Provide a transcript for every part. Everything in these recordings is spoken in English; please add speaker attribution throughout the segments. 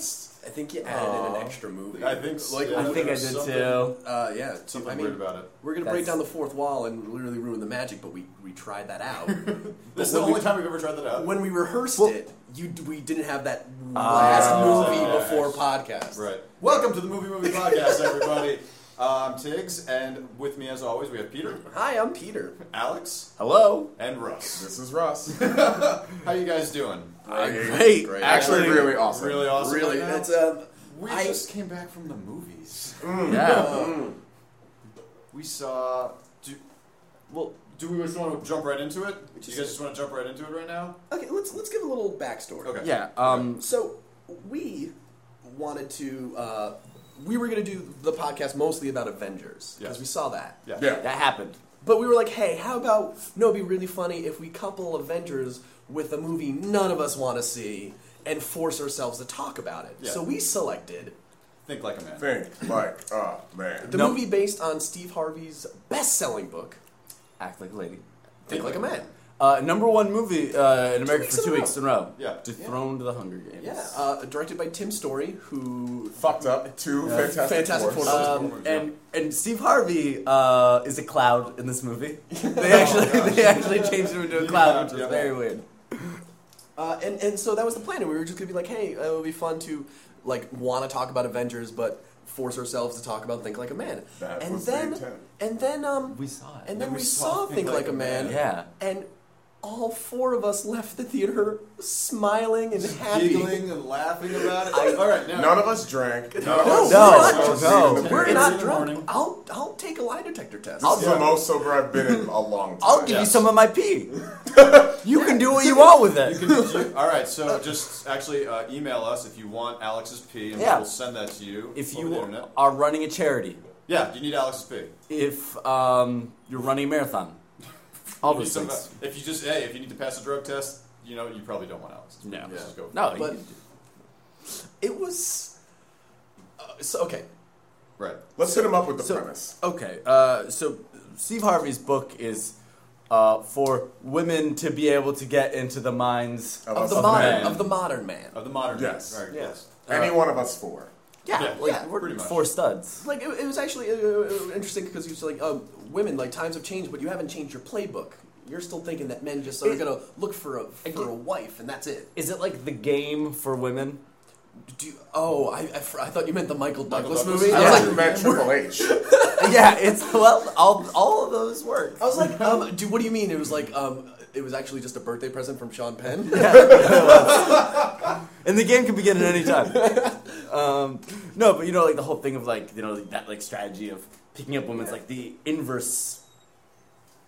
Speaker 1: think you added in
Speaker 2: Aw.
Speaker 1: an extra movie.
Speaker 2: I think so,
Speaker 1: Like,
Speaker 2: yeah.
Speaker 1: I
Speaker 2: Oh. I
Speaker 1: think.
Speaker 2: think- I did too.
Speaker 1: Uh, yeah.
Speaker 2: Something
Speaker 1: I mean,
Speaker 2: weird about it.
Speaker 1: We're gonna break
Speaker 3: That's-
Speaker 1: down the fourth wall and literally ruin the magic, but we we tried that out.
Speaker 2: This is
Speaker 1: when
Speaker 2: the only
Speaker 1: we-
Speaker 2: time we've ever tried that out.
Speaker 1: when we rehersed
Speaker 3: Well-
Speaker 1: it, you d- we didn't have that last
Speaker 2: Oh,
Speaker 1: movie
Speaker 2: yes.
Speaker 1: before podcast.
Speaker 2: Right. Welcome to the Movie Movie Podcast, everybody. I'm Tiggs, and with me, as always, we have Peter,
Speaker 1: Hi, I'm Peter.
Speaker 2: Alex,
Speaker 3: Hello.
Speaker 2: and Russ.
Speaker 4: This is Russ.
Speaker 2: How you guys doing?
Speaker 3: Great. Actually,
Speaker 4: Great. Actually, really awesome.
Speaker 2: Really awesome.
Speaker 1: really,
Speaker 2: right now?
Speaker 1: that's um.
Speaker 2: we
Speaker 1: I-
Speaker 2: just came back from the movies.
Speaker 1: um,
Speaker 3: yeah.
Speaker 2: We saw. Do,
Speaker 3: Well,
Speaker 2: do we just want to jump right into it? Do you guys just want to jump right into it right now?
Speaker 1: Okay, let's let's give a little backstory.
Speaker 2: Okay.
Speaker 3: yeah. Um.
Speaker 1: So we wanted to. Uh, we were going to do the podcast mostly about Avengers because
Speaker 2: Yes.
Speaker 1: we saw that.
Speaker 2: Yeah.
Speaker 4: Yeah.
Speaker 3: That happened.
Speaker 1: But we were like, hey, how about no? It'd be really funny if we couple Avengers with a movie none of us want to see and force ourselves to talk about it.
Speaker 2: Yeah.
Speaker 1: So we selected
Speaker 2: Think like a man.
Speaker 4: Think like a man.
Speaker 1: the
Speaker 3: No.
Speaker 1: movie based on Steve Harvey's best-selling book,
Speaker 3: Act like a lady.
Speaker 1: Think Like a Man.
Speaker 3: Uh, number one movie uh, in America
Speaker 1: weeks
Speaker 3: for
Speaker 1: in a
Speaker 3: two
Speaker 1: row.
Speaker 3: weeks in a row.
Speaker 2: Yeah.
Speaker 3: Dethroned the Hunger Games.
Speaker 1: Yeah, uh, directed by Tim Story, who
Speaker 4: Fucked up. Two fantastic,
Speaker 1: Fantastic
Speaker 4: Fours.
Speaker 1: Four. Uh,
Speaker 3: Um, and and Steve Harvey uh, is a cloud in this movie. They actually they actually changed him into a
Speaker 2: Oh, Yeah,
Speaker 3: cloud, which was
Speaker 2: yeah.
Speaker 3: very weird.
Speaker 1: Uh, and and so that was the plan. And we were just gonna be like, hey, uh, it would be fun to like want to talk about Avengers, but force ourselves to talk about Think Like a Man.
Speaker 4: That
Speaker 1: and
Speaker 4: was the
Speaker 1: then
Speaker 4: intent.
Speaker 1: and then um
Speaker 3: We saw it.
Speaker 1: and then we, saw Think Like, a Man.
Speaker 3: Yeah.
Speaker 1: And all four of us left the theater smiling and happy.
Speaker 2: Giggling and laughing about it. All right, now.
Speaker 4: None of us drank. None of
Speaker 1: No,
Speaker 4: us
Speaker 3: No,
Speaker 4: smoked.
Speaker 3: no,
Speaker 4: This is
Speaker 1: We're
Speaker 2: It's
Speaker 1: not
Speaker 2: in the
Speaker 1: drunk.
Speaker 2: morning.
Speaker 1: I'll I'll take a lie detector test.
Speaker 3: I'll-
Speaker 4: the most sober I've been in a long time.
Speaker 3: I'll give you
Speaker 2: Yes.
Speaker 3: some of my pee. you can do what you want with
Speaker 2: You
Speaker 3: it.
Speaker 2: can- you- all right, so just actually uh, email us if you want Alex's P, and
Speaker 3: Yeah.
Speaker 2: we'll send that to you.
Speaker 3: If
Speaker 2: over the
Speaker 3: you
Speaker 2: internet.
Speaker 3: are running a charity,
Speaker 2: yeah, you need Alex's P.
Speaker 3: if um, you're running a marathon, all
Speaker 2: If you
Speaker 3: those
Speaker 2: some-
Speaker 3: things.
Speaker 2: If you just hey, if you need to pass a drug test, you know you probably don't want Alex's. P.
Speaker 3: No.
Speaker 2: Let's just go.
Speaker 3: No,
Speaker 1: But-
Speaker 3: you-
Speaker 1: it was uh, so okay.
Speaker 2: right.
Speaker 4: Let's hit him up with the
Speaker 3: So-
Speaker 4: premise.
Speaker 3: Okay, uh, so Steve Harvey's book is uh, for women to be able to get into the minds
Speaker 4: Of
Speaker 1: Of
Speaker 4: us
Speaker 1: the
Speaker 4: four.
Speaker 1: modern
Speaker 3: man.
Speaker 1: of the modern man.
Speaker 2: Of the modern.
Speaker 4: Yes.
Speaker 2: Right. Uh,
Speaker 1: Yeah.
Speaker 2: Yes.
Speaker 4: Any one of us four.
Speaker 3: yeah,
Speaker 2: Yeah,
Speaker 3: like
Speaker 1: yeah,
Speaker 3: we're
Speaker 2: pretty much.
Speaker 3: four studs.
Speaker 1: like it, it was actually uh, uh, interesting because you was like um, women like times have changed but you haven't changed your playbook you're still thinking that men just are
Speaker 3: It-
Speaker 1: gonna look for a
Speaker 3: I
Speaker 1: for a wife and that's it
Speaker 3: Is it like the game for women?
Speaker 1: do you, oh I, I, fr- I thought you meant the michael
Speaker 2: Michael
Speaker 1: douglas
Speaker 2: Douglas.
Speaker 1: movie
Speaker 4: I
Speaker 3: Yeah.
Speaker 4: thought
Speaker 1: I was
Speaker 4: you
Speaker 1: like,
Speaker 4: meant Triple H.
Speaker 3: yeah, it's well, all all of those work.
Speaker 1: I was like um, do, what do you mean it was like um, it was actually just a birthday present from sean penn
Speaker 3: And the game can begin at any time. um, no, but you know, like the whole thing of like you know that like strategy of picking up women's like the inverse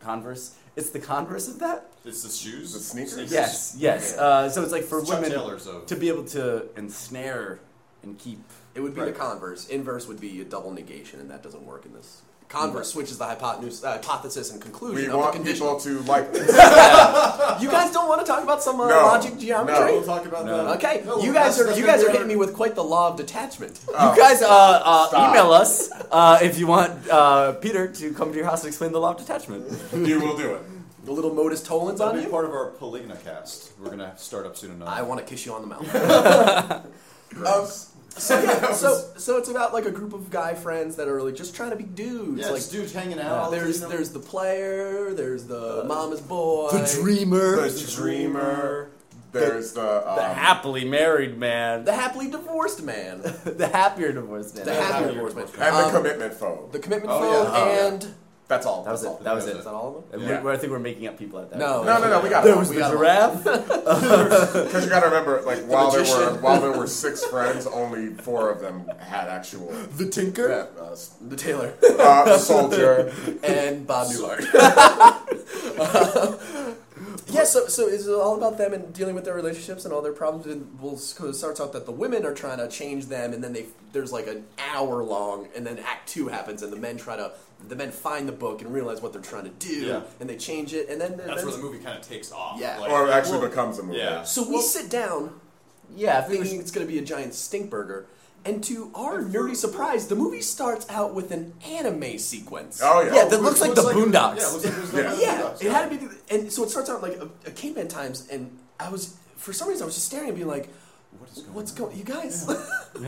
Speaker 3: converse. It's the converse of that.
Speaker 2: It's the shoes.
Speaker 4: The sneakers?
Speaker 3: Yes, yes. Uh, so it's like for
Speaker 2: It's Chuck
Speaker 3: women
Speaker 2: Taylor's of-
Speaker 3: to be able to ensnare and keep.
Speaker 1: it would be
Speaker 2: Right.
Speaker 1: the converse inverse would be a double negation and that doesn't work in this converse switches the hypotenuse uh, hypothesis and conclusion
Speaker 4: We
Speaker 1: of the
Speaker 4: want
Speaker 1: conditional
Speaker 4: people to like this.
Speaker 1: you guys don't want to talk about some uh,
Speaker 4: No.
Speaker 1: logic geometry
Speaker 4: No.
Speaker 2: We'll talk about
Speaker 3: No.
Speaker 2: that.
Speaker 1: Okay,
Speaker 2: No,
Speaker 1: you guys
Speaker 2: that's-
Speaker 1: are
Speaker 2: that's
Speaker 1: you
Speaker 2: gonna
Speaker 1: guys
Speaker 2: be
Speaker 1: are
Speaker 2: our-
Speaker 1: hitting me with quite the law of detachment.
Speaker 4: Oh.
Speaker 3: You guys, uh, uh,
Speaker 4: Stop.
Speaker 3: email us uh, if you want uh, Peter to come to your house and explain the law of detachment.
Speaker 4: You will do it.
Speaker 1: The little modus tollens
Speaker 2: That'll
Speaker 1: on
Speaker 2: be
Speaker 1: you.
Speaker 2: part of our Polygna cast. We're gonna start up soon enough.
Speaker 1: I want to kiss you on the mouth.
Speaker 4: Gross.
Speaker 1: so, yeah, so so it's about like a group of guy friends that are like just trying to be dudes.
Speaker 2: Yeah,
Speaker 1: like
Speaker 2: it's dudes hanging out. all the
Speaker 1: there's
Speaker 2: time.
Speaker 1: there's the player, there's the mama's boy,
Speaker 3: dreamer,
Speaker 4: The dreamer. There's the. Um,
Speaker 3: the happily married man,
Speaker 1: the happily divorced man,
Speaker 3: the happier divorced man.
Speaker 1: the
Speaker 2: Yeah,
Speaker 1: happily
Speaker 2: happy
Speaker 1: divorced man,
Speaker 2: divorced
Speaker 4: and the
Speaker 1: Um,
Speaker 4: commitment phobe.
Speaker 1: the commitment
Speaker 2: Oh,
Speaker 1: phobe,
Speaker 2: yeah. Oh, yeah.
Speaker 1: and
Speaker 4: That's all.
Speaker 3: That was
Speaker 4: That's
Speaker 3: it. That was
Speaker 2: That
Speaker 3: it.
Speaker 2: was
Speaker 1: is that all of them?
Speaker 3: And
Speaker 2: Yeah.
Speaker 3: we- I think we're making up people out there.
Speaker 1: No.
Speaker 4: No, no, no. We got
Speaker 3: There
Speaker 4: it.
Speaker 3: was
Speaker 4: We
Speaker 3: the
Speaker 4: got it.
Speaker 3: giraffe.
Speaker 4: Because you got to remember, like while there were
Speaker 1: magician.
Speaker 4: while there were six friends, only four of them had actual.
Speaker 1: The tinker,
Speaker 4: Yeah, uh, s-
Speaker 1: the tailor,
Speaker 4: uh, the soldier.
Speaker 1: and Bob Newhart. yeah, so so it's all about them and dealing with their relationships and all their problems. And we'll, so it starts out that the women are trying to change them, and then they there's like an hour long, and then Act Two happens, and the men try to the men find the book and realize what they're trying to do,
Speaker 2: Yeah.
Speaker 1: and they change it, and then
Speaker 2: That's
Speaker 1: then-
Speaker 2: where the movie kind of takes off.
Speaker 1: Yeah.
Speaker 2: Like,
Speaker 4: Or it actually
Speaker 1: Well,
Speaker 4: becomes a movie.
Speaker 2: yeah.
Speaker 1: So we sit down,
Speaker 3: Yeah, I think we
Speaker 1: thinking
Speaker 3: should,
Speaker 1: it's going to be a giant stink burger. And to our nerdy surprise, the movie starts out with an anime sequence.
Speaker 4: Oh yeah.
Speaker 3: Yeah, that looks like the Boondocks.
Speaker 2: Yeah, it looks like there's
Speaker 4: Yeah.
Speaker 2: no
Speaker 1: Yeah,
Speaker 2: Boondocks.
Speaker 1: it had to be, and so it starts out like a, a caveman times, and I was for some reason I was just staring and being like,
Speaker 2: what is going
Speaker 1: What's
Speaker 2: on?
Speaker 1: going? You guys,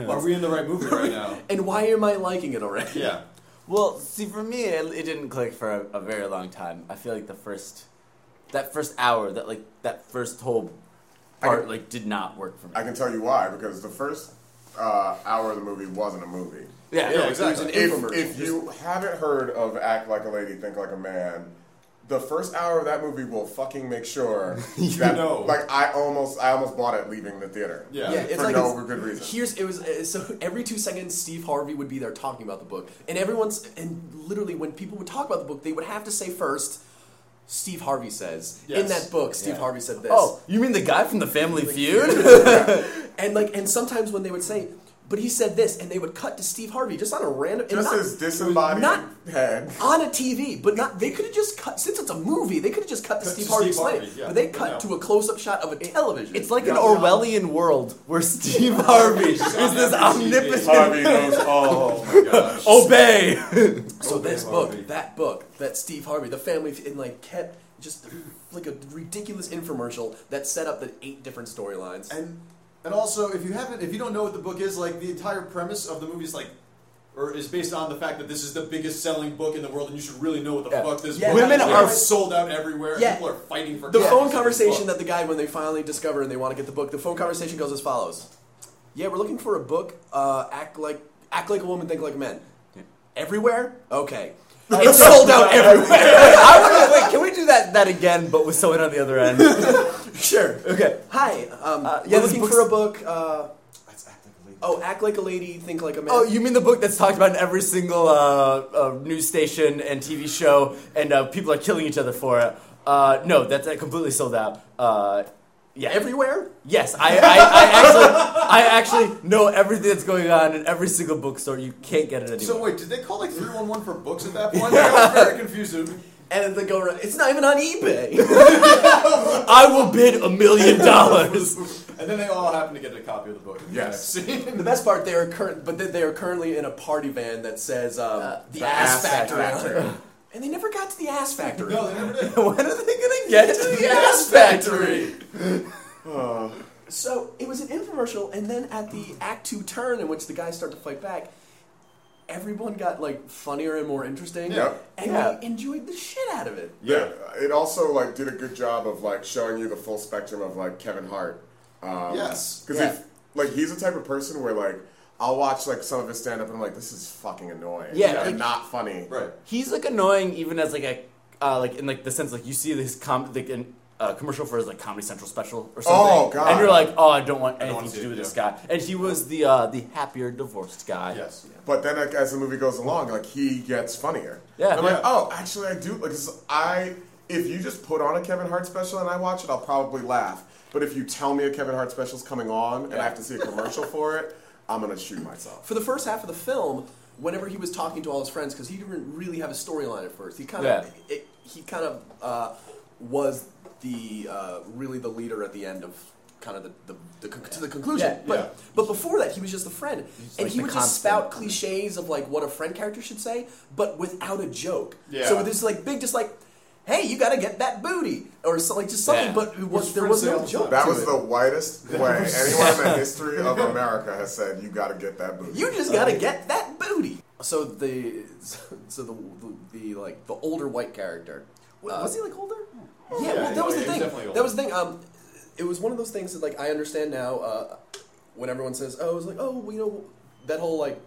Speaker 2: Are we in the right movie right now?
Speaker 1: and why am I liking it already?
Speaker 2: yeah.
Speaker 3: Well, see, for me, it, it didn't click for a, a very long time. I feel like the first, that first hour, that like that first whole
Speaker 4: I
Speaker 3: part,
Speaker 4: can-
Speaker 3: like did not work for me.
Speaker 4: I can tell you why because the first uh, hour of the movie wasn't a movie.
Speaker 3: yeah,
Speaker 2: Yeah,
Speaker 3: no,
Speaker 2: exactly.
Speaker 1: It was an
Speaker 4: If,
Speaker 1: infomercial.
Speaker 4: if you haven't heard of Act Like a Lady, Think Like a Man, the first hour of that movie will fucking make sure you that,
Speaker 2: know.
Speaker 4: Like I almost, I almost bought it leaving the theater.
Speaker 2: Yeah.
Speaker 1: Yeah, it's
Speaker 4: For
Speaker 1: like
Speaker 4: no
Speaker 1: it's-
Speaker 4: good reason.
Speaker 1: Here's it was uh, so every two seconds Steve Harvey would be there talking about the book, and everyone's and literally when people would talk about the book, they would have to say first, Steve Harvey says in
Speaker 2: Yes.
Speaker 1: that book, Steve
Speaker 3: Yeah.
Speaker 1: Harvey said this,
Speaker 3: Oh, you mean the guy from the Family Feud?
Speaker 1: and like and sometimes when they would say, but he said this, and they would cut to Steve Harvey just on a random, and
Speaker 4: Just
Speaker 1: not-
Speaker 4: his disembodied
Speaker 1: not-
Speaker 4: head.
Speaker 1: on a TV, but not. They could have just cut since it's a movie. They could have just cut to
Speaker 2: Cut
Speaker 1: Steve
Speaker 2: to
Speaker 1: Harvey
Speaker 2: Steve Harvey,
Speaker 1: playing,
Speaker 2: yeah.
Speaker 1: but they
Speaker 2: But
Speaker 1: cut
Speaker 2: no.
Speaker 1: to a close-up shot of a television.
Speaker 3: it's like an
Speaker 2: Yeah.
Speaker 3: Orwellian world where Steve Harvey is
Speaker 2: on
Speaker 3: this
Speaker 2: every TV.
Speaker 3: omnipotent.
Speaker 4: Harvey knows all.
Speaker 2: Oh my gosh.
Speaker 3: Obey.
Speaker 1: so.
Speaker 2: Okay,
Speaker 1: This
Speaker 2: Harvey.
Speaker 1: book, that book, that Steve Harvey, the family, f- and like kept just like a ridiculous infomercial that set up the eight different storylines.
Speaker 2: And and also, if you haven't, if you don't know what the book is, like the entire premise of the movie is like, or is based on the fact that this is the biggest selling book in the world, and you should really know what the
Speaker 3: Yeah.
Speaker 2: fuck this.
Speaker 1: Yeah,
Speaker 2: book
Speaker 1: Women
Speaker 2: is.
Speaker 3: are-
Speaker 2: It's sold out everywhere.
Speaker 1: Yeah.
Speaker 2: And people are fighting for
Speaker 1: The
Speaker 2: copies
Speaker 1: phone
Speaker 2: of this
Speaker 1: conversation that
Speaker 2: book.
Speaker 1: the guy when they finally discover and they want to get the book, the phone conversation goes as follows: Yeah, we're looking for a book. Uh, act like act like a woman, think like a man. Everywhere, okay. It's sold out everywhere.
Speaker 3: I want to wait. Can we do that that again, but with someone on the other end?
Speaker 1: Sure.
Speaker 3: Okay.
Speaker 1: Hi.
Speaker 3: Uh, yeah,
Speaker 1: Um, yeah, we're
Speaker 3: this
Speaker 1: looking
Speaker 3: book's-
Speaker 1: for a book. Uh,
Speaker 2: That's acting like
Speaker 1: oh, act like a lady, think like a man.
Speaker 3: Oh, you mean the book that's talked about in every single uh, uh, news station and TV show, and uh, people are killing each other for it? Uh, no, that's uh, completely sold out. Uh, yeah,
Speaker 1: everywhere?
Speaker 3: yes, I, I, I actually, I actually know everything that's going on in every single bookstore. You can't get it anywhere.
Speaker 2: So wait, did they call like three one one for books at that point? I was very confused.
Speaker 1: And then they go around. It's not even on eBay.
Speaker 3: I will bid a million dollars.
Speaker 2: And then they all happen to get a copy of the book. in the
Speaker 4: Yes.
Speaker 2: next scene.
Speaker 1: the best part, they are current, but then they are currently in a party van that says um,
Speaker 3: Uh,
Speaker 1: the, Ass, Factory. on it. And they never got to the Ass Factory.
Speaker 2: no, they never did.
Speaker 3: when are they gonna get to the ass factory?
Speaker 1: So it was an infomercial, and then at the act two turn, in which the guys start to fight back, everyone got like funnier and more interesting.
Speaker 4: Yeah.
Speaker 1: And
Speaker 3: Yeah.
Speaker 1: we enjoyed the shit out of it.
Speaker 4: Yeah, uh, it also like did a good job of like showing you the full spectrum of like Kevin Hart. Um,
Speaker 2: Yes.
Speaker 4: because
Speaker 1: Yeah.
Speaker 4: if like he's the type of person where like I'll watch like some of his stand up and I'm like, this is fucking annoying.
Speaker 3: Yeah,
Speaker 4: and
Speaker 3: like-
Speaker 4: not funny.
Speaker 2: Right.
Speaker 3: He's like annoying, even as like a uh, like in like the sense like you see this com like in uh, commercial for his like Comedy Central special or something.
Speaker 4: Oh, God.
Speaker 3: And you're like, oh, I don't want anything
Speaker 2: don't want
Speaker 3: to
Speaker 2: to,
Speaker 3: do with this
Speaker 2: yeah.
Speaker 3: guy. And he was the uh, the happier divorced guy.
Speaker 2: Yes.
Speaker 4: But then like, as the movie goes along, like he gets funnier.
Speaker 3: Yeah.
Speaker 4: I'm
Speaker 3: Yeah.
Speaker 4: like, oh, actually, I do. Like, this is- I if you just put on a Kevin Hart special and I watch it, I'll probably laugh. But if you tell me a Kevin Hart special's coming on and I have to see a commercial for it, I'm gonna shoot myself.
Speaker 1: for the first half of the film, whenever he was talking to all his friends, because he didn't really have a storyline at first, he kind of
Speaker 3: Yeah.
Speaker 1: it, he kind of uh, was the uh, really the leader at the end of kind of the, the, the con- to the conclusion.
Speaker 3: Yeah,
Speaker 1: but
Speaker 2: yeah.
Speaker 1: but before that, he was just a friend, and
Speaker 3: like
Speaker 1: he
Speaker 3: the
Speaker 1: would just
Speaker 3: constant.
Speaker 1: spout cliches of like what a friend character should say, but without a joke.
Speaker 2: Yeah.
Speaker 1: So there's like big, just like. Hey, you gotta get that booty, or so, like just something,
Speaker 3: Yeah.
Speaker 1: but it was,
Speaker 2: Which
Speaker 1: there
Speaker 2: friends
Speaker 1: was
Speaker 2: say all
Speaker 1: no
Speaker 2: the
Speaker 1: joke.
Speaker 2: time.
Speaker 4: That
Speaker 1: to
Speaker 4: was
Speaker 1: it.
Speaker 4: the whitest way anyone in the history of America has said, you gotta get that booty.
Speaker 1: You just gotta get that booty. So the so the the, the like the older white character.
Speaker 3: Wa-
Speaker 1: uh,
Speaker 3: was he like older?
Speaker 1: Yeah,
Speaker 2: Yeah,
Speaker 1: well, that was the
Speaker 2: he was
Speaker 1: thing.
Speaker 2: definitely older.
Speaker 1: That was the thing. Um, it was one of those things that like I understand now. Uh, when everyone says, "Oh, it's like oh, well, you know that whole like."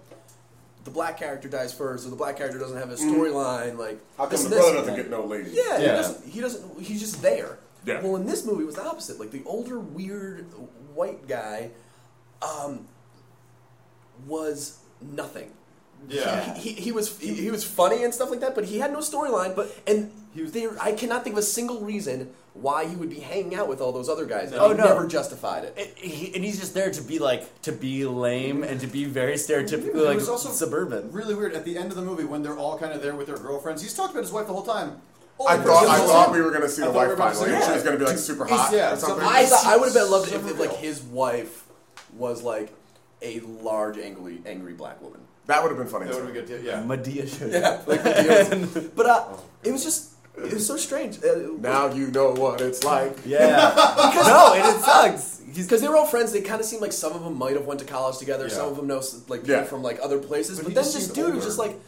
Speaker 1: The black character dies first, or the black character doesn't have a storyline. Like
Speaker 4: How come
Speaker 1: this
Speaker 4: the
Speaker 1: and this.
Speaker 4: brother doesn't get no lady?
Speaker 1: Yeah,
Speaker 2: Yeah.
Speaker 1: He, doesn't, he doesn't. He's just there.
Speaker 4: Yeah.
Speaker 1: Well, in this movie, it was the opposite. Like the older, weird white guy, um, was nothing.
Speaker 2: Yeah.
Speaker 1: He, he, he was he, he was funny and stuff like that, but he had no storyline. But and
Speaker 2: He was-
Speaker 1: there, I cannot think of a single reason why he would be hanging out with all those other guys.
Speaker 2: No.
Speaker 1: He
Speaker 3: Oh, no.
Speaker 1: never justified it.
Speaker 3: And, he, and he's just there to be like to be lame and to be very stereotypically
Speaker 2: He
Speaker 3: like
Speaker 2: was also-
Speaker 3: suburban.
Speaker 2: Really weird. At the end of the movie, when they're all kind of there with their girlfriends, he's talked about his wife the whole time. Oh,
Speaker 4: I thought, I
Speaker 2: yeah.
Speaker 4: thought we were gonna see
Speaker 2: I
Speaker 4: the
Speaker 2: thought we were
Speaker 4: wife
Speaker 2: about to
Speaker 4: finally.
Speaker 2: see
Speaker 4: and
Speaker 2: it.
Speaker 4: She was gonna be like super
Speaker 2: He's-
Speaker 4: hot
Speaker 2: yeah,
Speaker 4: or something.
Speaker 2: some-
Speaker 1: I thought I would have been
Speaker 2: It's
Speaker 1: loved if, if like
Speaker 2: surreal.
Speaker 1: his wife was like a large angry angry black woman.
Speaker 4: that would have been funny.
Speaker 2: That
Speaker 4: too.
Speaker 2: would have been good. too, Yeah.
Speaker 3: Medea should.
Speaker 1: Yeah, like the deals. but uh, it was just it was so strange. Uh,
Speaker 4: Now you know what it's like.
Speaker 3: Yeah. no, and it sucks. he's
Speaker 1: Because they were all friends, they kind of seem like some of them might have went to college together.
Speaker 4: Yeah.
Speaker 1: Some of them know s- like
Speaker 4: Yeah.
Speaker 1: people from like other places.
Speaker 4: But
Speaker 1: But,
Speaker 4: he
Speaker 1: then
Speaker 4: just
Speaker 1: this
Speaker 4: seemed
Speaker 1: dude
Speaker 4: older.
Speaker 1: was just like,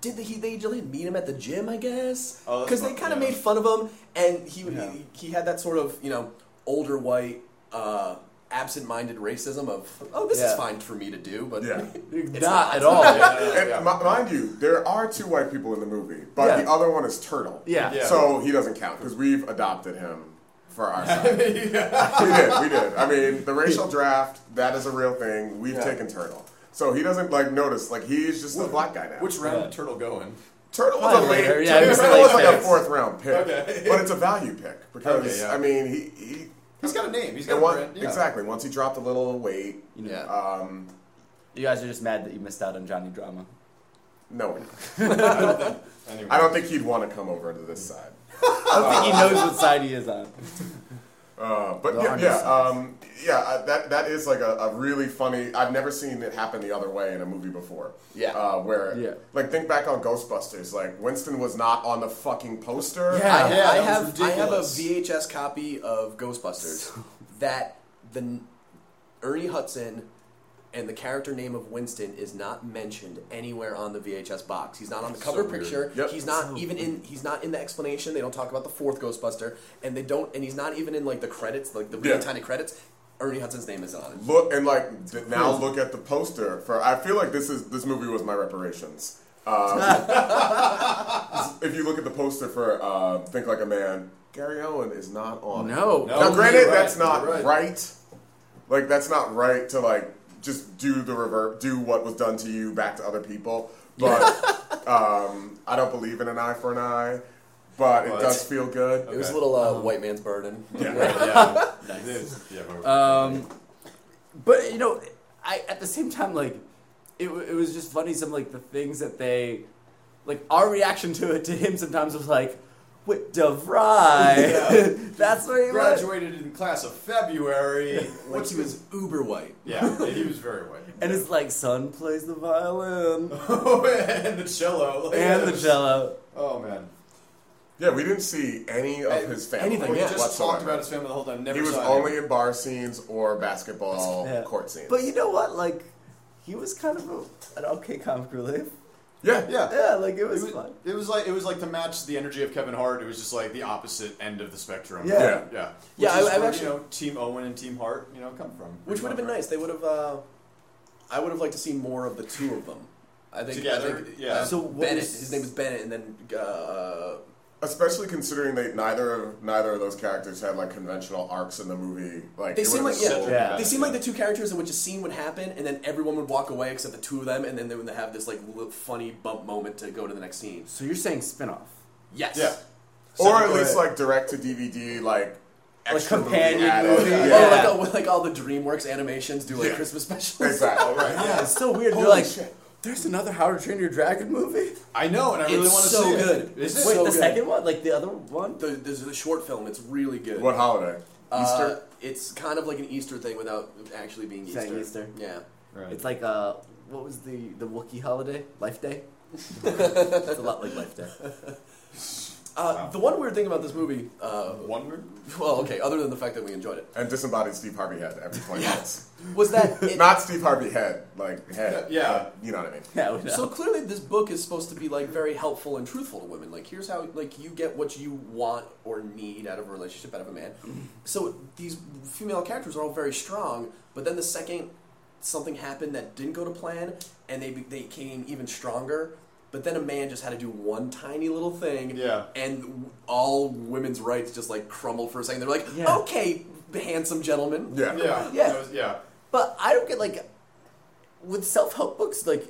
Speaker 1: did the, he, they really meet him at the gym? I guess
Speaker 2: Oh, that's
Speaker 1: because they
Speaker 2: not-
Speaker 1: kind of
Speaker 2: yeah.
Speaker 1: made fun of him, and he,
Speaker 2: Yeah.
Speaker 1: he he had that sort of you know older white. Uh, Absent-minded racism of oh this
Speaker 3: Yeah.
Speaker 1: is fine for me to do but
Speaker 4: Yeah.
Speaker 3: not,
Speaker 1: not.
Speaker 3: at all.
Speaker 4: And mi- mind you, there are two white people in the movie, but
Speaker 3: Yeah.
Speaker 4: the other one is Turtle.
Speaker 3: Yeah.
Speaker 2: Yeah.
Speaker 4: So he doesn't count because we've adopted him for our side.
Speaker 2: yeah.
Speaker 4: we did, we did. I mean, the racial draft, that is a real thing. We've
Speaker 1: Yeah.
Speaker 4: taken Turtle. So he doesn't like notice, like he's just a black guy now.
Speaker 2: Which round
Speaker 3: Yeah.
Speaker 2: did Turtle go in?
Speaker 4: Turtle was a
Speaker 3: Probably
Speaker 4: late,
Speaker 3: later, yeah, it was
Speaker 4: Turtle
Speaker 3: late
Speaker 4: was like a
Speaker 3: picks.
Speaker 4: fourth round pick,
Speaker 2: Okay.
Speaker 4: but it's a value pick because
Speaker 2: Okay, yeah.
Speaker 4: I mean he, he
Speaker 2: He's got a name. He's got
Speaker 4: and
Speaker 2: a
Speaker 4: one,
Speaker 2: brand. Yeah.
Speaker 4: exactly once he dropped a little weight,
Speaker 3: You know,
Speaker 1: Yeah.
Speaker 4: um,
Speaker 3: You guys are just mad that you missed out on Johnny Drama.
Speaker 4: no,
Speaker 2: Anyway.
Speaker 4: I don't think he'd want to come over to this side.
Speaker 3: I don't think he knows what side he is on.
Speaker 4: Uh, but
Speaker 3: The
Speaker 4: yeah,
Speaker 3: honest
Speaker 4: yeah,
Speaker 3: size.
Speaker 4: um, yeah uh, that that is like a, a really funny. I've never seen it happen the other way in a movie before.
Speaker 1: Yeah.
Speaker 4: uh, where
Speaker 3: Yeah.
Speaker 4: like think back on Ghostbusters. Like Winston was not on the fucking poster.
Speaker 3: Yeah.
Speaker 1: I,
Speaker 2: Yeah, that
Speaker 1: I
Speaker 2: was
Speaker 1: have I have a
Speaker 2: ridiculous.
Speaker 1: VHS copy of Ghostbusters that the Ernie Hudson and the character name of Winston is not mentioned anywhere on the VHS box. He's not on the
Speaker 2: So
Speaker 1: cover
Speaker 2: weird.
Speaker 1: picture.
Speaker 4: Yep.
Speaker 1: He's not even in he's not in the explanation. They don't talk about the fourth Ghostbuster and they don't and he's not even in like the credits, like the really
Speaker 4: Yeah.
Speaker 1: tiny credits. Ernie Hudson's name is on it.
Speaker 4: Look and like th- now look at the poster for. I feel like this is this movie was my reparations. Um, if you look at the poster for uh, Think Like a Man, Gary Owen is not on. it.
Speaker 2: No. Oh,
Speaker 4: now,
Speaker 2: you're
Speaker 4: granted,
Speaker 2: right,
Speaker 4: that's not
Speaker 2: you're
Speaker 4: right.
Speaker 2: right.
Speaker 4: Like, that's not right to like just do the revert, do what was done to you back to other people. But um, I don't believe in an eye for an eye, but it
Speaker 2: Well,
Speaker 4: does
Speaker 2: it's-
Speaker 4: feel good.
Speaker 1: It was a
Speaker 2: Okay.
Speaker 1: little uh, white man's burden.
Speaker 4: Yeah.
Speaker 2: yeah.
Speaker 3: Nice.
Speaker 2: It is. Yeah, but-
Speaker 3: Um, but you know, I at the same time like it, w- it was just funny some like the things that they like our reaction to it to him sometimes was like with DeVry.
Speaker 2: Yeah.
Speaker 3: That's what he was.
Speaker 2: graduated in class of February.
Speaker 1: Like
Speaker 2: What's
Speaker 1: he was uber white.
Speaker 2: Yeah, he was very white.
Speaker 3: And it's like son plays the violin
Speaker 2: Oh, and the cello. Like,
Speaker 3: and
Speaker 2: yeah,
Speaker 3: the
Speaker 2: just-
Speaker 3: cello.
Speaker 2: Oh man.
Speaker 4: Yeah, we didn't see any of
Speaker 2: Hey,
Speaker 4: his family.
Speaker 1: anything,
Speaker 2: We
Speaker 1: yeah.
Speaker 2: just
Speaker 4: whatsoever.
Speaker 2: talked about his family the whole time. Never
Speaker 4: he was
Speaker 2: saw
Speaker 4: only
Speaker 2: him.
Speaker 4: in bar scenes or basketball
Speaker 3: Yeah.
Speaker 4: court scenes.
Speaker 3: But you know what? Like he was kind of a, an okay comic relief.
Speaker 4: yeah,
Speaker 2: Yeah.
Speaker 3: Yeah, like it was,
Speaker 2: It was,
Speaker 3: fun.
Speaker 2: it was like it was like to match the energy of Kevin Hart. It was just like the opposite end of the spectrum.
Speaker 3: Yeah.
Speaker 4: Yeah.
Speaker 2: yeah.
Speaker 1: Yeah,
Speaker 2: Which
Speaker 1: I-
Speaker 2: is
Speaker 1: I've
Speaker 2: where,
Speaker 1: actually-
Speaker 2: you know Team Owen and Team Hart you know come from.
Speaker 1: Which would have been nice. They would have. Uh, I would have liked to see more of the two of them. I think
Speaker 2: Together,
Speaker 1: I think,
Speaker 2: yeah.
Speaker 1: So
Speaker 3: So what
Speaker 1: Bennett,
Speaker 3: was-
Speaker 1: his name is Bennett, and then uh,
Speaker 4: especially considering they neither of neither of those characters had like conventional arcs in the movie. Like
Speaker 1: They
Speaker 4: it
Speaker 1: seem
Speaker 4: would've
Speaker 1: like-
Speaker 4: been
Speaker 1: yeah.
Speaker 4: so-
Speaker 3: Yeah.
Speaker 1: they seem like the two characters in which a scene would happen, and then everyone would walk away except the two of them, and then they would have this like li- funny bump moment to go to the next scene.
Speaker 3: So you're saying spin-off.
Speaker 1: Yes.
Speaker 2: Yeah.
Speaker 4: or at
Speaker 3: Something
Speaker 4: least
Speaker 3: like-
Speaker 4: like direct to DVD, like
Speaker 3: Like
Speaker 4: extra
Speaker 3: companion
Speaker 4: movie added.
Speaker 3: movie.
Speaker 4: Yeah.
Speaker 1: Or Oh, like,
Speaker 3: Yeah.
Speaker 1: all- like all the DreamWorks animations do like
Speaker 4: Yeah.
Speaker 1: Christmas specials.
Speaker 4: Exactly.
Speaker 2: Oh right.
Speaker 3: Yeah, it's so weird. They're
Speaker 4: Holy
Speaker 3: like,
Speaker 4: shit.
Speaker 3: there's another How to Train Your Dragon movie.
Speaker 2: I know, and I really
Speaker 1: It's
Speaker 2: want to
Speaker 1: so
Speaker 2: see it.
Speaker 1: good.
Speaker 2: Is
Speaker 1: It's
Speaker 2: it?
Speaker 3: Wait,
Speaker 1: so
Speaker 3: the
Speaker 1: good.
Speaker 3: second one, like the other one.
Speaker 1: The, there's a short film. It's really good.
Speaker 4: What holiday?
Speaker 1: Uh,
Speaker 4: Easter.
Speaker 1: it's kind of like an Easter thing without actually being Easter.
Speaker 3: Saying Easter.
Speaker 1: Yeah.
Speaker 2: Right.
Speaker 3: It's like uh, what was the the Wookiee holiday? Life Day. it's a lot like Life Day.
Speaker 1: Uh,
Speaker 2: Wow.
Speaker 1: The one weird thing about this movie, uh,
Speaker 2: one word.
Speaker 1: well, okay, other than the fact that we enjoyed it,
Speaker 4: And disembodied Steve Harvey head every twenty minutes.
Speaker 1: was that it,
Speaker 4: Not Steve Harvey head, like head.
Speaker 2: Yeah.
Speaker 4: Uh, you know what I mean.
Speaker 3: Yeah, we know.
Speaker 1: so clearly this book is supposed to be like very helpful and truthful to women. Like here's how like you get what you want or need out of a relationship out of a man. So these female characters are all very strong, but then the second something happened that didn't go to plan, and they be- they came even stronger. But then a man just had to do one tiny little thing,
Speaker 2: Yeah.
Speaker 1: and w- all women's rights just like crumbled for a second. They're like,
Speaker 3: Yeah.
Speaker 1: okay, handsome gentleman,
Speaker 4: Yeah.
Speaker 2: Yeah.
Speaker 3: Yeah.
Speaker 2: that was- yeah.
Speaker 3: but I don't get like with self help books like.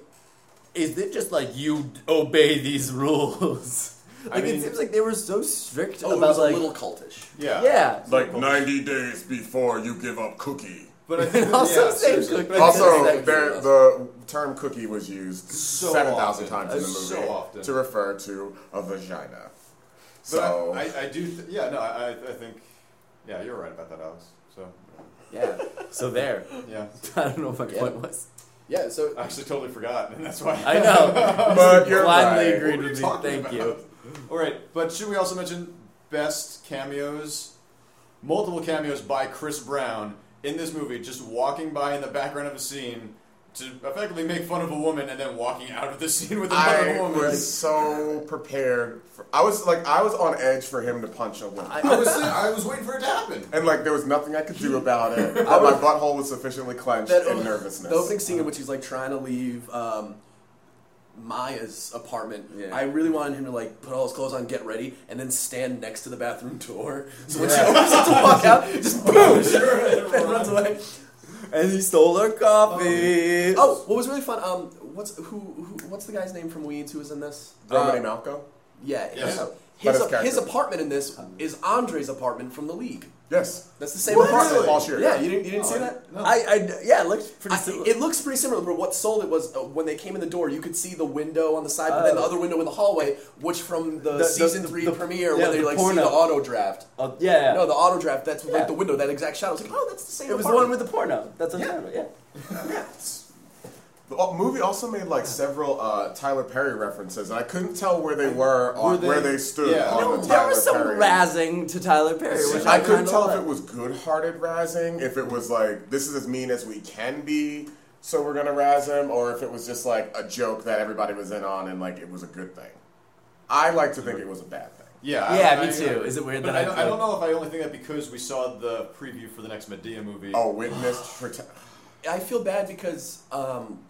Speaker 3: Is it just like you d- obey these rules?
Speaker 2: I
Speaker 3: like
Speaker 2: mean-
Speaker 3: it seems like they were so strict
Speaker 1: Oh, it
Speaker 3: about
Speaker 1: was
Speaker 3: like
Speaker 1: a little cultish.
Speaker 2: Yeah.
Speaker 3: yeah.
Speaker 4: Like ninety days before you give up cookie.
Speaker 2: But I think
Speaker 3: also
Speaker 2: yeah,
Speaker 3: same
Speaker 2: seriously.
Speaker 3: cook-
Speaker 2: But I think-
Speaker 4: Also,
Speaker 1: Exactly.
Speaker 4: there, the term cookie was used
Speaker 2: So
Speaker 4: 7,000
Speaker 2: often.
Speaker 4: times in the movie
Speaker 2: So often.
Speaker 4: to refer to a vagina.
Speaker 2: but I-
Speaker 4: So,
Speaker 2: I, I, do. Th- yeah. No. I, I I think. Yeah, you're right about that, Alex. So.
Speaker 3: Yeah. So there.
Speaker 2: Yeah.
Speaker 3: I don't know what my
Speaker 1: Yeah.
Speaker 3: point was.
Speaker 1: Yeah, so
Speaker 2: I actually totally forgot, and that's why.
Speaker 3: I know.
Speaker 4: But
Speaker 3: You
Speaker 4: you're
Speaker 3: blindly
Speaker 4: right.
Speaker 3: agreed
Speaker 2: What were you
Speaker 3: with me.
Speaker 2: talking
Speaker 3: Thank
Speaker 2: about?
Speaker 3: you.
Speaker 2: All right, but should we also mention best cameos? Multiple cameos by Chris Brown in this movie just walking by in the background of a scene to effectively make fun of a woman and then walking out of the scene with another
Speaker 4: I
Speaker 2: woman.
Speaker 4: was so prepared. For, I was like, I was on edge for him to punch a woman.
Speaker 2: I was, I was waiting for it to happen.
Speaker 4: and like, there was nothing I could do about it. Uh, my butthole was sufficiently clenched
Speaker 1: That-
Speaker 4: in nervousness.
Speaker 1: The opening scene in which he's like trying to leave um, Maya's apartment.
Speaker 3: Yeah.
Speaker 1: I really wanted him to like put all his clothes on, get ready, and then stand next to the bathroom door. So when she opens it to walk out, just
Speaker 2: Oh,
Speaker 1: boom, and runs away.
Speaker 3: And he stole her coffee.
Speaker 1: Oh, what was really fun? Um, what's who, who? What's the guy's name from Weeds who was in this?
Speaker 4: Romany
Speaker 1: Uh,
Speaker 4: Malco?
Speaker 1: Yeah.
Speaker 2: Yes.
Speaker 1: his-
Speaker 4: But his
Speaker 1: His,
Speaker 4: character.
Speaker 1: his apartment in this is Andre's apartment from the league.
Speaker 4: Yes.
Speaker 1: That's the same
Speaker 4: What?
Speaker 1: apartment.
Speaker 4: Really? Paul Shearer.
Speaker 1: Yeah, you didn't, you didn't see
Speaker 2: Oh,
Speaker 1: that?
Speaker 2: no.
Speaker 3: I, I, yeah, it looks pretty
Speaker 1: I-
Speaker 3: similar.
Speaker 1: it looks pretty similar, but what sold it was uh, when they came in the door, you could see the window on the side, but then the
Speaker 3: Oh.
Speaker 1: other window in the hallway, which from the,
Speaker 3: the-
Speaker 1: season
Speaker 3: the-
Speaker 1: three
Speaker 3: the-
Speaker 1: premiere,
Speaker 3: yeah,
Speaker 1: when they
Speaker 3: the
Speaker 1: like
Speaker 3: porno.
Speaker 1: see the auto draft.
Speaker 3: oh, yeah, yeah.
Speaker 1: No, the auto draft. That's
Speaker 3: Yeah.
Speaker 1: like the window, that exact shot. I was like, oh, that's the same.
Speaker 3: it was the one with the porno. That's what I'm
Speaker 1: Yeah.
Speaker 3: talking about, yeah.
Speaker 4: The o- movie also made like several uh, Tyler Perry references, and I couldn't tell where they were or
Speaker 2: Were they-
Speaker 4: where they stood
Speaker 2: Yeah.
Speaker 4: on
Speaker 2: No,
Speaker 4: the
Speaker 3: there
Speaker 4: Tyler
Speaker 3: was some
Speaker 4: Perry.
Speaker 3: razzing to Tyler Perry, which I,
Speaker 4: I couldn't
Speaker 3: kinda
Speaker 4: tell if
Speaker 3: liked.
Speaker 4: it was good-hearted razzing, if it was like this is as mean as we can be, so we're gonna razz him, or if it was just like a joke that everybody was in on and like it was a good thing. I like to think it was a bad thing.
Speaker 2: Yeah, I-
Speaker 3: Yeah,
Speaker 2: I-
Speaker 3: me too. Is it weird
Speaker 2: but
Speaker 3: that I-
Speaker 2: I, don't, I don't know if I only think that because we saw the preview for the next Medea movie.
Speaker 4: Oh, witness protect.
Speaker 1: I feel bad because um,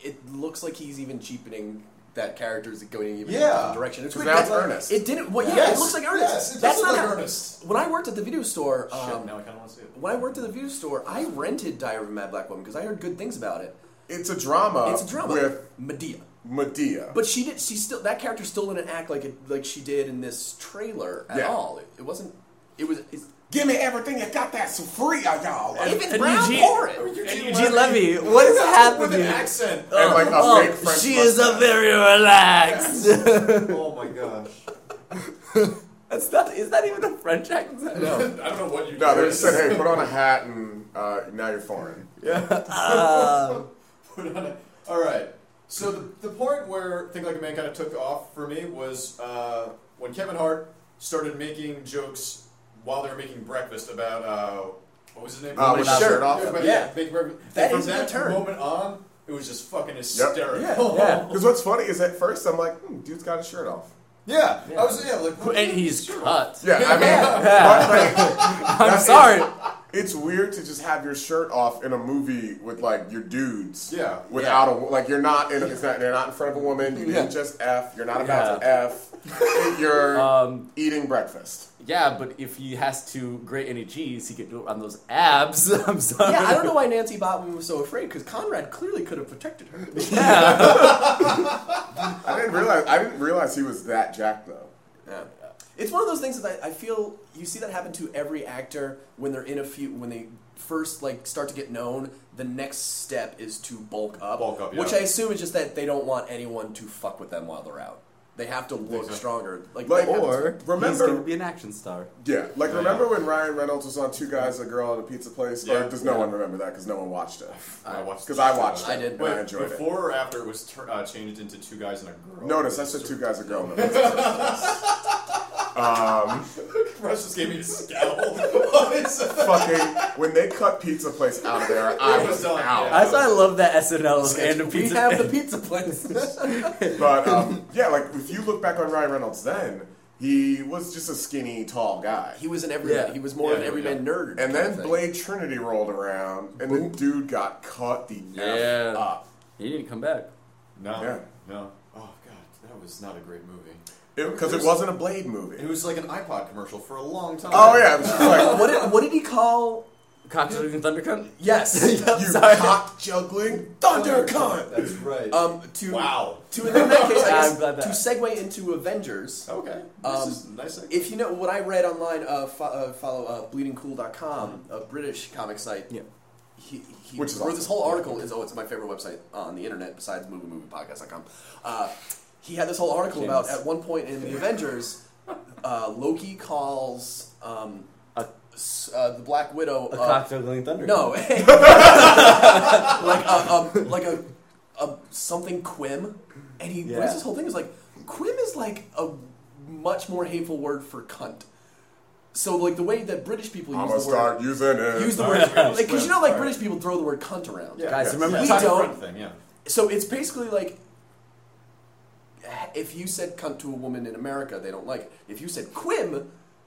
Speaker 1: it looks like he's even cheapening that character is going even in a
Speaker 2: Yeah.
Speaker 1: different direction. It's
Speaker 4: So
Speaker 1: weird.
Speaker 4: now it's
Speaker 1: because
Speaker 4: Ernest.
Speaker 1: It didn't. Well, yeah,
Speaker 2: Yes.
Speaker 1: it looks like Ernest.
Speaker 2: Yes, it
Speaker 1: That's
Speaker 2: does
Speaker 1: not
Speaker 2: look
Speaker 1: how-
Speaker 2: like Ernest.
Speaker 1: When I worked at the video store,
Speaker 2: Shit,
Speaker 1: um,
Speaker 2: now I kind of want to see it.
Speaker 1: when I worked at the video store, I rented Diary of a Mad Black Woman because I heard good things about it.
Speaker 4: It's a drama.
Speaker 1: It's a drama.
Speaker 4: with
Speaker 1: Medea.
Speaker 4: Medea.
Speaker 1: But she did. She still that character still didn't act like it like she did in this trailer at
Speaker 4: Yeah.
Speaker 1: all. It, it wasn't. It was it's,
Speaker 4: Give me everything you got that's free, I y'all. And,
Speaker 1: even
Speaker 3: and
Speaker 1: Brown
Speaker 3: Eugene-
Speaker 1: Corrin.
Speaker 2: Eugene,
Speaker 3: Eugene Levy, what is happening?
Speaker 2: With an accent.
Speaker 4: like a
Speaker 3: Oh,
Speaker 4: fake French
Speaker 3: she is a
Speaker 4: mustache.
Speaker 3: very relaxed.
Speaker 2: oh my gosh.
Speaker 3: That's not. Is that even a French accent?
Speaker 2: I don't know what you
Speaker 4: No, they
Speaker 2: did.
Speaker 4: just said, hey, put on a hat and uh, now you're foreign.
Speaker 2: Put on a- All right. So the, the point where Think Like a Man kind of took off for me was uh, when Kevin Hart started making jokes while they were making breakfast about uh, what was his name?
Speaker 4: Uh, with his
Speaker 3: Sure.
Speaker 4: shirt off.
Speaker 2: Yeah, but
Speaker 1: Yeah.
Speaker 2: yeah, making breakfast.
Speaker 1: That
Speaker 2: And from
Speaker 1: is the
Speaker 2: that
Speaker 1: turn.
Speaker 2: moment on, it was just fucking hysterical.
Speaker 3: Yeah.
Speaker 4: Because what's funny is at first I'm like, hmm, dude's got his shirt off.
Speaker 2: Yeah, I was yeah like
Speaker 3: And he's cut.
Speaker 4: Yeah, I mean, but, like,
Speaker 3: I'm sorry.
Speaker 4: it's weird to just have your shirt off in a movie with like your dudes.
Speaker 2: Yeah.
Speaker 4: Without a like, you're not in. It's not. You're not in front of a woman. You didn't just f. You're not about to f. You're eating breakfast.
Speaker 3: Yeah, but if he has to grate any cheese, he could do it on those abs. I'm sorry.
Speaker 1: Yeah, I don't know why Nancy Botman was so afraid because Conrad clearly could have protected her.
Speaker 4: I didn't realize. I didn't realize he was that jacked though.
Speaker 1: Yeah. It's one of those things that I, I feel you see that happen to every actor when they're in a few when they first like start to get known. The next step is to bulk up,
Speaker 2: Bulk up, yeah.
Speaker 1: which I assume is just that they don't want anyone to fuck with them while they're out. They have to look
Speaker 2: so.
Speaker 1: stronger, like
Speaker 4: Like,
Speaker 1: that happens-
Speaker 4: or
Speaker 3: He's gonna
Speaker 4: remember.
Speaker 3: be an action star.
Speaker 4: Yeah, like remember when Ryan Reynolds was on Two Guys, a Girl, and a Pizza Place?
Speaker 2: Yeah.
Speaker 4: Or does no one remember that because no one watched it?
Speaker 2: I watched
Speaker 4: Because I watched it.
Speaker 1: I did.
Speaker 4: and
Speaker 2: Wait,
Speaker 4: I enjoyed it.
Speaker 2: before or after it was tur uh, changed into two guys and a girl?
Speaker 4: Notice I said Two Guys, a Girl. and a
Speaker 2: Russ just gave me a scowl. It's-
Speaker 4: fucking when they cut Pizza Place out of there,
Speaker 2: It
Speaker 4: I was
Speaker 2: was done,
Speaker 4: out.
Speaker 2: yeah.
Speaker 3: That's why I love that SNL of and a
Speaker 1: we
Speaker 3: pizza.
Speaker 1: have the pizza place.
Speaker 4: But um, yeah, like if you look back on Ryan Reynolds then, he was just a skinny, tall guy.
Speaker 1: he was an everyman.
Speaker 3: Yeah.
Speaker 1: He was more
Speaker 2: Yeah,
Speaker 1: of an
Speaker 2: yeah,
Speaker 1: everyman nerd. kind
Speaker 4: And then
Speaker 1: of thing.
Speaker 4: Blade Trinity rolled around, and the dude got cut the
Speaker 3: Yeah.
Speaker 4: f up.
Speaker 3: he didn't come back.
Speaker 2: no,
Speaker 4: Yeah.
Speaker 2: no. Oh god, that was not a great movie.
Speaker 4: Because it, wasn't a Blade movie.
Speaker 2: It was like an iPod commercial for a long time.
Speaker 4: oh yeah, it was just like
Speaker 1: what did, what did he call?
Speaker 3: Cocksucking Thundercunt?
Speaker 1: Yes,
Speaker 3: Yep,
Speaker 4: you
Speaker 3: sorry.
Speaker 4: cock juggling thunder cunt.
Speaker 2: That's right.
Speaker 1: um, to
Speaker 2: wow.
Speaker 1: to in that case, I
Speaker 3: I'm
Speaker 1: guess,
Speaker 3: glad
Speaker 1: to
Speaker 3: that-
Speaker 1: segue into Avengers.
Speaker 2: Okay. This
Speaker 1: Um,
Speaker 2: is nice. idea.
Speaker 1: If you know what I read online, uh, fo- uh, follow uh, bleedingcool.com, a British comic site.
Speaker 3: Yeah.
Speaker 1: He, he
Speaker 4: Which is
Speaker 1: wrote
Speaker 4: awesome.
Speaker 1: this whole article is oh it's my favorite website on the internet besides moviemoviepodcast.com. Uh, he had this whole article about
Speaker 3: Genius.
Speaker 1: at one point in the Avengers, uh, Loki calls um,
Speaker 3: A-
Speaker 1: s- uh, the Black Widow
Speaker 3: A
Speaker 1: uh,
Speaker 3: cocksucking Thundercunt.
Speaker 1: no, like a, um, like a, a something Quim, and he
Speaker 3: Yeah.
Speaker 1: what is this whole thing is like Quim is like a much more hateful word for cunt. So like the way that British people
Speaker 4: I'm
Speaker 1: use
Speaker 4: gonna
Speaker 1: the word,
Speaker 4: start using it.
Speaker 1: use the
Speaker 2: All
Speaker 1: word,
Speaker 2: right,
Speaker 1: because
Speaker 2: British
Speaker 1: you know like
Speaker 2: All right.
Speaker 1: British people throw the word cunt around.
Speaker 2: Yeah.
Speaker 3: Guys,
Speaker 2: Yeah.
Speaker 3: remember-
Speaker 2: Yeah,
Speaker 1: We
Speaker 2: it's not the
Speaker 1: don't-
Speaker 2: front thing, yeah.
Speaker 1: So it's basically like if you said cunt to a woman in America, they don't like it. If you said quim,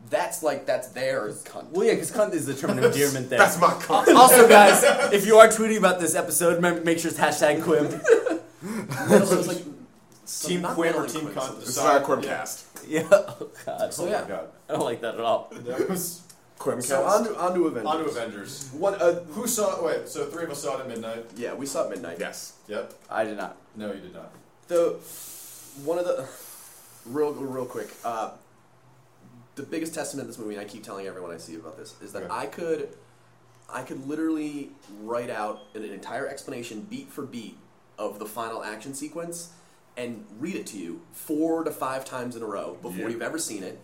Speaker 1: that's like that's their cunt.
Speaker 3: Well, yeah, because cunt is the term of endearment there.
Speaker 4: That's my cunt.
Speaker 3: also, guys, if you are tweeting about this episode, remember, make sure it's hashtag Quim.
Speaker 1: so it's like so
Speaker 2: Team
Speaker 1: not
Speaker 2: Quim or
Speaker 1: meddling
Speaker 2: Team
Speaker 1: quim,
Speaker 2: Cunt.
Speaker 1: so-
Speaker 4: This is our Quimcast.
Speaker 2: Yeah.
Speaker 3: Yeah. Oh, God.
Speaker 1: So yeah.
Speaker 2: God.
Speaker 3: I don't like that at all.
Speaker 2: That was
Speaker 4: Quimcast.
Speaker 1: So on to, on to Avengers.
Speaker 2: on to Avengers.
Speaker 1: What? Uh,
Speaker 2: Who saw? Wait, so three of us saw it at midnight.
Speaker 1: yeah, we saw it midnight.
Speaker 4: yes.
Speaker 2: Yep.
Speaker 3: I did not.
Speaker 2: No, you did not.
Speaker 1: The one of the real real quick. Uh, the biggest testament of this movie, and I keep telling everyone I see about this, is that
Speaker 2: Okay.
Speaker 1: I could, I could literally write out an, an entire explanation beat for beat of the final action sequence, and read it to you four to five times in a row before
Speaker 4: Yeah.
Speaker 1: you've ever seen it.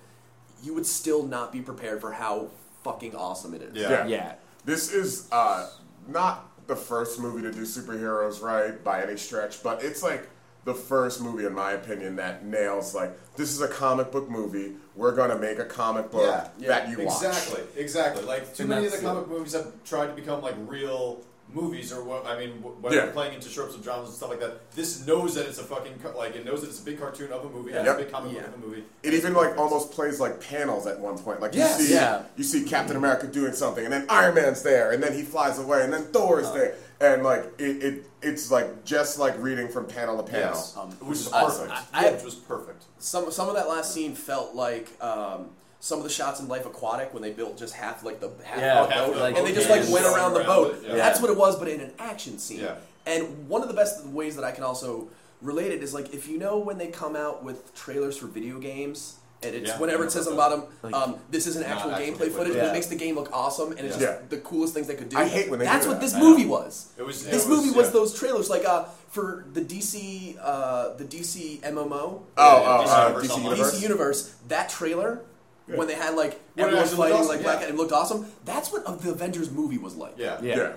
Speaker 1: You would still not be prepared for how fucking awesome it is.
Speaker 2: Yeah.
Speaker 4: Yeah.
Speaker 3: Yeah.
Speaker 4: This is uh, not the first movie to do superheroes right by any stretch, but it's like the first movie, in my opinion, that nails like this is a comic book movie. We're gonna make a comic book
Speaker 2: Yeah,
Speaker 1: yeah,
Speaker 4: that you watch.
Speaker 2: Exactly. Exactly. Like too
Speaker 3: And
Speaker 2: many of the
Speaker 3: that's
Speaker 2: comic movies have tried to become like real movies or what I mean, wh- when
Speaker 4: Yeah.
Speaker 2: are playing into tropes of dramas and stuff like that. This knows that it's a fucking co- like it knows that it's a big cartoon of a movie, and
Speaker 4: Yep.
Speaker 2: it's a big comic
Speaker 1: Yeah.
Speaker 2: book of a movie.
Speaker 4: It even like almost plays like panels at one point. Like
Speaker 1: Yes.
Speaker 4: you see,
Speaker 3: Yeah.
Speaker 4: you see Captain America doing something, and then Iron Man's there, and then he flies away, and then Thor is there, and like it, it, it's like just like reading from panel to panel.
Speaker 2: Yes.
Speaker 3: Um,
Speaker 2: which is
Speaker 1: I-
Speaker 2: perfect.
Speaker 1: I-
Speaker 2: yeah, which was perfect.
Speaker 1: some some of that last scene felt like um, some of the shots in Life Aquatic when they built just half like the half
Speaker 3: Yeah,
Speaker 1: a
Speaker 2: half
Speaker 1: boat,
Speaker 2: the boat.
Speaker 1: and they just
Speaker 3: Yeah,
Speaker 1: like
Speaker 3: just
Speaker 1: went
Speaker 2: going
Speaker 1: around the
Speaker 2: around
Speaker 1: boat.
Speaker 2: it, yeah.
Speaker 1: That's what it was, but in an action scene.
Speaker 2: Yeah.
Speaker 1: And one of the best ways that I can also relate it is like if you know when they come out with trailers for video games. And it's
Speaker 2: Yeah,
Speaker 1: whenever
Speaker 2: I
Speaker 1: it says on the
Speaker 2: know
Speaker 1: bottom,
Speaker 3: that.
Speaker 1: um, this isn't actual gameplay
Speaker 2: actual gameplay.
Speaker 1: footage, but
Speaker 3: Yeah.
Speaker 1: it makes the game look awesome, and it's
Speaker 4: Yeah.
Speaker 1: just the coolest things they could do.
Speaker 4: I hate when they
Speaker 1: That's
Speaker 4: do
Speaker 1: what
Speaker 4: that.
Speaker 1: this
Speaker 2: I
Speaker 1: movie
Speaker 2: know.
Speaker 1: was.
Speaker 2: It was- it
Speaker 1: this
Speaker 2: was-
Speaker 1: movie was
Speaker 2: yeah.
Speaker 1: those trailers, like uh, for the DC, uh, the DC MMO.
Speaker 4: Oh,
Speaker 2: Yeah,
Speaker 4: oh,
Speaker 2: DC Universe
Speaker 4: uh, DC
Speaker 2: Online.
Speaker 4: Universe.
Speaker 1: DC Universe, that trailer when they had like
Speaker 2: When it
Speaker 1: everyone
Speaker 2: actually looked
Speaker 1: fighting
Speaker 2: awesome,
Speaker 1: like
Speaker 2: yeah.
Speaker 1: Black Cat, it looked awesome. That's what of the Avengers movie was like.
Speaker 2: Yeah.
Speaker 3: Yeah.
Speaker 4: Yeah.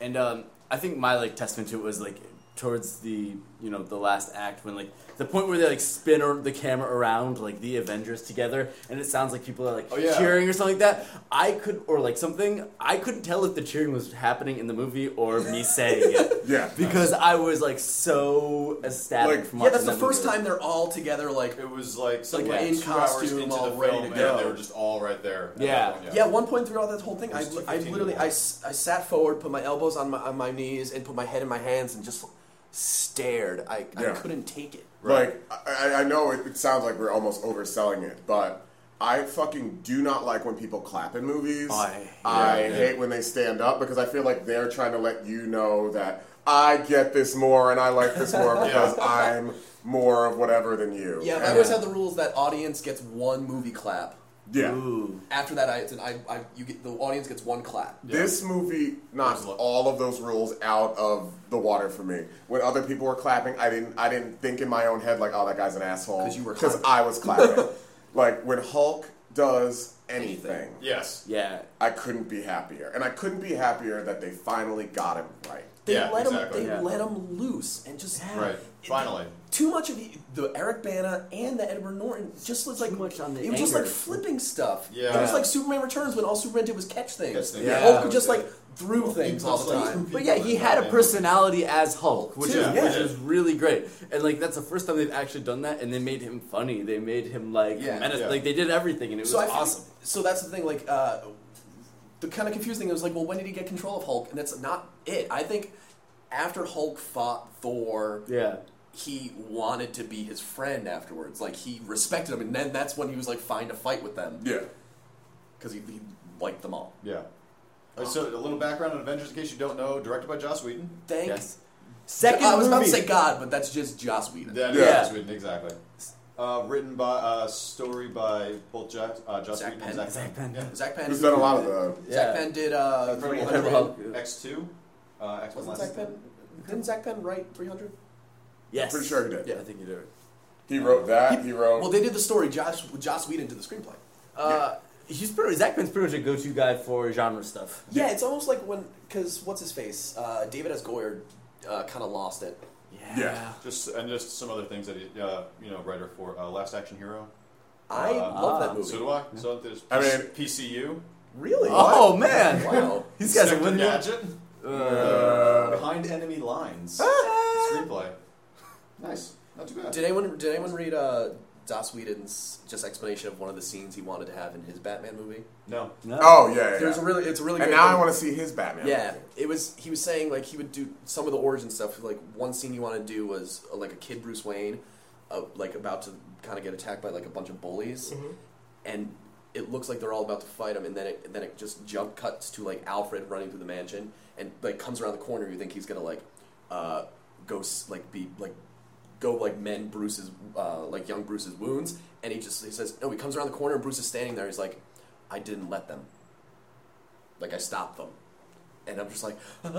Speaker 3: And um, I think my like testament to it was like towards the you know the last act when like the point where they like spin or the camera around like the Avengers together and it sounds like people are like
Speaker 2: Oh, yeah.
Speaker 3: cheering or something like that. I could or like something I couldn't tell if the cheering was happening in the movie or me saying it
Speaker 4: Yeah.
Speaker 3: because I was like so ecstatic.
Speaker 4: Like,
Speaker 3: from
Speaker 1: Yeah,
Speaker 3: watching
Speaker 1: that's the
Speaker 3: that
Speaker 1: first
Speaker 3: movie.
Speaker 1: time they're all together. Like,
Speaker 2: It was like something
Speaker 1: Like,
Speaker 2: like
Speaker 1: in
Speaker 2: two hours
Speaker 1: costume,
Speaker 2: into
Speaker 1: all
Speaker 2: the
Speaker 1: ready
Speaker 2: film,
Speaker 1: to
Speaker 2: and
Speaker 1: go.
Speaker 2: they were just all right there. at
Speaker 3: Yeah.
Speaker 2: that point,
Speaker 1: yeah, one point throughout that whole thing, I,
Speaker 2: It was
Speaker 1: I
Speaker 2: 15
Speaker 1: literally
Speaker 2: to
Speaker 1: I,
Speaker 2: one.
Speaker 1: s- I sat forward, put my elbows on my on my knees, and put my head in my hands and just stared. I, I
Speaker 4: Yeah.
Speaker 1: couldn't take it.
Speaker 4: Like I, I- I know it, it sounds like we're almost overselling it, but I fucking do not like when people clap in movies.
Speaker 3: I-
Speaker 4: I
Speaker 2: yeah.
Speaker 4: hate when they stand up because I feel like they're trying to let you know that I get this more and I like this more because I'm more of whatever than you.
Speaker 1: Yeah, I
Speaker 4: And-
Speaker 1: always had the rules that audience gets one movie clap.
Speaker 4: yeah.
Speaker 3: Ooh.
Speaker 1: After that, I, it's an, I, I you get the audience gets one clap.
Speaker 4: This movie knocks
Speaker 2: There's a lot.
Speaker 4: all of those rules out of the water for me. When other people were clapping, I didn't. I didn't think in my own head like, "Oh, that guy's an asshole."
Speaker 1: 'Cause you were clapping.
Speaker 4: I was clapping. like when Hulk does anything,
Speaker 2: Yes.
Speaker 3: Yeah.
Speaker 4: I couldn't be happier, and I couldn't be happier that they finally got him right.
Speaker 1: They
Speaker 2: Yeah,
Speaker 1: let
Speaker 2: exactly.
Speaker 1: them they
Speaker 3: Yeah.
Speaker 1: let them loose and just
Speaker 2: Right.
Speaker 1: It-
Speaker 2: Finally.
Speaker 1: too much of the, the Eric Bana and the Edward Norton just was like
Speaker 3: much on the
Speaker 1: it was just like
Speaker 3: anger.
Speaker 1: flipping stuff.
Speaker 2: Yeah.
Speaker 1: it was like Superman Returns when all Superman did was catch things.
Speaker 2: Catch things.
Speaker 3: Yeah.
Speaker 1: Hulk just like threw things all
Speaker 2: also
Speaker 1: the
Speaker 2: like
Speaker 1: time.
Speaker 2: threw
Speaker 3: But yeah, he had a personality as Hulk, which
Speaker 1: Too,
Speaker 3: is
Speaker 1: yeah.
Speaker 3: which is really great. And like that's the first time they've actually done that, and they made him funny. They made him like
Speaker 1: Yeah.
Speaker 3: menace-
Speaker 2: Yeah.
Speaker 3: Like they did everything, and it was
Speaker 1: So I feel-
Speaker 3: awesome.
Speaker 1: so that's the thing. Like uh, the kind of confusing thing was like, well, when did he get control of Hulk? And that's not it. I think after Hulk fought Thor,
Speaker 3: yeah,
Speaker 1: he wanted to be his friend afterwards. Like he respected him, and then that's when he was like fine to fight with them
Speaker 4: Yeah,
Speaker 1: because he, he liked them all.
Speaker 2: Yeah. Uh, So a little background on Avengers, in case you don't know, directed by Joss Whedon.
Speaker 1: Thank
Speaker 3: yes. Second
Speaker 1: I was
Speaker 3: movie.
Speaker 1: about to say God, but that's just Joss Whedon.
Speaker 2: That is
Speaker 3: Yeah.
Speaker 2: Joss Whedon, exactly. Uh, written by uh, story by both Jack, uh, Joss
Speaker 1: Zach
Speaker 2: Whedon
Speaker 1: Penn.
Speaker 2: and
Speaker 3: Zach Penn.
Speaker 2: Yeah.
Speaker 1: Zach Penn.
Speaker 4: he's done a lot of the.
Speaker 1: Zach
Speaker 3: Yeah.
Speaker 1: Penn did uh,
Speaker 2: Incredible
Speaker 1: 300.
Speaker 3: Hulk.
Speaker 2: X two, uh, X one
Speaker 1: Wasn't
Speaker 2: last.
Speaker 1: Zach Penn? Didn't Zach Penn write 300?
Speaker 3: yes.
Speaker 4: Pretty sure he did.
Speaker 3: I think you did. it.
Speaker 4: He wrote that. He wrote.
Speaker 1: Well, they did the story. Josh Joss Whedon did the screenplay.
Speaker 3: Uh, He's pretty. Zach Penn's pretty much a go-to guy for genre stuff.
Speaker 1: Yeah, it's almost like when because what's his face? Uh, David S. Goyer uh, kind of lost it.
Speaker 4: Yeah.
Speaker 2: Just and just some other things that he, uh, you know, writer for uh, Last Action Hero.
Speaker 1: I love that movie.
Speaker 2: So do I. So there's
Speaker 4: I mean-
Speaker 2: PCU.
Speaker 1: really?
Speaker 3: Oh man!
Speaker 1: Wow.
Speaker 3: these guys are
Speaker 2: Inspector
Speaker 3: winning.
Speaker 2: Gadget.
Speaker 4: Uh,
Speaker 2: Behind enemy lines. Screenplay. Nice. Not too bad.
Speaker 1: Did anyone did anyone read uh, Das Whedon's just explanation of one of the scenes he wanted to have in his Batman movie?
Speaker 2: no.
Speaker 3: No.
Speaker 4: oh yeah, yeah.
Speaker 1: There's a really it's a really
Speaker 4: and
Speaker 1: good
Speaker 4: now I
Speaker 1: thing.
Speaker 4: want to see his Batman.
Speaker 1: Yeah, it was. He was saying like he would do some of the origin stuff. Like one scene you want to do was uh, like a kid Bruce Wayne, uh, like about to kind of get attacked by like a bunch of bullies, and it looks like they're all about to fight him, and then it then it just jump cuts to like Alfred running through the mansion, and like comes around the corner. You think he's gonna like, uh, go s- like be like. Go like mend Bruce's uh, like young Bruce's wounds, and he just he says no. He comes around the corner, and Bruce is standing there. He's like, "I didn't let them. Like I stopped them." and I'm just like,
Speaker 4: Yeah.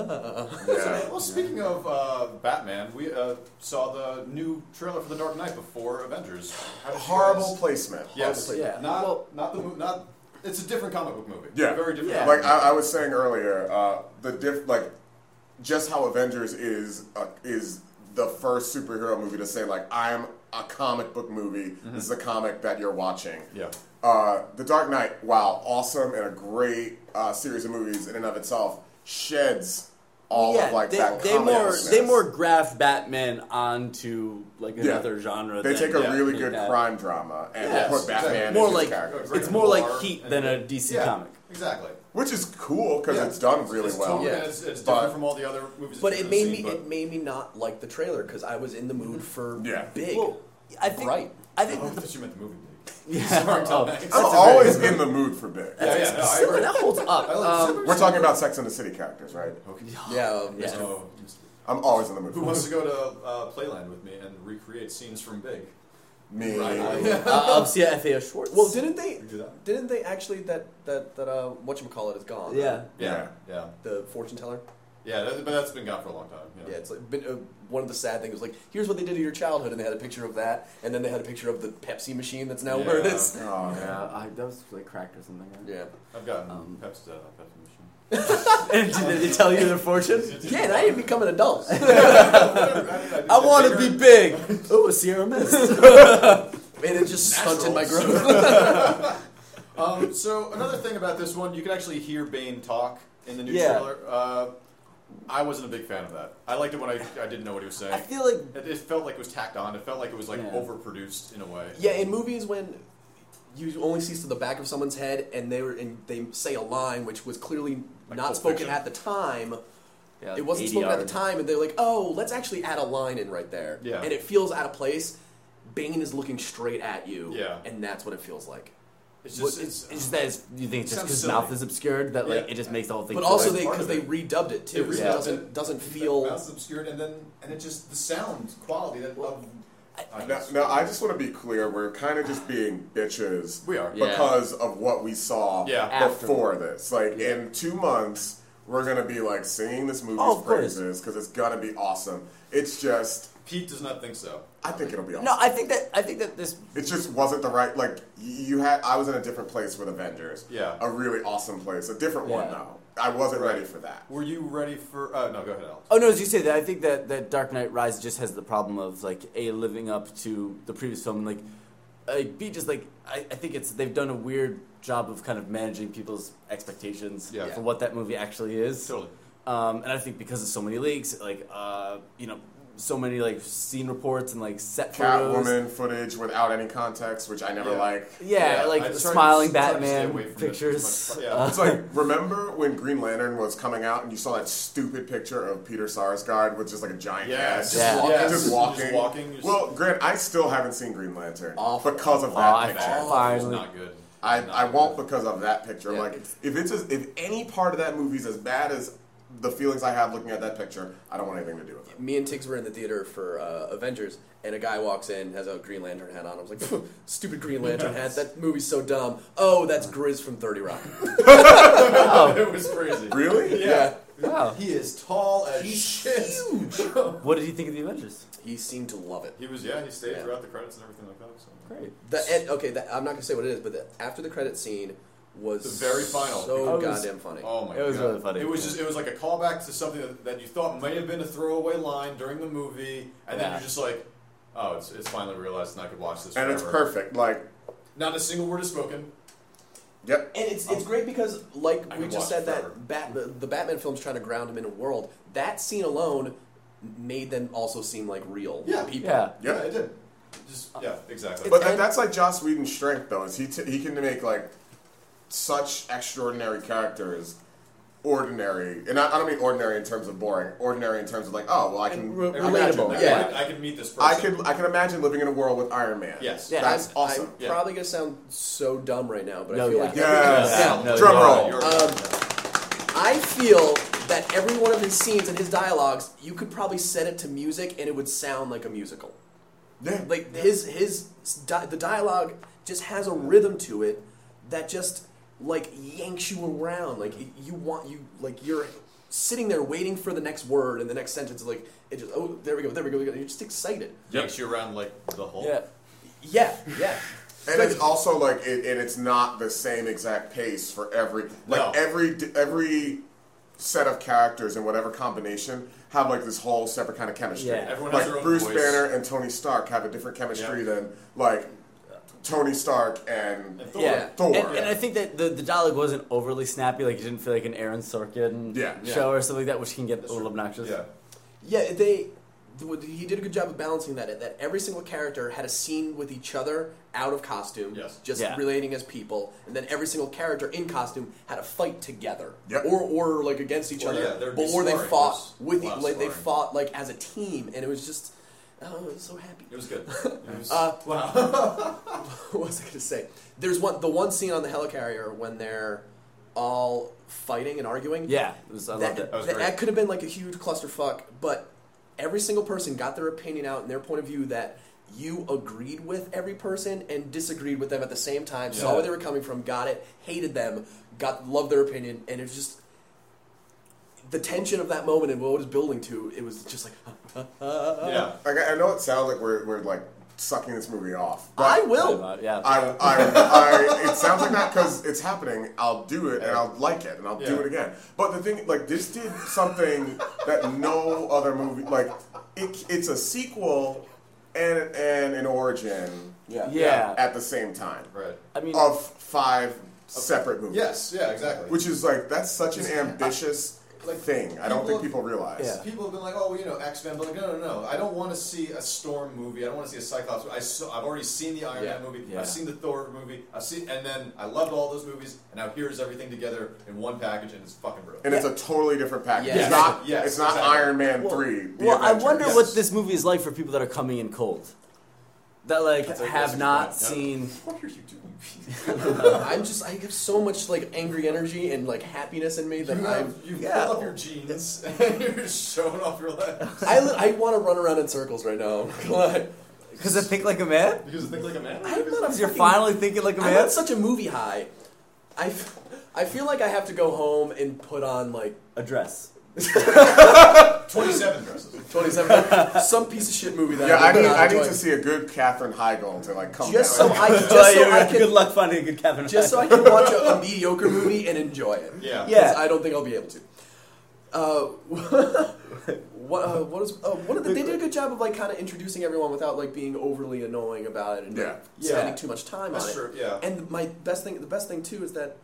Speaker 2: Well, speaking of uh, Batman, we uh, saw the new trailer for The Dark Knight before Avengers. How did you
Speaker 4: Horrible
Speaker 2: guys-
Speaker 4: placement.
Speaker 2: Yes.
Speaker 1: Horrible
Speaker 3: placement. Yeah.
Speaker 2: Not
Speaker 3: Well-
Speaker 2: not the mo- not. It's a different comic book movie.
Speaker 4: Yeah.
Speaker 2: Very different.
Speaker 3: Yeah.
Speaker 2: comic
Speaker 4: Like I, I was saying earlier, uh, the diff, like just how Avengers is uh, is the first superhero movie to say like I'm a comic book movie. This is a comic that you're watching.
Speaker 2: Yeah.
Speaker 4: Uh, the Dark Knight, wow, awesome and a great uh, series of movies in and of itself, sheds all
Speaker 3: Oh, yeah,
Speaker 4: of like
Speaker 3: they,
Speaker 4: that.
Speaker 3: they
Speaker 4: comic
Speaker 3: more
Speaker 4: bookness.
Speaker 3: they more graft Batman onto like another genre.
Speaker 4: They
Speaker 3: than-
Speaker 4: take a
Speaker 2: yeah,
Speaker 4: really
Speaker 3: make
Speaker 4: good
Speaker 3: that-
Speaker 4: crime drama and
Speaker 2: Yes,
Speaker 4: put Batman
Speaker 2: exactly.
Speaker 4: as
Speaker 3: more
Speaker 4: his
Speaker 3: like
Speaker 4: character.
Speaker 2: Great
Speaker 3: it's more like
Speaker 2: noir
Speaker 3: Heat
Speaker 2: and-
Speaker 3: than a DC
Speaker 2: Yeah,
Speaker 3: comic.
Speaker 2: Exactly.
Speaker 4: which is cool because
Speaker 2: Yeah.
Speaker 4: it's done really
Speaker 2: It's
Speaker 4: well.
Speaker 2: totally-
Speaker 1: Yeah.
Speaker 2: It's, it's
Speaker 4: But-
Speaker 2: different from all the other movies.
Speaker 1: but
Speaker 2: that
Speaker 1: it
Speaker 2: we've
Speaker 1: made
Speaker 2: seen,
Speaker 1: me
Speaker 2: but- Mm-hmm.
Speaker 1: it made me not like the trailer because I was in the mood for
Speaker 4: Yeah.
Speaker 1: big.
Speaker 3: Well, I think
Speaker 1: Bright.
Speaker 3: I think
Speaker 2: Oh, I
Speaker 3: that the
Speaker 2: thought you meant the movie. Dave.
Speaker 3: yeah,
Speaker 2: Sorry,
Speaker 3: oh,
Speaker 2: Tom Hanks.
Speaker 4: I'm
Speaker 2: That's a
Speaker 4: always
Speaker 2: very-
Speaker 4: in the mood for big.
Speaker 2: Yeah, yeah, no, I
Speaker 3: still,
Speaker 2: agree.
Speaker 3: that holds up.
Speaker 2: I like
Speaker 3: Um,
Speaker 2: Zimmer.
Speaker 4: We're talking about Sex and the City characters, right?
Speaker 1: yeah, um,
Speaker 3: Yeah.
Speaker 1: yeah.
Speaker 2: Oh,
Speaker 4: I'm always in the mood.
Speaker 2: Who
Speaker 4: for
Speaker 2: wants to go to uh, Playland with me and recreate scenes from Big?
Speaker 4: me?
Speaker 2: Right.
Speaker 3: uh, of CFA Schwartz.
Speaker 1: Well, didn't they?
Speaker 2: We do that.
Speaker 1: Didn't they actually that that that uh, what call it is gone?
Speaker 3: yeah.
Speaker 2: Yeah, yeah,
Speaker 1: the fortune teller.
Speaker 2: yeah. That, but that's been gone for a long time.
Speaker 1: Yeah, it's like been, uh, one of the sad things was like here's what they did to your childhood, and they had a picture of that, and then they had a picture of the Pepsi machine that's now where it
Speaker 2: Yeah.
Speaker 1: is.
Speaker 4: Oh man.
Speaker 3: I, that was like cracked or something.
Speaker 1: Yeah,
Speaker 2: I've gotten
Speaker 3: Um,
Speaker 2: Pepsi out of that Pepsi machine.
Speaker 3: and did they tell you their fortune?
Speaker 1: yeah, and I didn't become an adult.
Speaker 3: I want to be big. Oh, a Sierra Mist.
Speaker 1: and it just stunted my
Speaker 2: Natural.
Speaker 1: growth.
Speaker 2: Um, so another thing about this one, you can actually hear Bane talk in the new
Speaker 3: Yeah.
Speaker 2: trailer. Uh, I wasn't a big fan of that. I liked it when I, I didn't know what he was saying.
Speaker 3: I feel like
Speaker 2: it, it felt like it was tacked on. It felt like it was like
Speaker 3: Yeah.
Speaker 2: overproduced in a way.
Speaker 1: Yeah, in movies when you only see to the back of someone's head and they were and they say a line which was clearly
Speaker 2: Like
Speaker 1: not
Speaker 2: Pulp
Speaker 1: spoken
Speaker 2: Fiction.
Speaker 1: at the time.
Speaker 3: yeah,
Speaker 1: it wasn't spoken at the time, and they're like, "Oh, let's actually add a line in right there."
Speaker 2: Yeah.
Speaker 1: and it feels out of place. Bane is looking straight at you.
Speaker 2: Yeah.
Speaker 1: and that's what it feels like.
Speaker 2: It's
Speaker 3: What-
Speaker 2: just
Speaker 3: it's,
Speaker 2: it's, uh,
Speaker 3: it's just that it's, you think it's just
Speaker 2: Sounds
Speaker 3: because
Speaker 2: silly.
Speaker 3: mouth is obscured that like
Speaker 2: Yeah.
Speaker 3: it just makes the whole thing.
Speaker 1: But
Speaker 3: silly.
Speaker 1: also,
Speaker 2: that's
Speaker 1: they
Speaker 2: part
Speaker 1: because
Speaker 2: of
Speaker 1: they
Speaker 2: it.
Speaker 1: redubbed it too.
Speaker 2: It
Speaker 1: so
Speaker 2: redubbed
Speaker 1: It doesn't
Speaker 2: it.
Speaker 1: doesn't
Speaker 2: the
Speaker 1: feel.
Speaker 2: mouth's obscured, and then and it just the sound quality that. of, I
Speaker 4: Now,
Speaker 2: guess.
Speaker 4: now, I just want to be clear. We're kind of just being bitches.
Speaker 2: We are.
Speaker 3: Yeah.
Speaker 4: because of what we saw
Speaker 2: Yeah.
Speaker 4: before this. Like
Speaker 3: Yeah.
Speaker 4: in two months, we're gonna be like singing this movie's
Speaker 3: Oh, of course.
Speaker 4: praises because it's gonna be awesome. It's just,
Speaker 2: Pete does not think so.
Speaker 4: I think it'll be awesome.
Speaker 3: No, I think that I think that this.
Speaker 4: It just wasn't the right like you had. I was in a different place with Avengers.
Speaker 2: Yeah.
Speaker 4: a really awesome place, a different one
Speaker 3: Yeah.
Speaker 4: though. I wasn't
Speaker 2: Right.
Speaker 4: ready for that.
Speaker 2: Were you ready for? Uh, no, go ahead, Alex.
Speaker 3: Oh no, as you say that, I think that that Dark Knight Rise just has the problem of like a living up to the previous film, and like uh, b just like I, I think it's they've done a weird job of kind of managing people's expectations
Speaker 2: Yeah.
Speaker 3: for what that movie actually is.
Speaker 2: Totally.
Speaker 3: Um, and I think because of so many leaks, like uh, you know, so many like scene reports and like set photos.
Speaker 4: Catwoman footage without any context, which I never
Speaker 2: Yeah.
Speaker 4: like.
Speaker 3: Yeah,
Speaker 2: Yeah,
Speaker 3: like
Speaker 2: I tried-
Speaker 3: smiling
Speaker 2: tried to stay away
Speaker 3: Batman
Speaker 2: from this as
Speaker 3: pictures.
Speaker 2: much- yeah.
Speaker 3: Uh,
Speaker 4: It's like remember when Green Lantern was coming out and you saw that stupid picture of Peter Sarsgaard with just like a giant
Speaker 2: Yeah,
Speaker 4: ass,
Speaker 2: just
Speaker 3: Yeah.
Speaker 2: walking.
Speaker 4: just,
Speaker 2: Just
Speaker 4: walking.
Speaker 2: walking, just-
Speaker 4: well, Grant, I still haven't seen Green Lantern
Speaker 1: Awful.
Speaker 4: because of
Speaker 3: Oh,
Speaker 4: that
Speaker 3: I-
Speaker 4: picture.
Speaker 1: oh.
Speaker 2: It's
Speaker 3: Finally.
Speaker 2: not good.
Speaker 4: I,
Speaker 2: Not
Speaker 4: I won't
Speaker 2: good.
Speaker 4: because of that picture.
Speaker 1: Yeah,
Speaker 4: like
Speaker 1: it's-
Speaker 4: if it's as, if any part of that movie's as bad as the feelings I have looking at that picture, I don't want anything to do with it.
Speaker 1: Me and Tiggs were in the theater for uh, Avengers, and a guy walks in, has a Green Lantern hat on. I was like, "Stupid Green Lantern hat! That movie's so dumb." Oh, that's Grizz from Thirty Rock.
Speaker 2: it was crazy.
Speaker 4: Really?
Speaker 1: yeah.
Speaker 3: wow.
Speaker 2: He is tall as
Speaker 1: He's
Speaker 2: shit.
Speaker 1: huge.
Speaker 3: What did you think of the Avengers?
Speaker 1: He seemed to love it.
Speaker 2: He was yeah. He stayed
Speaker 1: Yeah.
Speaker 2: throughout the credits and everything like that. So.
Speaker 3: Great.
Speaker 1: The end, okay, the, I'm not gonna say what it is, but the, after the credit scene was
Speaker 2: The very final.
Speaker 1: so
Speaker 3: I was-
Speaker 1: goddamn funny.
Speaker 2: Oh my god,
Speaker 3: It was really funny.
Speaker 2: It was just it was like a callback to something that, that you thought may have been a throwaway line during the movie, and then
Speaker 3: Yeah.
Speaker 2: you're just like, oh, it's, it's finally realized, and I could watch this.
Speaker 4: And it's
Speaker 2: forever.
Speaker 4: perfect. Like
Speaker 2: Not a single word is spoken.
Speaker 4: Yep.
Speaker 1: And it's it's great because like
Speaker 2: I
Speaker 1: we
Speaker 2: could
Speaker 1: just
Speaker 2: watch
Speaker 1: said
Speaker 2: forever.
Speaker 1: that Bat, the, the Batman film's trying to ground him in a world. That scene alone made them also seem like real
Speaker 2: Yeah.
Speaker 1: people.
Speaker 3: Yeah.
Speaker 4: Yep.
Speaker 2: Yeah, it did. Just yeah, exactly.
Speaker 4: But that,
Speaker 1: And-
Speaker 4: that's like Joss Whedon's strength, though, is he t- he can make like such extraordinary characters ordinary, and I, I don't mean ordinary in terms of boring, ordinary in terms of like, oh well, I can
Speaker 1: re-
Speaker 4: imagine
Speaker 1: relatable,
Speaker 4: that.
Speaker 2: I
Speaker 1: yeah.
Speaker 2: can, I can meet this person.
Speaker 4: I could I can imagine living in a world with Iron Man.
Speaker 2: Yes.
Speaker 1: Yeah,
Speaker 4: that's
Speaker 1: I'm,
Speaker 4: awesome.
Speaker 1: I'm
Speaker 2: Yeah.
Speaker 1: probably gonna sound so dumb right now, but
Speaker 3: No,
Speaker 1: I feel
Speaker 3: yeah.
Speaker 1: like
Speaker 4: Yes.
Speaker 1: Yeah.
Speaker 2: Yeah, no,
Speaker 4: Drum
Speaker 2: you're
Speaker 4: roll.
Speaker 2: right, you're right.
Speaker 1: Um, I feel that every one of his scenes and his dialogues, you could probably set it to music and it would sound like a musical.
Speaker 4: Yeah.
Speaker 1: Like his his di- the dialogue just has a rhythm to it that just like yanks you around. Like y- you want you like you're sitting there waiting for the next word and the next sentence. Like it just oh there we go there we go, there we go. you're just excited.
Speaker 2: Yanks you around like the Hulk.
Speaker 3: Yeah.
Speaker 1: Yeah yeah.
Speaker 4: And it's also like, it, and it's not the same exact pace for every like
Speaker 2: No.
Speaker 4: every every set of characters in whatever combination have like this whole separate kind of chemistry.
Speaker 3: Yeah.
Speaker 2: Everyone
Speaker 4: like
Speaker 2: has their own
Speaker 4: Bruce
Speaker 2: voice.
Speaker 4: Banner and Tony Stark have a different chemistry
Speaker 2: Yeah.
Speaker 4: than like Tony Stark and
Speaker 2: And Thor.
Speaker 3: Yeah,
Speaker 4: Thor.
Speaker 3: And, and I think that the, the dialogue wasn't overly snappy. Like you didn't feel like an Aaron Sorkin
Speaker 4: Yeah.
Speaker 3: show or something like that, which can get a little obnoxious.
Speaker 2: Yeah.
Speaker 1: Yeah, they. th- He did a good job of balancing that. That every single character had a scene with each other out of costume,
Speaker 2: Yes.
Speaker 1: just
Speaker 3: Yeah.
Speaker 1: relating as people, and then every single character in costume had a fight together,
Speaker 4: Yep.
Speaker 1: or or like against each
Speaker 2: Or,
Speaker 1: other,
Speaker 2: yeah, there'd be
Speaker 1: but or they
Speaker 2: sparring.
Speaker 1: fought
Speaker 2: There's
Speaker 1: with
Speaker 2: a lot of
Speaker 1: like they
Speaker 2: sparring.
Speaker 1: fought like as a team, and it was just oh, I was so happy.
Speaker 2: It was good. It was,
Speaker 1: Uh,
Speaker 2: wow.
Speaker 1: what was I going to say? There's one the one scene on the helicarrier when they're all fighting and arguing.
Speaker 3: yeah. It was, I loved
Speaker 1: that,
Speaker 3: it.
Speaker 2: That was
Speaker 1: that,
Speaker 2: great.
Speaker 1: that could have been like a huge clusterfuck, but every single person got their opinion out and their point of view that you agreed with every person and disagreed with them at the same time, saw
Speaker 2: Yeah.
Speaker 1: where they were coming from, got it, hated them, got loved their opinion, and it's just the tension of that moment and what it was building to, it was just like
Speaker 2: yeah.
Speaker 4: Like, I I know it sounds like we're we're like sucking this movie off. But
Speaker 1: I will.
Speaker 3: Uh, yeah.
Speaker 4: I, I, I, it sounds like that because it's happening. I'll do it and I'll like it and I'll
Speaker 2: Yeah.
Speaker 4: do it again. But the thing, like, this did something that no other movie, like, it, it's a sequel and, and an origin
Speaker 1: Yeah.
Speaker 3: yeah.
Speaker 4: at the same time
Speaker 2: Right.
Speaker 3: I mean,
Speaker 4: of five separate movies.
Speaker 2: Yes. Yeah. Exactly.
Speaker 4: Which is like, that's such an ambitious
Speaker 2: Like,
Speaker 4: thing. I don't think people
Speaker 2: people-
Speaker 4: realize.
Speaker 3: Yeah.
Speaker 2: People have been like, "Oh, you know, X Men," but like, no, no, no. I don't want to see a Storm movie. I don't want to see a Cyclops. movie. I saw, I've already seen the Iron
Speaker 1: Yeah.
Speaker 2: Man movie.
Speaker 3: Yeah.
Speaker 2: I've seen the Thor movie. I've seen, and then I loved all those movies. And now here's everything together in one package, and it's fucking brilliant.
Speaker 4: And it's a totally different package.
Speaker 1: Yes.
Speaker 4: It's not,
Speaker 2: Yes,
Speaker 4: it's not
Speaker 2: exactly.
Speaker 4: Iron Man
Speaker 3: well,
Speaker 4: 3. The
Speaker 3: well, I
Speaker 4: Avengers.
Speaker 3: wonder
Speaker 2: Yes.
Speaker 3: what this movie is like for people that are coming in cold, that like
Speaker 2: a- that's a
Speaker 3: have
Speaker 2: good
Speaker 3: not
Speaker 2: point, yeah.
Speaker 3: seen.
Speaker 2: what are you doing?
Speaker 1: I'm just I have so much like angry energy and like happiness in me that
Speaker 2: you
Speaker 1: I'm
Speaker 2: have, you
Speaker 3: yeah.
Speaker 2: pulled up your jeans and you're showing off your legs.
Speaker 1: I, li- I want to run around in circles right now. I'm not gonna lie.
Speaker 3: Because I think like a man.
Speaker 2: Because I think like a man.
Speaker 1: I'm not a
Speaker 3: You're
Speaker 1: fucking
Speaker 3: finally thinking like a
Speaker 1: I'm
Speaker 3: man.
Speaker 1: on such a movie high. I, f- I feel like I have to go home and put on like
Speaker 3: A dress.
Speaker 2: Twenty-seven dresses.
Speaker 1: 27 some piece of shit movie that
Speaker 4: Yeah, I
Speaker 1: I've been
Speaker 4: need, I need
Speaker 1: enjoying.
Speaker 4: to see a good Catherine Heigl to like come
Speaker 1: Just so
Speaker 4: down.
Speaker 1: I just
Speaker 3: Well,
Speaker 1: so
Speaker 3: you're-
Speaker 1: I
Speaker 3: good
Speaker 1: can
Speaker 3: luck finding a good Kevin.
Speaker 1: just so I can watch a, a mediocre movie and enjoy it.
Speaker 2: Yeah.
Speaker 3: Yeah.
Speaker 1: 'Cause I don't think I'll be able to. Uh, what uh, what is uh, one of the, they did a good job of like kind of introducing everyone without like being overly annoying about it and like,
Speaker 3: Yeah.
Speaker 1: spending
Speaker 3: Yeah.
Speaker 1: too much time on
Speaker 2: That's
Speaker 1: it.
Speaker 2: true. Yeah.
Speaker 1: And my best thing, the best thing too, is that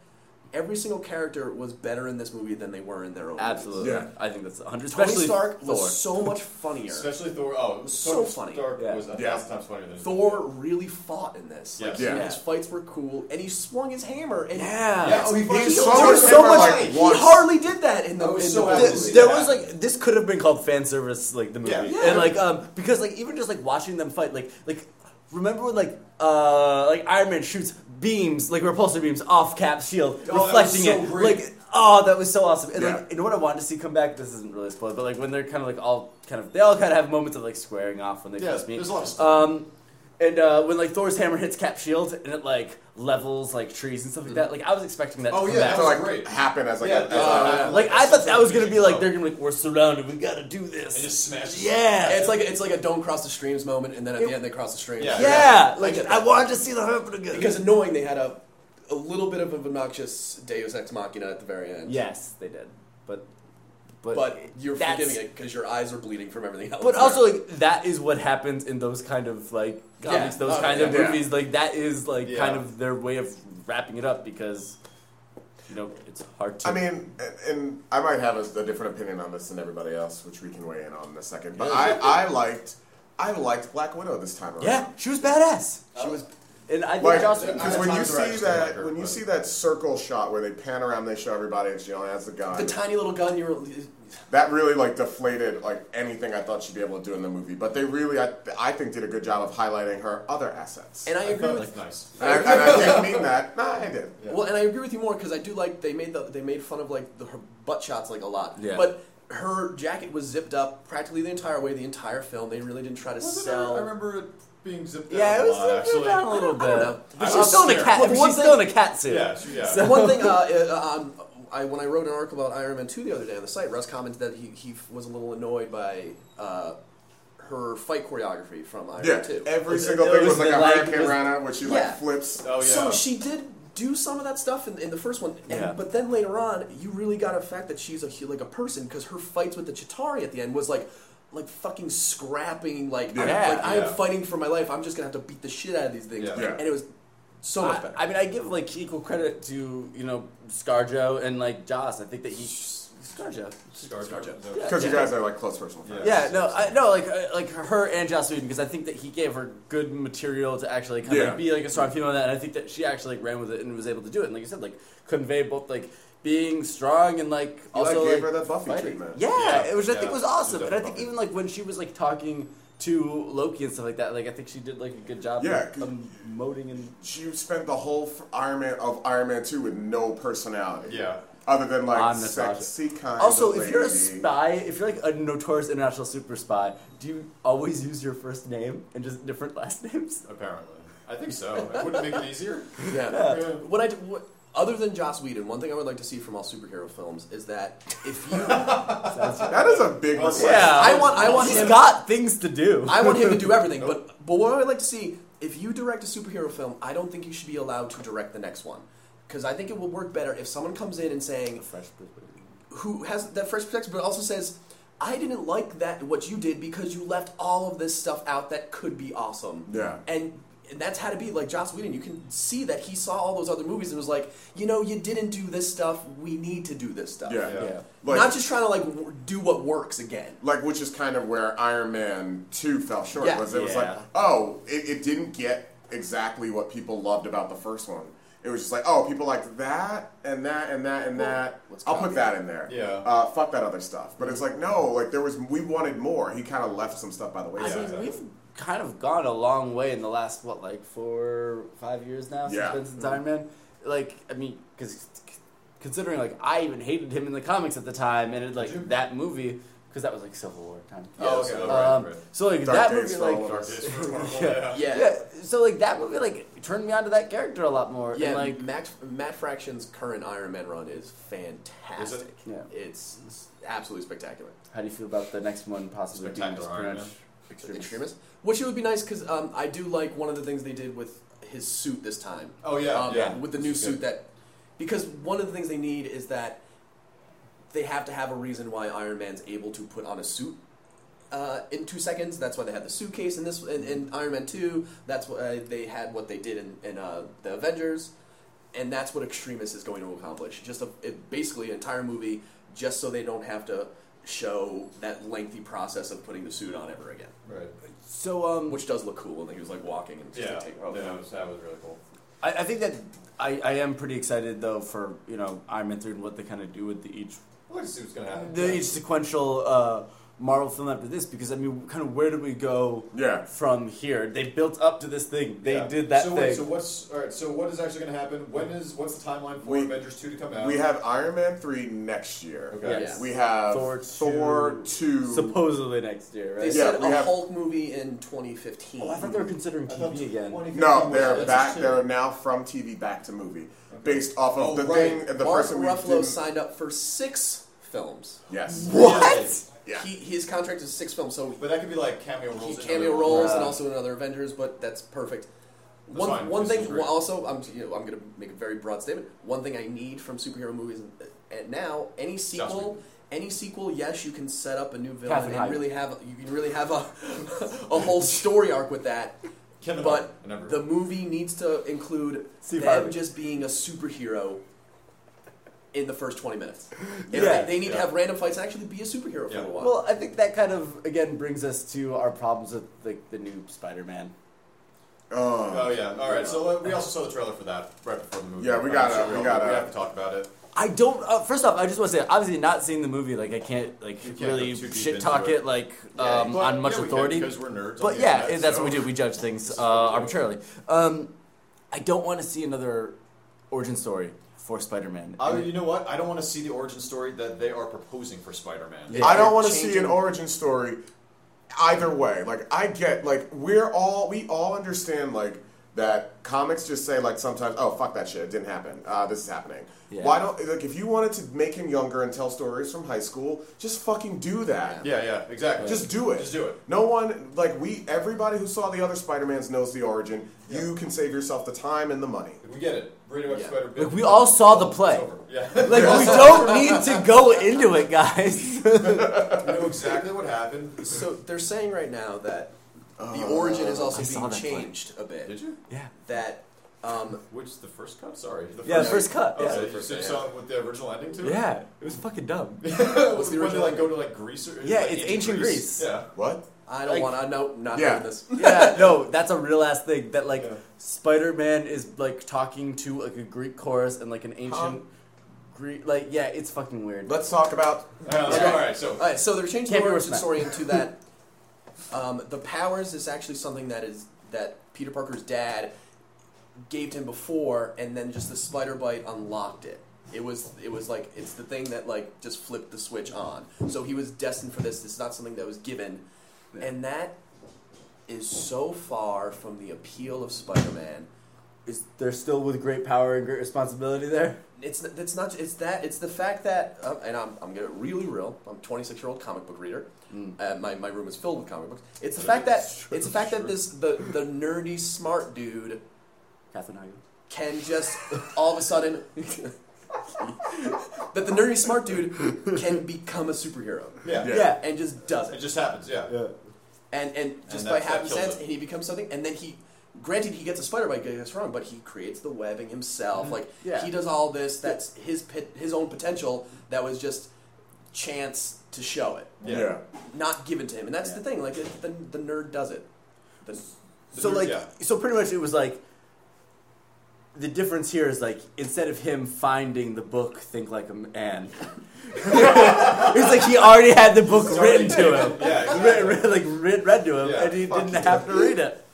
Speaker 1: every single character was better in this movie than they were in their own.
Speaker 3: Absolutely.
Speaker 4: Yeah.
Speaker 3: I think that's 100.
Speaker 1: Movies. Tony
Speaker 3: especially
Speaker 1: Stark
Speaker 3: Thor.
Speaker 1: was so much funnier.
Speaker 2: Especially Thor. Oh, it was
Speaker 1: So funny.
Speaker 2: Stark
Speaker 3: Yeah.
Speaker 2: was a
Speaker 4: Yeah.
Speaker 2: thousand times funnier than
Speaker 1: Thor really fought in this. Like,
Speaker 2: Yes.
Speaker 1: he-
Speaker 4: Yeah.
Speaker 1: his fights were cool, and he swung his hammer. And
Speaker 3: Yeah.
Speaker 2: Yeah, oh, he
Speaker 1: he,
Speaker 2: fucking
Speaker 1: he-
Speaker 2: so
Speaker 1: there
Speaker 2: much
Speaker 1: was so
Speaker 2: hammer
Speaker 1: much.
Speaker 2: fight.
Speaker 1: he
Speaker 4: Once.
Speaker 1: hardly did that in the.
Speaker 2: I was
Speaker 1: in
Speaker 2: so
Speaker 1: the
Speaker 2: happy.
Speaker 1: movie.
Speaker 3: Th-
Speaker 2: Yeah.
Speaker 3: there was like this could have been called fan service like the movie
Speaker 2: Yeah.
Speaker 1: Yeah.
Speaker 3: and like um because like even just like watching them fight like like remember when like uh like iron man shoots beams like repulsor beams off cap's shield
Speaker 2: Oh, that was
Speaker 3: reflecting
Speaker 2: so
Speaker 3: it
Speaker 2: great.
Speaker 3: like oh that was so awesome and
Speaker 4: Yeah.
Speaker 3: like you know what i wanted to see come back this isn't really a spoiler but like when they're kind of like all kind of they all kind of have moments of like squaring off when they
Speaker 2: Yeah,
Speaker 3: first meet
Speaker 2: there's a lot of stuff.
Speaker 3: um and uh, when like Thor's hammer hits Cap's shield and it like levels like trees and stuff like that, like I was expecting that.
Speaker 2: Mm-hmm. Oh,
Speaker 3: to come
Speaker 2: yeah,
Speaker 3: back.
Speaker 4: to like
Speaker 2: Great.
Speaker 4: happen as like
Speaker 2: Yeah,
Speaker 4: a, as
Speaker 2: yeah.
Speaker 4: a-
Speaker 2: Uh,
Speaker 3: Like
Speaker 2: Like,
Speaker 3: I
Speaker 2: that's
Speaker 3: thought
Speaker 2: such
Speaker 3: that
Speaker 2: a
Speaker 3: was gonna be
Speaker 2: big
Speaker 3: like
Speaker 2: vote.
Speaker 3: they're gonna be like we're surrounded, we gotta do this.
Speaker 2: They just smashed.
Speaker 3: yeah,
Speaker 1: It's like it's like a don't cross the streams moment, and then at the end they cross the streams.
Speaker 2: Yeah.
Speaker 3: yeah.
Speaker 1: I
Speaker 3: Like
Speaker 1: get
Speaker 3: I,
Speaker 1: that.
Speaker 3: wanted to see the happen again
Speaker 1: Because knowing they had a a little bit of an obnoxious Deus Ex Machina at the very end.
Speaker 3: yes, they did, but But,
Speaker 1: but you're
Speaker 3: that's-
Speaker 1: forgiving it because your eyes are bleeding from everything else.
Speaker 3: But also, like that is what happens in those kind of like comics,
Speaker 1: Yeah.
Speaker 3: those
Speaker 1: Oh,
Speaker 3: kind
Speaker 1: yeah.
Speaker 3: of
Speaker 4: Yeah.
Speaker 3: movies. Like that is like
Speaker 2: Yeah.
Speaker 3: kind of their way of wrapping it up because you know it's hard to.
Speaker 4: I mean, and, and I might have a, a different opinion on this than everybody else, which we can weigh in on in a second. But I, I liked, I liked Black Widow this time around.
Speaker 3: yeah, she was badass.
Speaker 2: She was.
Speaker 3: And I think
Speaker 4: Like,
Speaker 3: Joss-
Speaker 4: because when
Speaker 2: I-
Speaker 4: you
Speaker 2: I- I-
Speaker 4: see
Speaker 2: I-
Speaker 4: that,
Speaker 2: I- I-
Speaker 4: when you
Speaker 2: but-
Speaker 4: see that circle shot where they pan around, they show everybody, and she only has the gun.
Speaker 1: the tiny little gun you were.
Speaker 4: that really like deflated like anything I thought she'd be able to do in the movie. But they really, I, I think, did a good job of highlighting her other assets.
Speaker 1: And I
Speaker 2: I
Speaker 1: agree
Speaker 2: felt
Speaker 1: with
Speaker 2: like nice.
Speaker 4: And I, and I didn't mean that. No, I did.
Speaker 2: Yeah.
Speaker 1: Well, and I agree with you more because I do like they made the, they made fun of like the, her butt shots like a lot.
Speaker 3: Yeah.
Speaker 1: But her jacket was zipped up practically the entire way, the entire film. They really didn't try to
Speaker 2: Wasn't it-
Speaker 1: sell.
Speaker 2: I remember it being zipped down
Speaker 3: yeah, it
Speaker 2: a
Speaker 3: was
Speaker 2: lot, actually.
Speaker 3: down a little
Speaker 1: I
Speaker 3: bit.
Speaker 1: don't know.
Speaker 3: But
Speaker 2: I
Speaker 3: she's
Speaker 2: was
Speaker 3: still in a
Speaker 2: scared.
Speaker 3: cat.
Speaker 1: Well,
Speaker 3: but
Speaker 1: one
Speaker 3: she's still in
Speaker 1: thing-
Speaker 3: a cat suit.
Speaker 2: Yeah, she- yeah.
Speaker 1: One thing, uh, uh, um, I when I wrote an article about Iron Man two the other day on the site, Russ commented that he he was a little annoyed by uh, her fight choreography from Iron
Speaker 4: Yeah,
Speaker 1: Man two.
Speaker 4: every
Speaker 3: Was it-
Speaker 4: single
Speaker 3: it
Speaker 4: thing
Speaker 3: was
Speaker 4: was like
Speaker 3: the
Speaker 4: a
Speaker 3: leg-
Speaker 4: hurricane
Speaker 3: was-
Speaker 4: around her, where she
Speaker 1: Yeah.
Speaker 4: like flips.
Speaker 2: oh yeah.
Speaker 1: So she did do some of that stuff in, in the first one, and,
Speaker 3: Yeah.
Speaker 1: but then later on, you really got a fact that she's a hu- like a person because her fights with the Chitari at the end was like. Like fucking scrapping, like I'm,
Speaker 3: Yeah.
Speaker 1: like I'm
Speaker 2: Yeah.
Speaker 1: fighting for my life. I'm just gonna have to beat the shit out of these things,
Speaker 2: Yeah.
Speaker 4: Yeah.
Speaker 1: and it was so much
Speaker 3: I,
Speaker 1: better.
Speaker 3: I mean, I give like equal credit to you know ScarJo and like Joss. I think that he ScarJo.
Speaker 2: Scarjo.
Speaker 3: Yeah.
Speaker 4: Because you guys are like close personal friends.
Speaker 3: Yeah, no, I, no, like uh, like her and Joss Whedon because I think that he gave her good material to actually kind
Speaker 4: Yeah.
Speaker 3: of be like a strong female in that, and I think that she actually like, ran with it and was able to do it. And like you said, like convey both like being strong and like
Speaker 4: You, like,
Speaker 3: also
Speaker 4: gave
Speaker 3: like,
Speaker 4: her that Buffy
Speaker 3: fighting.
Speaker 4: treatment.
Speaker 3: Yeah,
Speaker 2: Yeah,
Speaker 3: it was I think
Speaker 2: yeah.
Speaker 3: was awesome, and I think
Speaker 2: Definitely.
Speaker 3: even like when she was like talking to Loki and stuff like that, like I think she did like a good job.
Speaker 4: Yeah,
Speaker 3: of
Speaker 4: 'cause-
Speaker 3: emoting and
Speaker 4: She spent the whole f- Iron Man of Iron Man Two with no personality.
Speaker 2: Yeah.
Speaker 4: Other than like
Speaker 3: I'm nostalgic.
Speaker 4: sexy kind.
Speaker 3: Also,
Speaker 4: of
Speaker 3: if you're a
Speaker 4: lady.
Speaker 3: spy, if you're like a notorious international super spy, do you always use your first name and just different last names?
Speaker 2: Apparently. I think so. Wouldn't it make it easier?
Speaker 1: yeah.
Speaker 2: Yeah.
Speaker 1: What I d- what, other than Joss Whedon, one thing I would like to see from all superhero films is that if you,
Speaker 4: that is a big
Speaker 2: Well,
Speaker 4: request.
Speaker 3: yeah.
Speaker 1: I want- I want
Speaker 3: He's
Speaker 1: him-
Speaker 3: got things to do.
Speaker 1: I want him to do everything, but but what I would like to see if you direct a superhero film, I don't think you should be allowed to direct the next one because I think it will work better if someone comes in and saying
Speaker 3: Fresh perspective.
Speaker 1: who has that fresh perspective, but also says, I didn't like that what you did because you left all of this stuff out that could be awesome.
Speaker 4: Yeah.
Speaker 1: And and that's how to be like Joss Whedon. You can see that he saw all those other movies and was like, you know, you didn't do this stuff. We need to do this stuff.
Speaker 4: Yeah.
Speaker 2: Yeah.
Speaker 3: Yeah.
Speaker 4: Like,
Speaker 1: Not just trying to like w- do what works again.
Speaker 4: like which is kind of where Iron Man Two fell short.
Speaker 1: Yeah.
Speaker 4: Was it was
Speaker 3: Yeah.
Speaker 4: like, oh, it, it didn't get exactly what people loved about the first one. It was just like, oh, people liked that and that and that and
Speaker 1: Well,
Speaker 4: that.
Speaker 1: let's
Speaker 4: I'll
Speaker 1: copy
Speaker 4: put that in there.
Speaker 2: Yeah.
Speaker 4: Uh, fuck that other stuff. But it's like, no, like there was, we wanted more. He kind of left some stuff by the
Speaker 3: I
Speaker 4: wayside.
Speaker 2: Yeah,
Speaker 3: mean,
Speaker 2: exactly.
Speaker 3: we've kind of gone a long way in the last what, like four, five years now since
Speaker 4: Yeah.
Speaker 3: Vincent's Iron Man. Like, I mean, because considering like I even hated him in the comics at the time, and it,
Speaker 2: Did you?
Speaker 3: like that movie because that was like Civil War time.
Speaker 2: Oh, okay.
Speaker 1: so,
Speaker 2: Oh, right,
Speaker 3: Um,
Speaker 2: right.
Speaker 3: so like
Speaker 4: Dark
Speaker 3: that movie,
Speaker 4: Days for all
Speaker 3: like
Speaker 4: of
Speaker 2: Dark
Speaker 4: us.
Speaker 2: days for Marvel, yeah.
Speaker 1: Yeah.
Speaker 3: yeah. So like that movie, like turned me on to that character a lot more.
Speaker 1: Yeah,
Speaker 3: And, like
Speaker 1: Max, Matt Fraction's current Iron Man run is fantastic.
Speaker 3: Yeah.
Speaker 1: It's, it's absolutely spectacular.
Speaker 3: How do you feel about the next one possibly being
Speaker 2: Spectacular Iron
Speaker 3: Branch?
Speaker 2: Man.
Speaker 1: Extremist. Which it would be nice because um, I do like one of the things they did with his suit this time.
Speaker 2: Oh, yeah,
Speaker 1: Um,
Speaker 2: yeah.
Speaker 1: With the new
Speaker 2: It's
Speaker 1: suit
Speaker 2: good.
Speaker 1: that, because one of the things they need is that they have to have a reason why Iron Man's able to put on a suit. Uh, in two seconds, that's why they had the suitcase in this in, in Iron Man Two. That's why they had what they did in, in uh, the Avengers, and that's what Extremis is going to accomplish. Just a, it, basically an entire movie, just so they don't have to show that lengthy process of putting the suit on ever again
Speaker 2: Right.
Speaker 3: So um,
Speaker 1: which does look cool. And he was like walking and just
Speaker 2: Yeah.
Speaker 1: like, taking off.
Speaker 2: That was- that was really cool.
Speaker 3: I, I think that I, I am pretty excited though for you know Iron Man three and what they kind of do with the each
Speaker 2: I'd like to see what's going to happen.
Speaker 3: the each sequential uh, Marvel film after this because I mean kind of where do we go
Speaker 4: Yeah.
Speaker 3: from here? They built up to this thing. They
Speaker 2: Yeah.
Speaker 3: did that
Speaker 2: so
Speaker 3: thing.
Speaker 2: Wait, so what's all right? So what is actually going to happen? When is what's the timeline for
Speaker 4: We-
Speaker 2: Avengers two to come out?
Speaker 4: We have Iron Man 3 next year.
Speaker 2: Um, okay.
Speaker 1: Yes.
Speaker 4: We have
Speaker 3: Thor
Speaker 4: Thor
Speaker 3: 2.
Speaker 4: 2.
Speaker 3: supposedly next year, right?
Speaker 1: They
Speaker 4: Yeah,
Speaker 1: said
Speaker 4: we
Speaker 1: a
Speaker 4: have-
Speaker 1: Hulk movie in 2015.
Speaker 3: Oh, I thought they were considering
Speaker 2: I thought
Speaker 3: TV again.
Speaker 2: 2015
Speaker 4: no,
Speaker 2: was-
Speaker 4: they're
Speaker 2: that's
Speaker 4: back.
Speaker 2: shit.
Speaker 4: They're now from TV back to movie, based off of
Speaker 2: Oh,
Speaker 4: the
Speaker 2: right.
Speaker 4: thing. The
Speaker 1: Mark
Speaker 4: person we
Speaker 1: Ruffalo
Speaker 4: didn't-
Speaker 1: signed up for six films.
Speaker 4: Yes.
Speaker 3: What?
Speaker 4: Yeah.
Speaker 1: He, his contract is six films, so
Speaker 2: But that could be like cameo roles.
Speaker 1: he
Speaker 2: in
Speaker 1: cameo
Speaker 2: other-
Speaker 1: roles
Speaker 3: Yeah.
Speaker 1: and also in other Avengers, but that's perfect.
Speaker 2: That's
Speaker 1: one
Speaker 2: fine.
Speaker 1: one
Speaker 2: This
Speaker 1: thing
Speaker 2: is great.
Speaker 1: also I'm you know, I'm gonna make a very broad statement. One thing I need from superhero movies and uh, now any sequel,
Speaker 2: Whedon.
Speaker 1: Any sequel, yes, you can set up a new villain
Speaker 3: Katherine
Speaker 1: and
Speaker 3: Heigl.
Speaker 1: really have you can really have a a whole story arc with that.
Speaker 2: Kevin
Speaker 1: But
Speaker 2: Hart, I never-
Speaker 1: the movie needs to include
Speaker 3: Steve
Speaker 1: them
Speaker 3: Harvey.
Speaker 1: just being a superhero in the first twenty minutes. If
Speaker 3: Yeah.
Speaker 1: they, they need to
Speaker 2: Yeah.
Speaker 1: have random fights and actually be a superhero for
Speaker 2: Yeah.
Speaker 1: a while.
Speaker 3: Well, I think that kind of again brings us to our problems with like the new Spider-Man.
Speaker 2: Oh
Speaker 4: Oh,
Speaker 2: yeah. All right. So uh, we also saw the trailer for that right before the movie.
Speaker 4: Yeah, we
Speaker 2: I'm
Speaker 4: gotta-
Speaker 2: sure
Speaker 4: we gotta-
Speaker 2: We have to talk about it.
Speaker 3: I don't. Uh, first off, I just want to say, obviously, not seeing the movie, like I can't like
Speaker 2: You can't go
Speaker 3: really
Speaker 2: too deep
Speaker 3: shit
Speaker 2: into
Speaker 3: talk
Speaker 2: it.
Speaker 3: it, like
Speaker 2: Yeah,
Speaker 3: um,
Speaker 2: but-
Speaker 3: on much
Speaker 2: yeah, we can,
Speaker 3: authority.
Speaker 2: because we're nerds. on
Speaker 3: But
Speaker 2: the
Speaker 3: yeah,
Speaker 2: internet,
Speaker 3: that's
Speaker 2: so-
Speaker 3: what we do. We judge things uh,
Speaker 2: what we do.
Speaker 3: arbitrarily. Um, I don't want to see another origin story for Spider-Man.
Speaker 2: I, you know what? I don't want to see the origin story that they are proposing for Spider-Man.
Speaker 1: Yeah.
Speaker 4: I don't want to
Speaker 1: Changing-
Speaker 4: see an origin story either way. Like I get like we're all we all understand like that comics just say like sometimes oh fuck that shit it didn't happen uh, this is happening.
Speaker 3: Yeah.
Speaker 4: Why don't like if you wanted to make him younger and tell stories from high school just fucking do that.
Speaker 2: Yeah, yeah, exactly.
Speaker 4: Just do it.
Speaker 2: Just do it.
Speaker 4: No one like we everybody who saw the other Spider-Mans knows the origin. You can save yourself the time and the money.
Speaker 2: We get it. Read about
Speaker 1: Yeah.
Speaker 2: Spider.
Speaker 3: Like, we all saw the
Speaker 2: It's
Speaker 3: play.
Speaker 2: over. Yeah.
Speaker 3: like we don't need to go into it, guys.
Speaker 2: we know exactly what happened.
Speaker 1: so they're saying right now that the origin is also
Speaker 3: I saw
Speaker 1: being
Speaker 3: that play.
Speaker 1: changed a bit.
Speaker 2: Uh, Did you?
Speaker 3: yeah.
Speaker 1: That um,
Speaker 2: Which the first cut? Sorry. The
Speaker 3: Yeah, the first cut,
Speaker 2: Oh,
Speaker 3: yeah.
Speaker 2: so you
Speaker 1: The first
Speaker 2: said
Speaker 1: cut,
Speaker 2: something with the original ending to it.
Speaker 3: Yeah, it was fucking dumb.
Speaker 2: What's
Speaker 1: the
Speaker 2: the original?
Speaker 1: original
Speaker 2: Like go to like Greece or
Speaker 3: Yeah,
Speaker 2: like,
Speaker 3: it's ancient Greece.
Speaker 2: Yeah.
Speaker 4: What?
Speaker 1: I don't
Speaker 3: Like-
Speaker 1: want to. No, not
Speaker 4: Yeah.
Speaker 1: doing this.
Speaker 3: yeah, no, that's a real ass thing. That like
Speaker 2: Yeah.
Speaker 3: Spider Man is like talking to like a Greek chorus and like an ancient
Speaker 4: Huh?
Speaker 3: Greek. Like yeah, it's fucking weird.
Speaker 4: Let's talk about
Speaker 2: Uh,
Speaker 1: Yeah.
Speaker 2: All right. So
Speaker 1: All right, so they're changing
Speaker 3: Can't
Speaker 1: the
Speaker 3: be
Speaker 1: origin
Speaker 3: worse
Speaker 1: story into that. Um, the powers is actually something that is that Peter Parker's dad gave to him before, and then just the spider bite unlocked it. It was it was like it's the thing that like just flipped the switch on. So he was destined for this. This is not something that was given, and that is so far from the appeal of Spider-Man.
Speaker 3: Is there still with great power and great responsibility there?
Speaker 1: It's that's not it's that it's the fact that uh, and I'm I'm gonna really real. I'm a 26 year old comic book reader.
Speaker 3: Mm.
Speaker 1: Uh, my my room is filled with comic books. It's the fact that
Speaker 2: Sure,
Speaker 1: it's the fact that
Speaker 2: sure.
Speaker 1: this the the nerdy smart dude
Speaker 3: Catherine Heigl.
Speaker 1: can just all of a sudden that the nerdy smart dude can become a superhero
Speaker 2: yeah.
Speaker 4: Yeah.
Speaker 3: Yeah.
Speaker 1: and just does
Speaker 2: It
Speaker 1: it
Speaker 2: just happens. Yeah.
Speaker 1: and and just by
Speaker 2: And that's- that kills
Speaker 1: happenstance
Speaker 2: him.
Speaker 1: and he becomes something and then he. Granted, he gets a spider bite, gets wrong, but he creates the webbing
Speaker 2: Mm-hmm.
Speaker 1: himself. Like
Speaker 3: Yeah.
Speaker 1: he does all this. That's his pit, his own potential. That was just chance to show it,
Speaker 2: Yeah.
Speaker 4: yeah.
Speaker 1: not given to him. And that's
Speaker 3: Yeah.
Speaker 1: the thing. Like it, the, the nerd does it. The-
Speaker 3: So
Speaker 2: The-
Speaker 3: like
Speaker 2: yeah.
Speaker 3: so pretty much it was like the difference here is like instead of him finding the book Think Like a Man it's like he already had the book
Speaker 2: It's already
Speaker 3: written to him.
Speaker 2: Yeah,
Speaker 3: Read,
Speaker 2: exactly.
Speaker 3: read, like read, read to him
Speaker 2: Yeah,
Speaker 3: and he
Speaker 2: fuck
Speaker 3: didn't
Speaker 2: you.
Speaker 3: have to read it.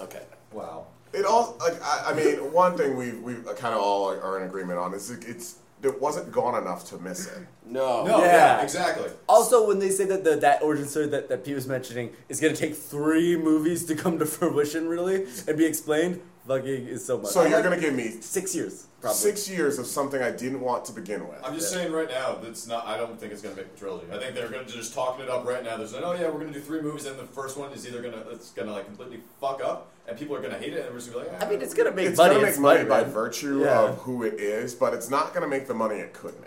Speaker 1: okay.
Speaker 2: Wow.
Speaker 4: It all like I, I mean one thing we we kind of all are in agreement on is it, it's it wasn't gone enough to miss it.
Speaker 1: No.
Speaker 2: No. Yeah.
Speaker 3: Oh, Yeah.
Speaker 2: exactly.
Speaker 3: Also, when they say that the, that origin story that, that Pete was mentioning is going to take three movies to come to fruition, really, and be explained, fucking is so much.
Speaker 4: So you're gonna give me
Speaker 3: six years, probably.
Speaker 4: six years of something I didn't want to begin with.
Speaker 2: I'm just saying right now that's not. I don't think it's gonna make the trilogy. I think they're gonna just talking it up right now. They're saying, oh yeah, we're gonna do three movies, and the first one is either gonna it's gonna like completely fuck up, and people are gonna hate it, and we're just gonna be like, "Ah,
Speaker 3: I mean, it's going to make
Speaker 4: it's
Speaker 3: money.
Speaker 4: gonna
Speaker 3: in
Speaker 4: make money by
Speaker 3: Spider-Man.
Speaker 4: virtue
Speaker 3: Yeah.
Speaker 4: of who it is, but it's not gonna make the money it could make.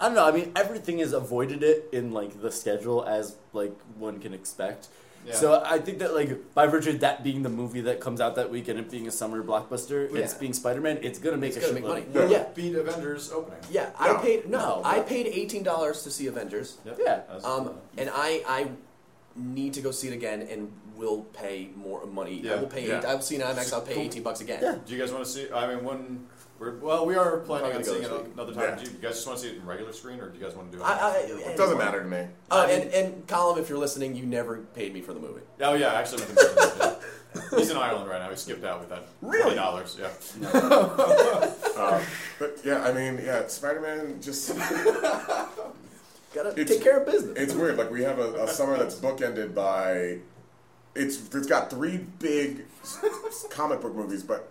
Speaker 3: I don't know. I mean, everything is avoided it in like the schedule as like one can expect.
Speaker 2: Yeah.
Speaker 3: So I think that like by virtue of that being the movie that comes out that weekend and being a summer blockbuster, and it's
Speaker 1: Yeah.
Speaker 3: being Spider Man, it's gonna make
Speaker 1: It's
Speaker 3: a
Speaker 1: gonna
Speaker 3: shitload.
Speaker 1: make money.
Speaker 4: Yeah.
Speaker 1: Yeah.
Speaker 2: beat Avengers opening.
Speaker 1: Yeah, I
Speaker 4: No.
Speaker 1: paid no,
Speaker 3: No,
Speaker 1: I
Speaker 3: but-
Speaker 1: paid eighteen dollars to see Avengers.
Speaker 2: Yep.
Speaker 3: Yeah.
Speaker 2: That's-
Speaker 1: Um, and I I need to go see it again, and will pay more money. I
Speaker 2: Yeah.
Speaker 1: will pay.
Speaker 4: Yeah.
Speaker 1: Eight, I will see an IMAX. I'll pay eighteen bucks again.
Speaker 3: Yeah.
Speaker 2: do you guys want to see? I mean, when we're well, we are planning
Speaker 1: Probably go
Speaker 2: on seeing
Speaker 1: this
Speaker 2: it
Speaker 1: week.
Speaker 2: another time.
Speaker 4: Yeah.
Speaker 2: Do you guys just want to see it in regular screen, or do you guys want to do it?
Speaker 1: I, I,
Speaker 4: It doesn't matter to me.
Speaker 1: Oh, and and Colin, if you're listening, you never paid me for the movie.
Speaker 2: oh yeah, actually, nothing to do with it. Yeah. he's in Ireland right now. He skipped out with that.
Speaker 1: Really?
Speaker 2: Dollars. Yeah.
Speaker 4: Uh, but yeah, I mean, yeah, Spider-Man just
Speaker 1: Gotta
Speaker 4: It's-
Speaker 1: take care of business.
Speaker 4: it's weird. Like we have a, a summer that's bookended by it's it's got three big s- s- comic book movies, but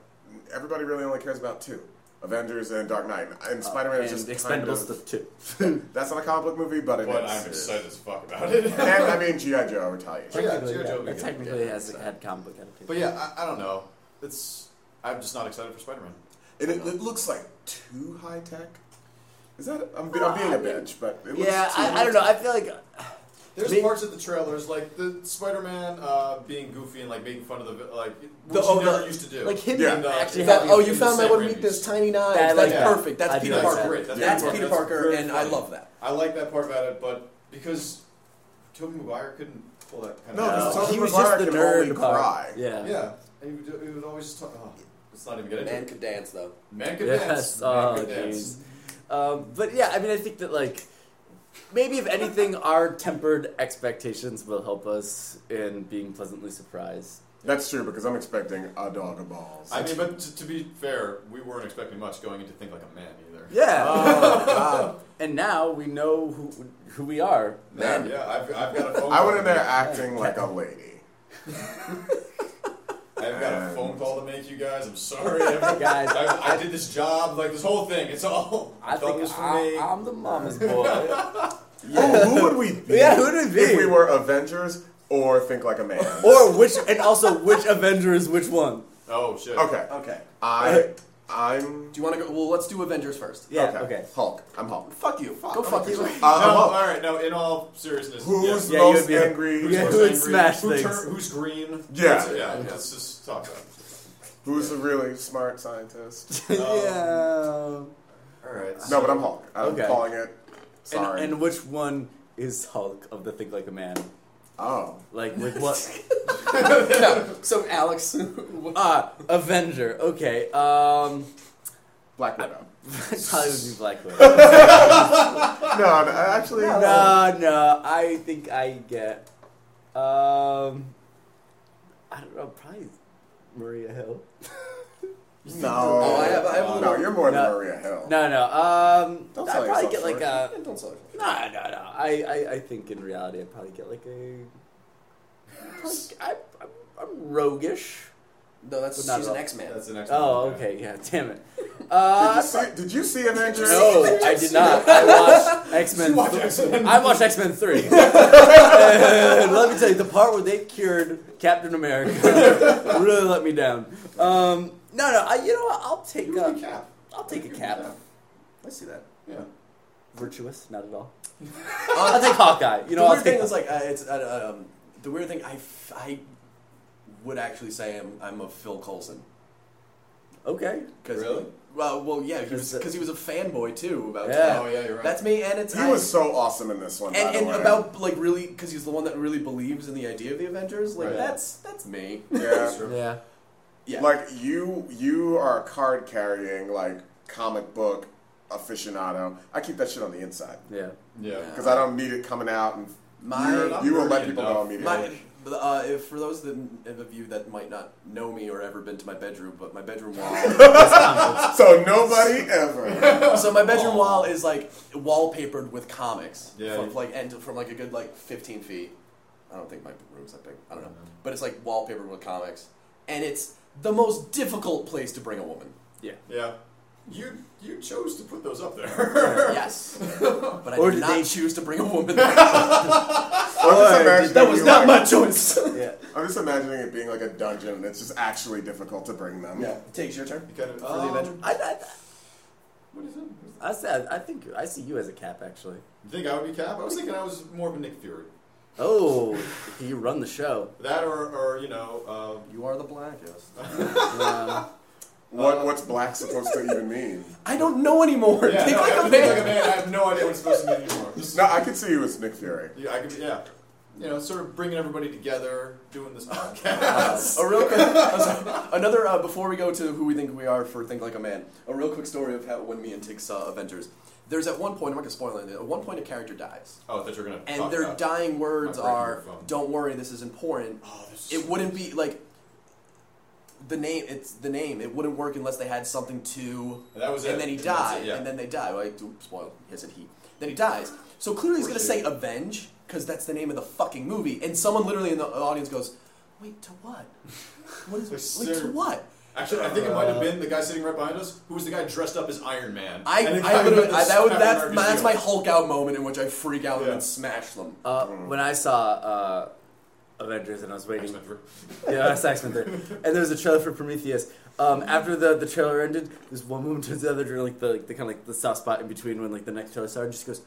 Speaker 4: everybody really only cares about two: Avengers and Dark Knight. And Spider-Man
Speaker 3: Uh, And
Speaker 4: is just kind
Speaker 3: expendable
Speaker 4: of,
Speaker 3: stuff too.
Speaker 4: That's not a comic book movie, but it
Speaker 2: But
Speaker 4: is.
Speaker 2: I'm excited as fuck about it.
Speaker 4: And I mean, GI Joe retaliation.
Speaker 2: Oh, yeah,
Speaker 3: Technically,
Speaker 2: G.I. Joe
Speaker 3: That
Speaker 2: weekend.
Speaker 3: technically has had comic book adaptation.
Speaker 2: But yeah, I, I don't know. It's I'm just not excited for Spider Man.
Speaker 4: And it, it looks like too high tech. Is that I'm, be- I'm being a bitch, but it looks
Speaker 3: yeah,
Speaker 4: too
Speaker 3: I, I don't know. I feel like
Speaker 2: There's
Speaker 3: Me-
Speaker 2: parts of the trailers like the Spider-Man uh, being goofy and like making fun of the vi- like which
Speaker 1: oh,
Speaker 2: he never
Speaker 1: the-
Speaker 2: used to do. uh,
Speaker 3: like him
Speaker 4: Yeah.
Speaker 3: actually
Speaker 2: Yeah.
Speaker 1: That-
Speaker 3: having
Speaker 1: oh,
Speaker 2: in
Speaker 1: you
Speaker 2: the
Speaker 1: found my
Speaker 2: same
Speaker 1: one
Speaker 2: range.
Speaker 1: weakness, tiny knives.
Speaker 3: That I
Speaker 1: That's
Speaker 3: like
Speaker 2: that.
Speaker 1: perfect. That's
Speaker 3: I do
Speaker 1: Peter
Speaker 3: like
Speaker 1: Parker.
Speaker 3: that.
Speaker 2: Great. That's
Speaker 1: That's,
Speaker 2: Peter
Speaker 1: Peter
Speaker 2: Parker.
Speaker 1: Parker,
Speaker 2: Very
Speaker 1: and I
Speaker 2: funny.
Speaker 1: love that.
Speaker 2: I like that part about it, but because Tobey Maguire couldn't pull that kind
Speaker 4: No,
Speaker 2: of.
Speaker 4: because
Speaker 3: No,
Speaker 4: Tobey
Speaker 3: he was
Speaker 4: Maguire
Speaker 3: just the
Speaker 4: can only
Speaker 3: nerd part.
Speaker 4: cry.
Speaker 3: Yeah.
Speaker 2: yeah, and he would, he would always just talk. Oh, let's not even get into
Speaker 1: Man
Speaker 2: it.
Speaker 1: could dance though.
Speaker 2: Man could
Speaker 3: Yes.
Speaker 2: dance.
Speaker 3: Oh,
Speaker 2: Man could
Speaker 3: jeez.
Speaker 2: dance.
Speaker 3: Um, but yeah, I mean, I think that like maybe if anything, our tempered expectations will help us in being pleasantly surprised.
Speaker 4: That's true because I'm expecting a dog of balls.
Speaker 2: I mean, but to, to be fair, we weren't expecting much going into Think Like a Man either.
Speaker 3: Yeah.
Speaker 4: oh God!
Speaker 3: and now we know who who we are.
Speaker 2: Man, yeah, I've, I've got a phone.
Speaker 4: I
Speaker 2: call
Speaker 4: went in
Speaker 2: to
Speaker 4: there
Speaker 2: make.
Speaker 4: acting like a lady.
Speaker 2: I've got a
Speaker 4: and-
Speaker 2: phone call to make you guys. I'm sorry, everyone.
Speaker 3: Guys,
Speaker 2: I, I did this job, like this whole thing. It's all.
Speaker 3: I
Speaker 2: thought it was
Speaker 3: think
Speaker 2: for
Speaker 3: I,
Speaker 2: me.
Speaker 3: I'm the mama's boy.
Speaker 4: Oh, who would we be?
Speaker 3: Yeah, who would we be?
Speaker 4: If we were Avengers or think like a man.
Speaker 3: or which, and also which Avenger is which one?
Speaker 2: oh shit.
Speaker 4: okay,
Speaker 1: Okay.
Speaker 4: I I'm
Speaker 1: Do you want to go? Well, let's do Avengers first.
Speaker 3: Yeah.
Speaker 4: okay.
Speaker 3: Okay.
Speaker 4: Hulk. I'm Hulk.
Speaker 1: Fuck you. go fuck you.
Speaker 4: Uh,
Speaker 2: No,
Speaker 4: I'm Hulk.
Speaker 2: all right. No, in all seriousness,
Speaker 4: Who's
Speaker 3: Yeah,
Speaker 4: the
Speaker 3: you
Speaker 4: most
Speaker 3: would be a-
Speaker 4: angry?
Speaker 2: who's
Speaker 3: Yeah,
Speaker 2: most
Speaker 3: who would
Speaker 2: angry?
Speaker 3: smash
Speaker 2: Who
Speaker 3: things?
Speaker 2: who's green?
Speaker 4: Yeah.
Speaker 2: Let's- yeah.
Speaker 4: Yeah.
Speaker 2: Let's just talk about. it.
Speaker 4: Who's a really smart scientist?
Speaker 3: yeah.
Speaker 2: All right.
Speaker 4: no, but I'm Hulk. I'm
Speaker 3: Okay.
Speaker 4: calling it. Sorry.
Speaker 3: And, and which one is Hulk of the Think Like a Man?
Speaker 4: oh,
Speaker 3: Like with what?
Speaker 1: No, so Alex, what-
Speaker 3: ah, Avenger. Okay. Um,
Speaker 4: Black Widow.
Speaker 3: it probably would be Black Widow.
Speaker 4: no, no, actually,
Speaker 3: no, no. I think I get. Um, I don't know. Probably Maria Hill.
Speaker 4: No.
Speaker 1: Oh, I have- I have a
Speaker 4: no,
Speaker 1: little-
Speaker 4: you're more than
Speaker 3: No.
Speaker 4: Maria Hill.
Speaker 3: No, no. Um,
Speaker 4: Don't
Speaker 3: I
Speaker 4: sell
Speaker 3: probably
Speaker 4: yourself
Speaker 3: get like
Speaker 4: short.
Speaker 3: a.
Speaker 1: Yeah, don't sell
Speaker 3: No, no, no. I, I, I think in reality, I'd probably get like a. Like, I, I'm, I'm roguish.
Speaker 1: No, that's
Speaker 3: But not
Speaker 1: she's
Speaker 3: at
Speaker 1: an
Speaker 3: all.
Speaker 1: X Man.
Speaker 2: That's the next.
Speaker 3: Oh,
Speaker 2: one.
Speaker 3: okay. Yeah, damn it.
Speaker 4: Did you
Speaker 3: Uh,
Speaker 4: see, did you see Avengers?
Speaker 3: no, I did not. I watched X Men.
Speaker 2: watched X-Men.
Speaker 3: I watched X Men Three. And let me tell you, the part where they cured Captain America really let me down. Um, no, no. I, you know what? I'll take
Speaker 2: You would be
Speaker 3: a.
Speaker 2: Cap.
Speaker 3: I'll take a
Speaker 2: You would be
Speaker 3: cap.
Speaker 1: I see that.
Speaker 2: Yeah.
Speaker 3: Virtuous, not at all. I'll take Hawkeye. You know,
Speaker 1: the
Speaker 3: I'll
Speaker 1: weird
Speaker 3: take.
Speaker 1: thing is like uh, it's uh, um, the weird thing. I, f- I would actually say I'm I'm a Phil Coulson.
Speaker 3: okay.
Speaker 1: Cause
Speaker 2: Really?
Speaker 1: Well, well, yeah, he was
Speaker 3: Is it-
Speaker 1: because he was a fanboy too about
Speaker 3: Yeah.
Speaker 1: that.
Speaker 2: Oh yeah, you're right.
Speaker 1: That's me, and it's
Speaker 4: He
Speaker 1: I-
Speaker 4: was so awesome in this one. by
Speaker 1: and,
Speaker 4: the
Speaker 1: and
Speaker 4: way.
Speaker 1: about like really because he's the one that really believes in the idea of the Avengers. Like
Speaker 2: Right.
Speaker 1: that's that's me.
Speaker 4: yeah,
Speaker 3: Yeah.
Speaker 1: Yeah,
Speaker 4: like you, you are a card carrying like comic book aficionado. I keep that shit on the inside
Speaker 3: Yeah.
Speaker 2: Yeah.
Speaker 4: because I don't need it coming out and
Speaker 1: my
Speaker 2: Not
Speaker 4: you will let
Speaker 2: nerdy
Speaker 4: people
Speaker 2: enough.
Speaker 4: know
Speaker 1: My,
Speaker 4: immediately.
Speaker 1: uh, if, for those that, of you that might not know me or ever been to my bedroom, but my bedroom wall.
Speaker 4: so nobody ever.
Speaker 1: so my bedroom wall is like wallpapered with comics.
Speaker 2: Yeah.
Speaker 1: From like and from like a good like 15 feet. I don't think my room's that big. I don't know, but it's like wallpapered with comics, and it's the most difficult place to bring a woman.
Speaker 2: Yeah. You you chose to put those up there.
Speaker 1: Yes, but I
Speaker 3: Or
Speaker 1: did
Speaker 3: did
Speaker 1: not
Speaker 3: they-
Speaker 1: choose to bring a woman. that
Speaker 4: I'm just imagining
Speaker 1: was
Speaker 4: you,
Speaker 1: not
Speaker 4: like-
Speaker 1: my choice.
Speaker 3: Yeah.
Speaker 4: I'm just imagining it being like a dungeon, and it's just actually difficult to bring them.
Speaker 1: yeah, takes your turn.
Speaker 2: You kind of,
Speaker 1: For the
Speaker 2: um,
Speaker 1: Avenger.
Speaker 3: I, I,
Speaker 2: What is it?
Speaker 3: I said I think I see you as a cap actually.
Speaker 2: You think I would be Cap? I was thinking I was more of a Nick Fury.
Speaker 3: Oh, you run the show.
Speaker 2: That or, or you know, uh,
Speaker 1: You are the blackest.
Speaker 3: Uh,
Speaker 4: What what's black supposed to even mean?
Speaker 1: I don't know anymore.
Speaker 2: yeah,
Speaker 1: Think
Speaker 2: no,
Speaker 1: like a
Speaker 2: I have to think
Speaker 1: man.
Speaker 2: like a man. I have no idea what it's supposed to mean anymore.
Speaker 4: No, I could see you as Nick Fury.
Speaker 2: Yeah, I could be, yeah. You know, sort of bringing everybody together, doing this podcast.
Speaker 1: A real quick, I'm sorry. another uh, before we go to who we think we are for Think Like a Man. A real quick story of how when me and Tig saw Avengers. There's at one point I'm not gonna spoil anything. At one point, a character dies,
Speaker 2: oh, I thought you were gonna.
Speaker 1: and
Speaker 2: talk
Speaker 1: their
Speaker 2: about-
Speaker 1: dying words
Speaker 2: my breaking
Speaker 1: are,
Speaker 2: your phone.
Speaker 1: "Don't worry, this is important."
Speaker 2: Oh, this is-
Speaker 1: It wouldn't be like the name. It's the name. It wouldn't work unless they had something to.
Speaker 2: That was it.
Speaker 1: And then he
Speaker 2: That's
Speaker 1: died.
Speaker 2: it, yeah.
Speaker 1: And then they die. Well, I do spoil. Yes, and he. Then he dies. So clearly he's
Speaker 2: Or
Speaker 1: gonna
Speaker 2: she.
Speaker 1: say avenge because that's the name of the fucking movie. And someone literally in the audience goes, "Wait to what? What is
Speaker 2: They're
Speaker 1: wait
Speaker 2: ser-
Speaker 1: to what?"
Speaker 2: Actually, I think it might have been the guy sitting right behind us, who was the guy dressed up as Iron Man.
Speaker 1: I,
Speaker 2: And the
Speaker 1: I
Speaker 2: guy
Speaker 1: literally,
Speaker 2: with
Speaker 1: I,
Speaker 2: the
Speaker 1: that would,
Speaker 2: Captain
Speaker 1: that's,
Speaker 2: America
Speaker 1: my, that's my
Speaker 2: shield.
Speaker 1: Hulk out moment in which I freak out
Speaker 2: Yeah.
Speaker 1: and smash them.
Speaker 3: uh, when I saw uh, Avengers and I was waiting,
Speaker 2: X-Men.
Speaker 3: yeah, that's X Men three, and there was a trailer for Prometheus. Um, after the, the trailer ended, this one woman turns to the other during like the, like, the kind of like the soft spot in between when like the next trailer started. She goes,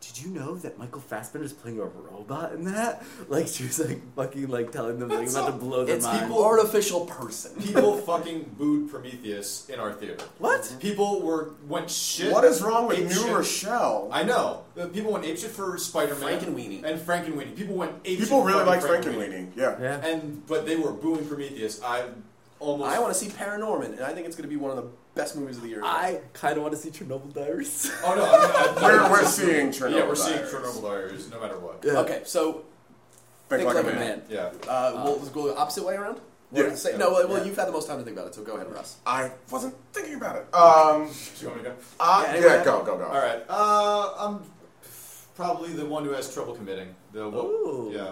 Speaker 3: "Did you know that Michael Fassbender is playing a robot in that?" Like she was like fucking like telling them like
Speaker 2: That's
Speaker 3: about to
Speaker 2: all-
Speaker 3: blow their
Speaker 1: It's
Speaker 3: mind.
Speaker 1: people artificial person.
Speaker 2: People fucking booed Prometheus in our theater.
Speaker 3: What?
Speaker 2: People were went shit.
Speaker 4: What is wrong with
Speaker 2: ape
Speaker 4: New
Speaker 2: shit.
Speaker 4: Rochelle?
Speaker 2: I know. The people went apeshit for Spider Man.
Speaker 1: Frankenweenie.
Speaker 2: And Frankenweenie. People went apeshit
Speaker 4: People
Speaker 2: for
Speaker 4: really like
Speaker 2: fucking
Speaker 4: Frankenweenie. Yeah.
Speaker 3: Yeah.
Speaker 2: And but they were booing Prometheus. I almost
Speaker 1: I want to see Paranorman, and I think it's going to be one of the best movies of the year.
Speaker 3: I kind of want to see Chernobyl Diaries.
Speaker 2: Oh no, I, I,
Speaker 4: We're, we're seeing Chernobyl.
Speaker 2: yeah, we're seeing
Speaker 4: Diaries.
Speaker 2: Chernobyl Diaries no matter what.
Speaker 3: Yeah.
Speaker 1: Okay, so
Speaker 4: Think, like, a man.
Speaker 2: Yeah.
Speaker 1: uh, we'll, we'll go the opposite way around.
Speaker 4: Yeah.
Speaker 1: We'll say- no, well, you've had the most time to think about it, so go ahead, Russ.
Speaker 4: I wasn't thinking about it. Um,
Speaker 2: Do you want me to go?
Speaker 4: uh,
Speaker 1: Yeah,
Speaker 4: yeah,
Speaker 1: anyway.
Speaker 4: go, go, go.
Speaker 2: All right. Uh, I'm probably the one who has trouble committing. The what,
Speaker 3: Ooh. Hmm.
Speaker 2: yeah.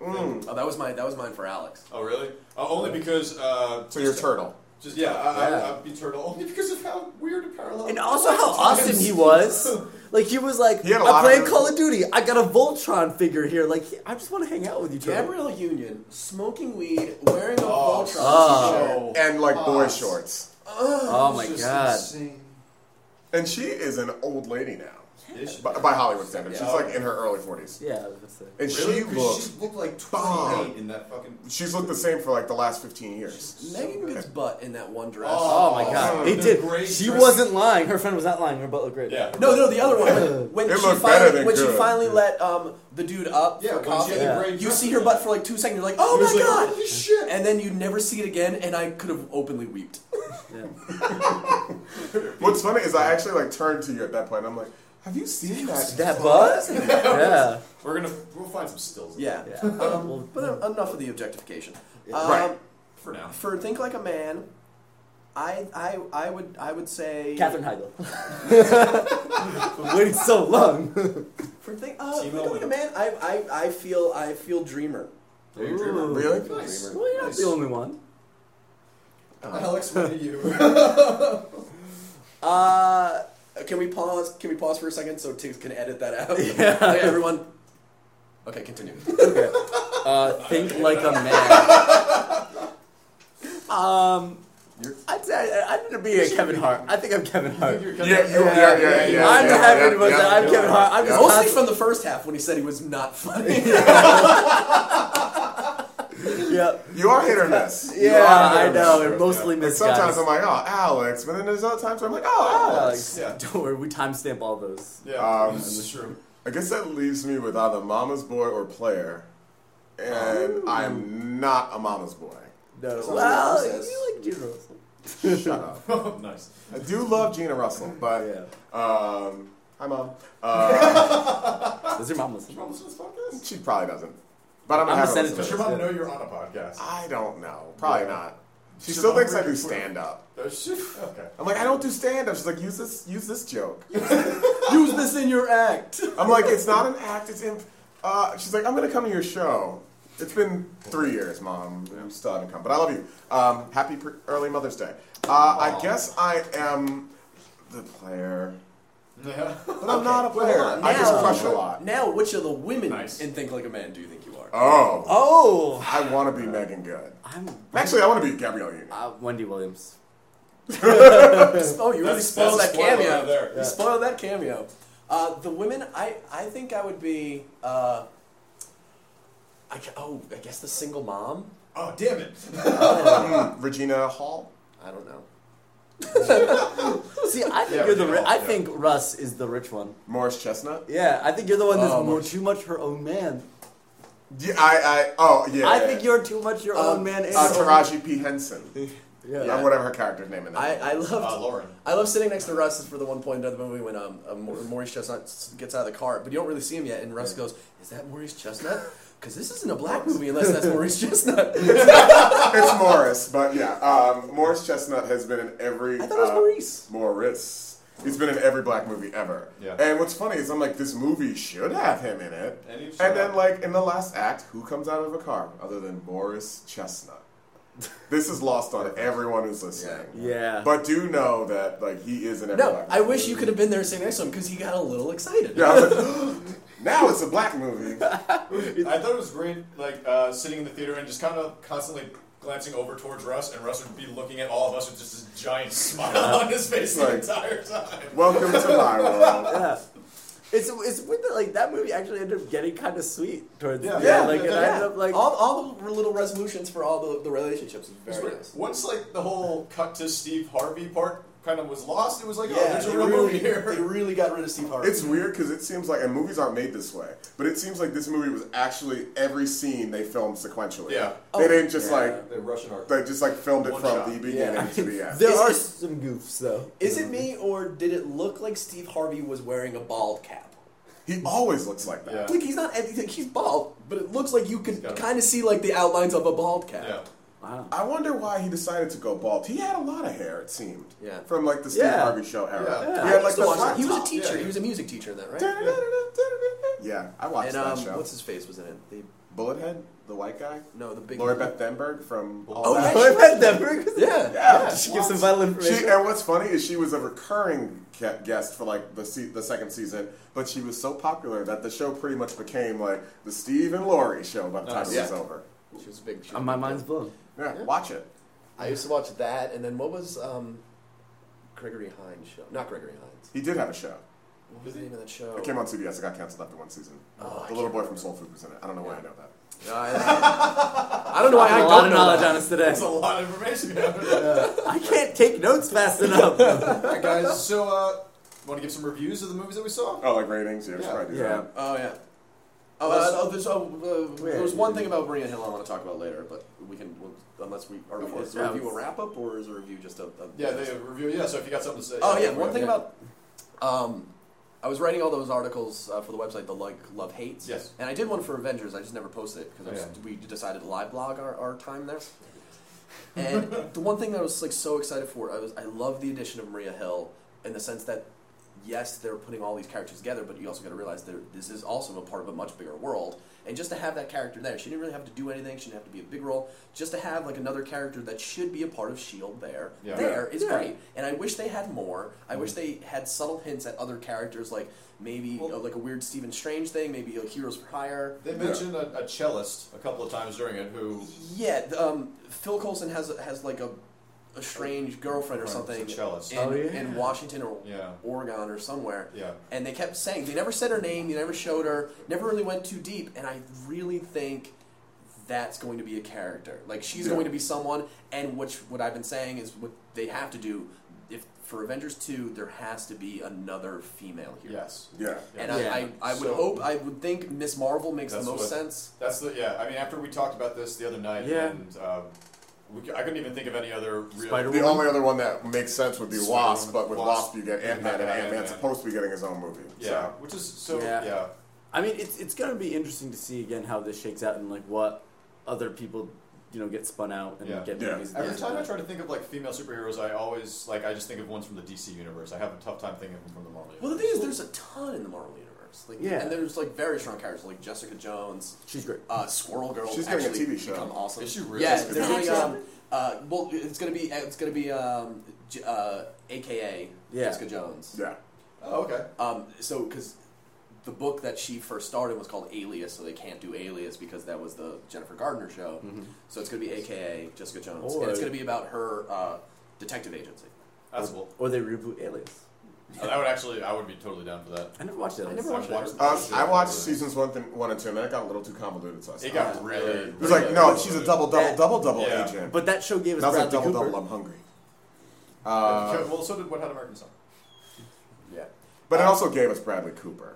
Speaker 4: Mm.
Speaker 1: Oh, that was my that was mine for Alex.
Speaker 2: Oh really? Uh, only because uh,
Speaker 4: So you're
Speaker 2: just-
Speaker 4: turtle.
Speaker 2: Just yeah, I,
Speaker 3: Yeah.
Speaker 2: I, I'd be turtle only because of how weird and parallel.
Speaker 3: And also how awesome he was. Like he was like,
Speaker 4: He had a
Speaker 3: I'm
Speaker 4: lot of
Speaker 3: playing
Speaker 4: those.
Speaker 3: Call of Duty. I got a Voltron figure here. Like he- I just want to hang out with you, Trevor.
Speaker 1: Gabrielle Union smoking weed, wearing a
Speaker 2: Oh,
Speaker 1: Voltron
Speaker 3: oh.
Speaker 1: t-shirt.
Speaker 4: And like boy
Speaker 2: Oz.
Speaker 4: shorts.
Speaker 3: Oh my god.
Speaker 4: And she is an old lady now.
Speaker 2: Ish.
Speaker 4: By, by Hollywood standards. She's
Speaker 2: Yeah.
Speaker 4: like in her early 40s.
Speaker 3: Yeah. I was gonna say.
Speaker 4: And
Speaker 2: Really?
Speaker 4: she
Speaker 2: 'Cause
Speaker 4: looks.
Speaker 2: She looked like 28
Speaker 4: bomb.
Speaker 2: in that fucking.
Speaker 4: She's looked the same for like the last 15 years.
Speaker 1: Megan Good's butt in that one dress.
Speaker 2: Oh.
Speaker 3: Oh my god.
Speaker 4: the
Speaker 3: It did.
Speaker 2: great
Speaker 3: She
Speaker 2: dress-
Speaker 3: wasn't lying. Her friend was not lying. Her butt looked great.
Speaker 2: Yeah.
Speaker 1: No, no, the other one. When,
Speaker 4: It
Speaker 1: when she
Speaker 4: looked better
Speaker 1: finally
Speaker 4: than
Speaker 1: when she
Speaker 4: good.
Speaker 1: finally let um, the dude up
Speaker 2: Yeah,
Speaker 1: for
Speaker 2: when she had
Speaker 1: coffee,
Speaker 2: the
Speaker 3: Yeah.
Speaker 2: gray
Speaker 1: you
Speaker 2: dress
Speaker 1: see her
Speaker 2: on.
Speaker 1: butt for like two seconds. You're like, oh
Speaker 2: It was
Speaker 1: my
Speaker 2: like,
Speaker 1: god,
Speaker 2: holy shit.
Speaker 1: And then you never see it again. And I could have openly weeped.
Speaker 3: Yeah.
Speaker 4: What's funny is I actually like turned to you at that point. and I'm like, have you seen that?
Speaker 3: That butt? yeah.
Speaker 2: We're gonna we'll find some stills.
Speaker 1: Yeah.
Speaker 3: Yeah.
Speaker 1: Um,
Speaker 3: Well-
Speaker 1: but en- enough of the objectification. Um,
Speaker 4: Right.
Speaker 2: For now.
Speaker 1: For think like a man, I I I would I would say
Speaker 3: Catherine Heigl. Waiting so long.
Speaker 1: For think, uh,
Speaker 2: Team
Speaker 1: think like a
Speaker 2: Owen.
Speaker 1: man, I, I I feel I feel dreamer.
Speaker 3: Ooh.
Speaker 4: Really?
Speaker 2: Nice.
Speaker 3: Well, you're not
Speaker 2: Nice.
Speaker 3: the only one.
Speaker 2: Alex, what are you?
Speaker 1: Uh, can we pause? Can we pause for a second so Tiggs can edit that out?
Speaker 3: Yeah.
Speaker 1: Okay, everyone. Okay, continue.
Speaker 3: Okay. Uh, think like a man. Um,
Speaker 4: You're-
Speaker 3: I'd say I, I'm gonna be a Kevin Hart. I think I'm Kevin Hart.
Speaker 2: You're
Speaker 4: Yeah,
Speaker 2: kinda-
Speaker 4: yeah, yeah, yeah, yeah, yeah.
Speaker 3: I'm
Speaker 4: yeah,
Speaker 3: happy
Speaker 4: yeah,
Speaker 3: with
Speaker 4: yeah,
Speaker 3: that. I'm
Speaker 4: yeah.
Speaker 3: Kevin Hart. I'm just
Speaker 1: Mostly
Speaker 3: constant-
Speaker 1: from the first half when he said he was not funny.
Speaker 3: Yeah,
Speaker 4: You are hit or miss. You
Speaker 3: yeah,
Speaker 4: are hit or
Speaker 3: I
Speaker 4: miss.
Speaker 3: know. And mostly
Speaker 4: Like
Speaker 3: missed
Speaker 4: sometimes
Speaker 3: guys.
Speaker 4: I'm like, oh, Alex, but then there's other times where I'm like, oh, Alex.
Speaker 3: Alex,
Speaker 2: Yeah.
Speaker 3: Don't worry, we timestamp all those.
Speaker 2: Yeah,
Speaker 4: Um,
Speaker 2: this is true.
Speaker 4: I guess that leaves me with either mama's boy or player, and I'm not a mama's boy.
Speaker 3: No.
Speaker 1: Sounds
Speaker 3: Well,
Speaker 1: like Moses.
Speaker 3: you like Gene Russell.
Speaker 4: Shut up.
Speaker 2: nice.
Speaker 4: I do love Gina Russell, but um, hi mom. Uh,
Speaker 3: Does your mom listen?
Speaker 2: Does your mom listen to this podcast?
Speaker 4: she probably doesn't, but I'm
Speaker 3: I'm
Speaker 4: gonna have her
Speaker 3: a
Speaker 4: listen
Speaker 2: Does
Speaker 4: to
Speaker 2: your
Speaker 4: this.
Speaker 2: mom know you're on a podcast?
Speaker 4: I don't know. Probably not. She
Speaker 2: Does
Speaker 4: still
Speaker 2: your mom
Speaker 4: thinks I
Speaker 2: read
Speaker 4: do
Speaker 2: your Twitter?
Speaker 4: stand up.
Speaker 2: Does she? Okay.
Speaker 4: I'm like, I don't do stand up. She's like, use this, use this joke.
Speaker 1: Use this in your act.
Speaker 4: I'm like, it's not an act. It's imp. Uh, she's like, I'm gonna come to your show. It's been three years, mom. You still haven't come, but I love you. Um, happy pre- early Mother's Day. Uh, I
Speaker 2: Aw.
Speaker 4: guess I am the player,
Speaker 2: Yeah.
Speaker 4: but I'm not a player.
Speaker 1: Hold on,
Speaker 4: I just
Speaker 1: now-
Speaker 4: crush a lot.
Speaker 1: Now, which of the women
Speaker 2: Nice.
Speaker 1: in Think Like a Man do you think you are?
Speaker 4: Oh,
Speaker 3: Oh,
Speaker 4: I want to be Megan Good.
Speaker 3: I'm
Speaker 4: Actually, I want to be Gabrielle Union.
Speaker 3: uh, Wendy Williams.
Speaker 1: Oh, you really
Speaker 2: That's-
Speaker 1: spoiled that
Speaker 2: that's a spoiler
Speaker 1: cameo.
Speaker 2: right there.
Speaker 1: You
Speaker 2: Yeah.
Speaker 1: spoiled that cameo. Uh, the women, I, I think I would be. Uh, I, ca- oh, I guess the single mom.
Speaker 2: Oh damn it!
Speaker 4: Mm, Regina Hall.
Speaker 1: I don't know.
Speaker 3: See, I think
Speaker 2: Yeah,
Speaker 3: you're the.
Speaker 2: yeah,
Speaker 3: Ri- I
Speaker 2: yeah.
Speaker 3: think Russ is the rich one.
Speaker 4: Morris Chestnut.
Speaker 3: Yeah, I think you're the one that's
Speaker 1: Oh,
Speaker 3: more,
Speaker 1: my-
Speaker 3: too much her own man.
Speaker 4: Yeah, I, I. Oh, yeah.
Speaker 3: I
Speaker 4: yeah,
Speaker 3: think
Speaker 4: yeah.
Speaker 3: you're too much your
Speaker 1: Um,
Speaker 3: own man. And
Speaker 4: Uh,
Speaker 3: your own-
Speaker 4: Taraji P Henson.
Speaker 3: Yeah.
Speaker 4: Or whatever her character's name is.
Speaker 1: I, I loved.
Speaker 2: Uh, Lauren.
Speaker 1: I love sitting next to Russ for the one point of the movie when um, uh, Maur- Maurice Chestnut s- gets out of the car, but you don't really see him yet. And Russ goes, "Is that Maurice Chestnut? Because this isn't a black movie unless that's Maurice Chestnut."
Speaker 4: it's Morris, but yeah. Um, Morris Chestnut has been in every.
Speaker 1: I thought it was
Speaker 4: uh,
Speaker 1: Maurice.
Speaker 4: Morris. He's been in every black movie ever.
Speaker 2: Yeah.
Speaker 4: And what's funny is I'm like, this movie should have him in it.
Speaker 2: And he should.
Speaker 4: and then, like, in the last act, who comes out of a car other than Morris Chestnut? this is lost on everyone who's listening.
Speaker 3: Yeah.
Speaker 4: But do know that, like, he is in every
Speaker 1: No,
Speaker 4: black
Speaker 1: I
Speaker 4: movie.
Speaker 1: wish you could have been there sitting next to him because he got a little excited.
Speaker 4: uh, Yeah, I was like, now it's a black movie.
Speaker 2: I thought it was great, like uh, sitting in the theater and just kind of constantly glancing over towards Russ, and Russ would be looking at all of us with just this giant smile on his face the
Speaker 4: Right.
Speaker 2: entire time.
Speaker 4: Welcome to my world.
Speaker 3: Yeah. It's it's weird that like that movie actually ended up getting kind of sweet towards
Speaker 2: Yeah.
Speaker 3: the end.
Speaker 2: Yeah,
Speaker 3: like and
Speaker 2: yeah,
Speaker 3: I ended up like
Speaker 1: all, all the little resolutions for all the, the relationships is very nice.
Speaker 2: Once like the whole cut to Steve Harvey part kind of was lost, it was like,
Speaker 1: Yeah,
Speaker 2: oh, there's
Speaker 1: they
Speaker 2: a real
Speaker 1: really,
Speaker 2: movie here.
Speaker 1: they really got rid of Steve Harvey.
Speaker 4: It's weird because it seems like, and movies aren't made this way, but it seems like this movie was actually every scene they filmed sequentially.
Speaker 2: Yeah.
Speaker 4: They
Speaker 1: Oh,
Speaker 4: didn't just
Speaker 3: Yeah.
Speaker 4: like,
Speaker 5: The Russian art.
Speaker 4: they just like filmed it
Speaker 2: One
Speaker 4: from
Speaker 2: shot.
Speaker 4: the beginning
Speaker 3: Yeah.
Speaker 4: to the end.
Speaker 3: there
Speaker 1: Is
Speaker 3: are
Speaker 1: it-
Speaker 3: some goofs though.
Speaker 1: Is it me or did it look like Steve Harvey was wearing a bald cap?
Speaker 4: He always looks like that.
Speaker 2: Yeah.
Speaker 1: Like he's not anything. He's bald, but it looks like you can
Speaker 2: got a-
Speaker 1: kind of see like the outlines of a bald cap.
Speaker 2: yeah.
Speaker 3: Wow.
Speaker 4: I wonder why he decided to go bald. He had a lot of hair, it seemed.
Speaker 1: Yeah.
Speaker 4: From like the Steve
Speaker 3: Yeah.
Speaker 4: Harvey Show era.
Speaker 2: Yeah.
Speaker 4: He
Speaker 1: I
Speaker 4: had
Speaker 1: used
Speaker 4: like
Speaker 1: to
Speaker 4: the
Speaker 1: watch that.
Speaker 4: flat
Speaker 1: He was a
Speaker 4: top.
Speaker 1: teacher.
Speaker 2: yeah, yeah.
Speaker 1: He was a music teacher in that, right?
Speaker 4: Yeah, I watched
Speaker 1: And
Speaker 4: that
Speaker 1: um,
Speaker 4: show.
Speaker 1: what's his face was in it? The,
Speaker 4: Bullethead, the white guy.
Speaker 1: no, the big.
Speaker 4: Laura Beth Denberg from.
Speaker 1: Oh,
Speaker 4: All That.
Speaker 1: yeah, she-
Speaker 3: I've never-
Speaker 1: Yeah.
Speaker 4: Yeah.
Speaker 3: She gives some vital
Speaker 4: She,
Speaker 3: information.
Speaker 4: and what's funny is she was a recurring ca- guest for like the se- the second season, but she was so popular that the show pretty much became like the Steve and Laurie show by the time
Speaker 2: Nice.
Speaker 4: it was
Speaker 1: Yeah.
Speaker 4: over.
Speaker 1: She was a big. She
Speaker 3: Uh, my mind's blown.
Speaker 4: Yeah, watch it.
Speaker 1: I used to watch that, and then what was um, Gregory Hines show? Not Gregory Hines.
Speaker 4: He did have a show.
Speaker 1: What was the name of that show?
Speaker 4: It came on CBS. It got canceled after one season.
Speaker 1: Oh, I
Speaker 4: the little boy from Soul Food was in it. I don't know why I know that.
Speaker 1: No, I, I don't know why I
Speaker 3: a
Speaker 1: don't
Speaker 3: lot of
Speaker 1: know
Speaker 3: knowledge
Speaker 1: that.
Speaker 3: on us today.
Speaker 2: That's a lot of information.
Speaker 3: I can't take notes fast enough.
Speaker 2: Alright, guys, so uh, want to give some reviews of the movies that we saw?
Speaker 4: Oh, like ratings? Yeah, we should
Speaker 2: Yeah.
Speaker 4: probably do
Speaker 3: Yeah.
Speaker 4: that.
Speaker 1: Oh yeah. Oh, uh, oh, there's, oh uh, there's one thing about Maria Hill I want to talk about later, but we can we'll, unless we are
Speaker 4: Go
Speaker 1: we,
Speaker 4: for it. Um,
Speaker 1: is the
Speaker 3: Yeah,
Speaker 1: review a
Speaker 3: let's-
Speaker 1: wrap up or is a review just a, a
Speaker 2: Yeah, the review. Yeah, so if you got something to say.
Speaker 1: oh yeah, one thing
Speaker 2: yeah.
Speaker 1: about um, I was writing all those articles uh, for the website, the like love hates.
Speaker 2: Yes.
Speaker 1: And I did one for Avengers. I just never posted it because I was-
Speaker 2: Yeah.
Speaker 1: we decided to live blog our, our time there. And the one thing that I was like so excited for, I was I love the addition of Maria Hill in the sense that yes, they're putting all these characters together, but you also got to realize that this is also a part of a much bigger world. And just to have that character there, she didn't really have to do anything. She didn't have to be a big role. Just to have like another character that should be a part of Shield E there,
Speaker 2: Yeah.
Speaker 1: there is
Speaker 3: Yeah.
Speaker 1: great. And I wish they had more. I wish they had subtle hints at other characters, like maybe you know, like a weird Stephen Strange thing, maybe a Heroes for Hire.
Speaker 2: They mentioned a, a cellist a couple of times during it who.
Speaker 1: Yeah, th- um, Phil Coulson has has like a, a strange girlfriend or
Speaker 2: Right,
Speaker 1: something
Speaker 2: it's a cellist.
Speaker 1: in,
Speaker 3: Oh, yeah.
Speaker 1: in Washington or
Speaker 2: Yeah.
Speaker 1: Oregon or somewhere.
Speaker 2: Yeah.
Speaker 1: And they kept saying they never said her name, they never showed her, never really went too deep. And I really think that's going to be a character. Like she's
Speaker 4: Yeah.
Speaker 1: going to be someone. And which what I've been saying is what they have to do. If for Avengers two, there has to be another female hero.
Speaker 2: Yes.
Speaker 4: Yeah.
Speaker 1: And
Speaker 3: Yeah.
Speaker 1: I, I, I would
Speaker 2: So-
Speaker 1: hope, I would think Miss Marvel makes the
Speaker 2: That's
Speaker 1: most
Speaker 2: what-
Speaker 1: sense.
Speaker 2: That's the yeah. I mean, after we talked about this the other night,
Speaker 3: Yeah.
Speaker 2: and um, we, c- I couldn't even think of any other real.
Speaker 3: Spider-Woman.
Speaker 4: The only other one that makes sense would be
Speaker 2: Spider-Man.
Speaker 4: Wasp, but with
Speaker 2: Wasp.
Speaker 4: Wasp, you get Ant Man, and
Speaker 2: Ant-Man.
Speaker 4: Ant Man's supposed to be getting his own movie.
Speaker 2: Yeah,
Speaker 4: So.
Speaker 2: which is so
Speaker 3: Yeah.
Speaker 2: yeah.
Speaker 3: I mean, it's it's gonna be interesting to see again how this shakes out and like what other people you know get spun out and
Speaker 2: Yeah.
Speaker 3: get
Speaker 4: Yeah.
Speaker 3: movies. and
Speaker 2: Every
Speaker 3: things
Speaker 2: time I
Speaker 3: like
Speaker 2: try to think of like female superheroes, I always like I just think of ones from the DC universe. I have a tough time thinking of them from the Marvel.
Speaker 1: Well, the
Speaker 2: universe.
Speaker 1: thing is, there's a ton in the Marvel universe. Like,
Speaker 3: Yeah.
Speaker 1: and there's like very strong characters, like Jessica Jones,
Speaker 3: that. she's great.
Speaker 1: uh, Squirrel Girl.
Speaker 4: She's getting a
Speaker 1: actually
Speaker 4: TV show.
Speaker 1: Become awesome.
Speaker 2: Is she really?
Speaker 1: Yeah,
Speaker 2: Is
Speaker 1: they're
Speaker 2: it
Speaker 1: doing,
Speaker 2: actually
Speaker 1: um, uh, well, it's gonna be it's gonna be um, J- uh, AKA
Speaker 3: Yeah.
Speaker 1: Jessica Jones.
Speaker 4: Yeah.
Speaker 2: Oh, okay.
Speaker 1: Um, so because the book that she first started was called Alias, so they can't do Alias because that was the Jennifer Gardner show. So it's gonna be AKA Jessica Jones, and it's
Speaker 3: Or-
Speaker 1: gonna be about her uh, detective agency.
Speaker 2: That's cool.
Speaker 3: Or they reboot Alias.
Speaker 2: I would actually, I would be totally down for that.
Speaker 3: I never watched Alias.
Speaker 1: never watched
Speaker 2: I've watched
Speaker 4: Um,
Speaker 2: that
Speaker 4: I
Speaker 2: shit.
Speaker 4: watched seasons one, th- one and two, and then it got a little too convoluted, so I
Speaker 2: It
Speaker 4: stopped.
Speaker 2: got really.
Speaker 4: It was like, no, she's a double, double,
Speaker 3: Yeah.
Speaker 4: double, double
Speaker 2: Yeah.
Speaker 4: agent.
Speaker 3: But that show gave us
Speaker 4: And I was like,
Speaker 3: Bradley
Speaker 4: double,
Speaker 3: Cooper.
Speaker 4: double, I'm hungry. Uh,
Speaker 2: well, so did What Had American Son.
Speaker 1: Yeah.
Speaker 4: but it also gave us Bradley Cooper.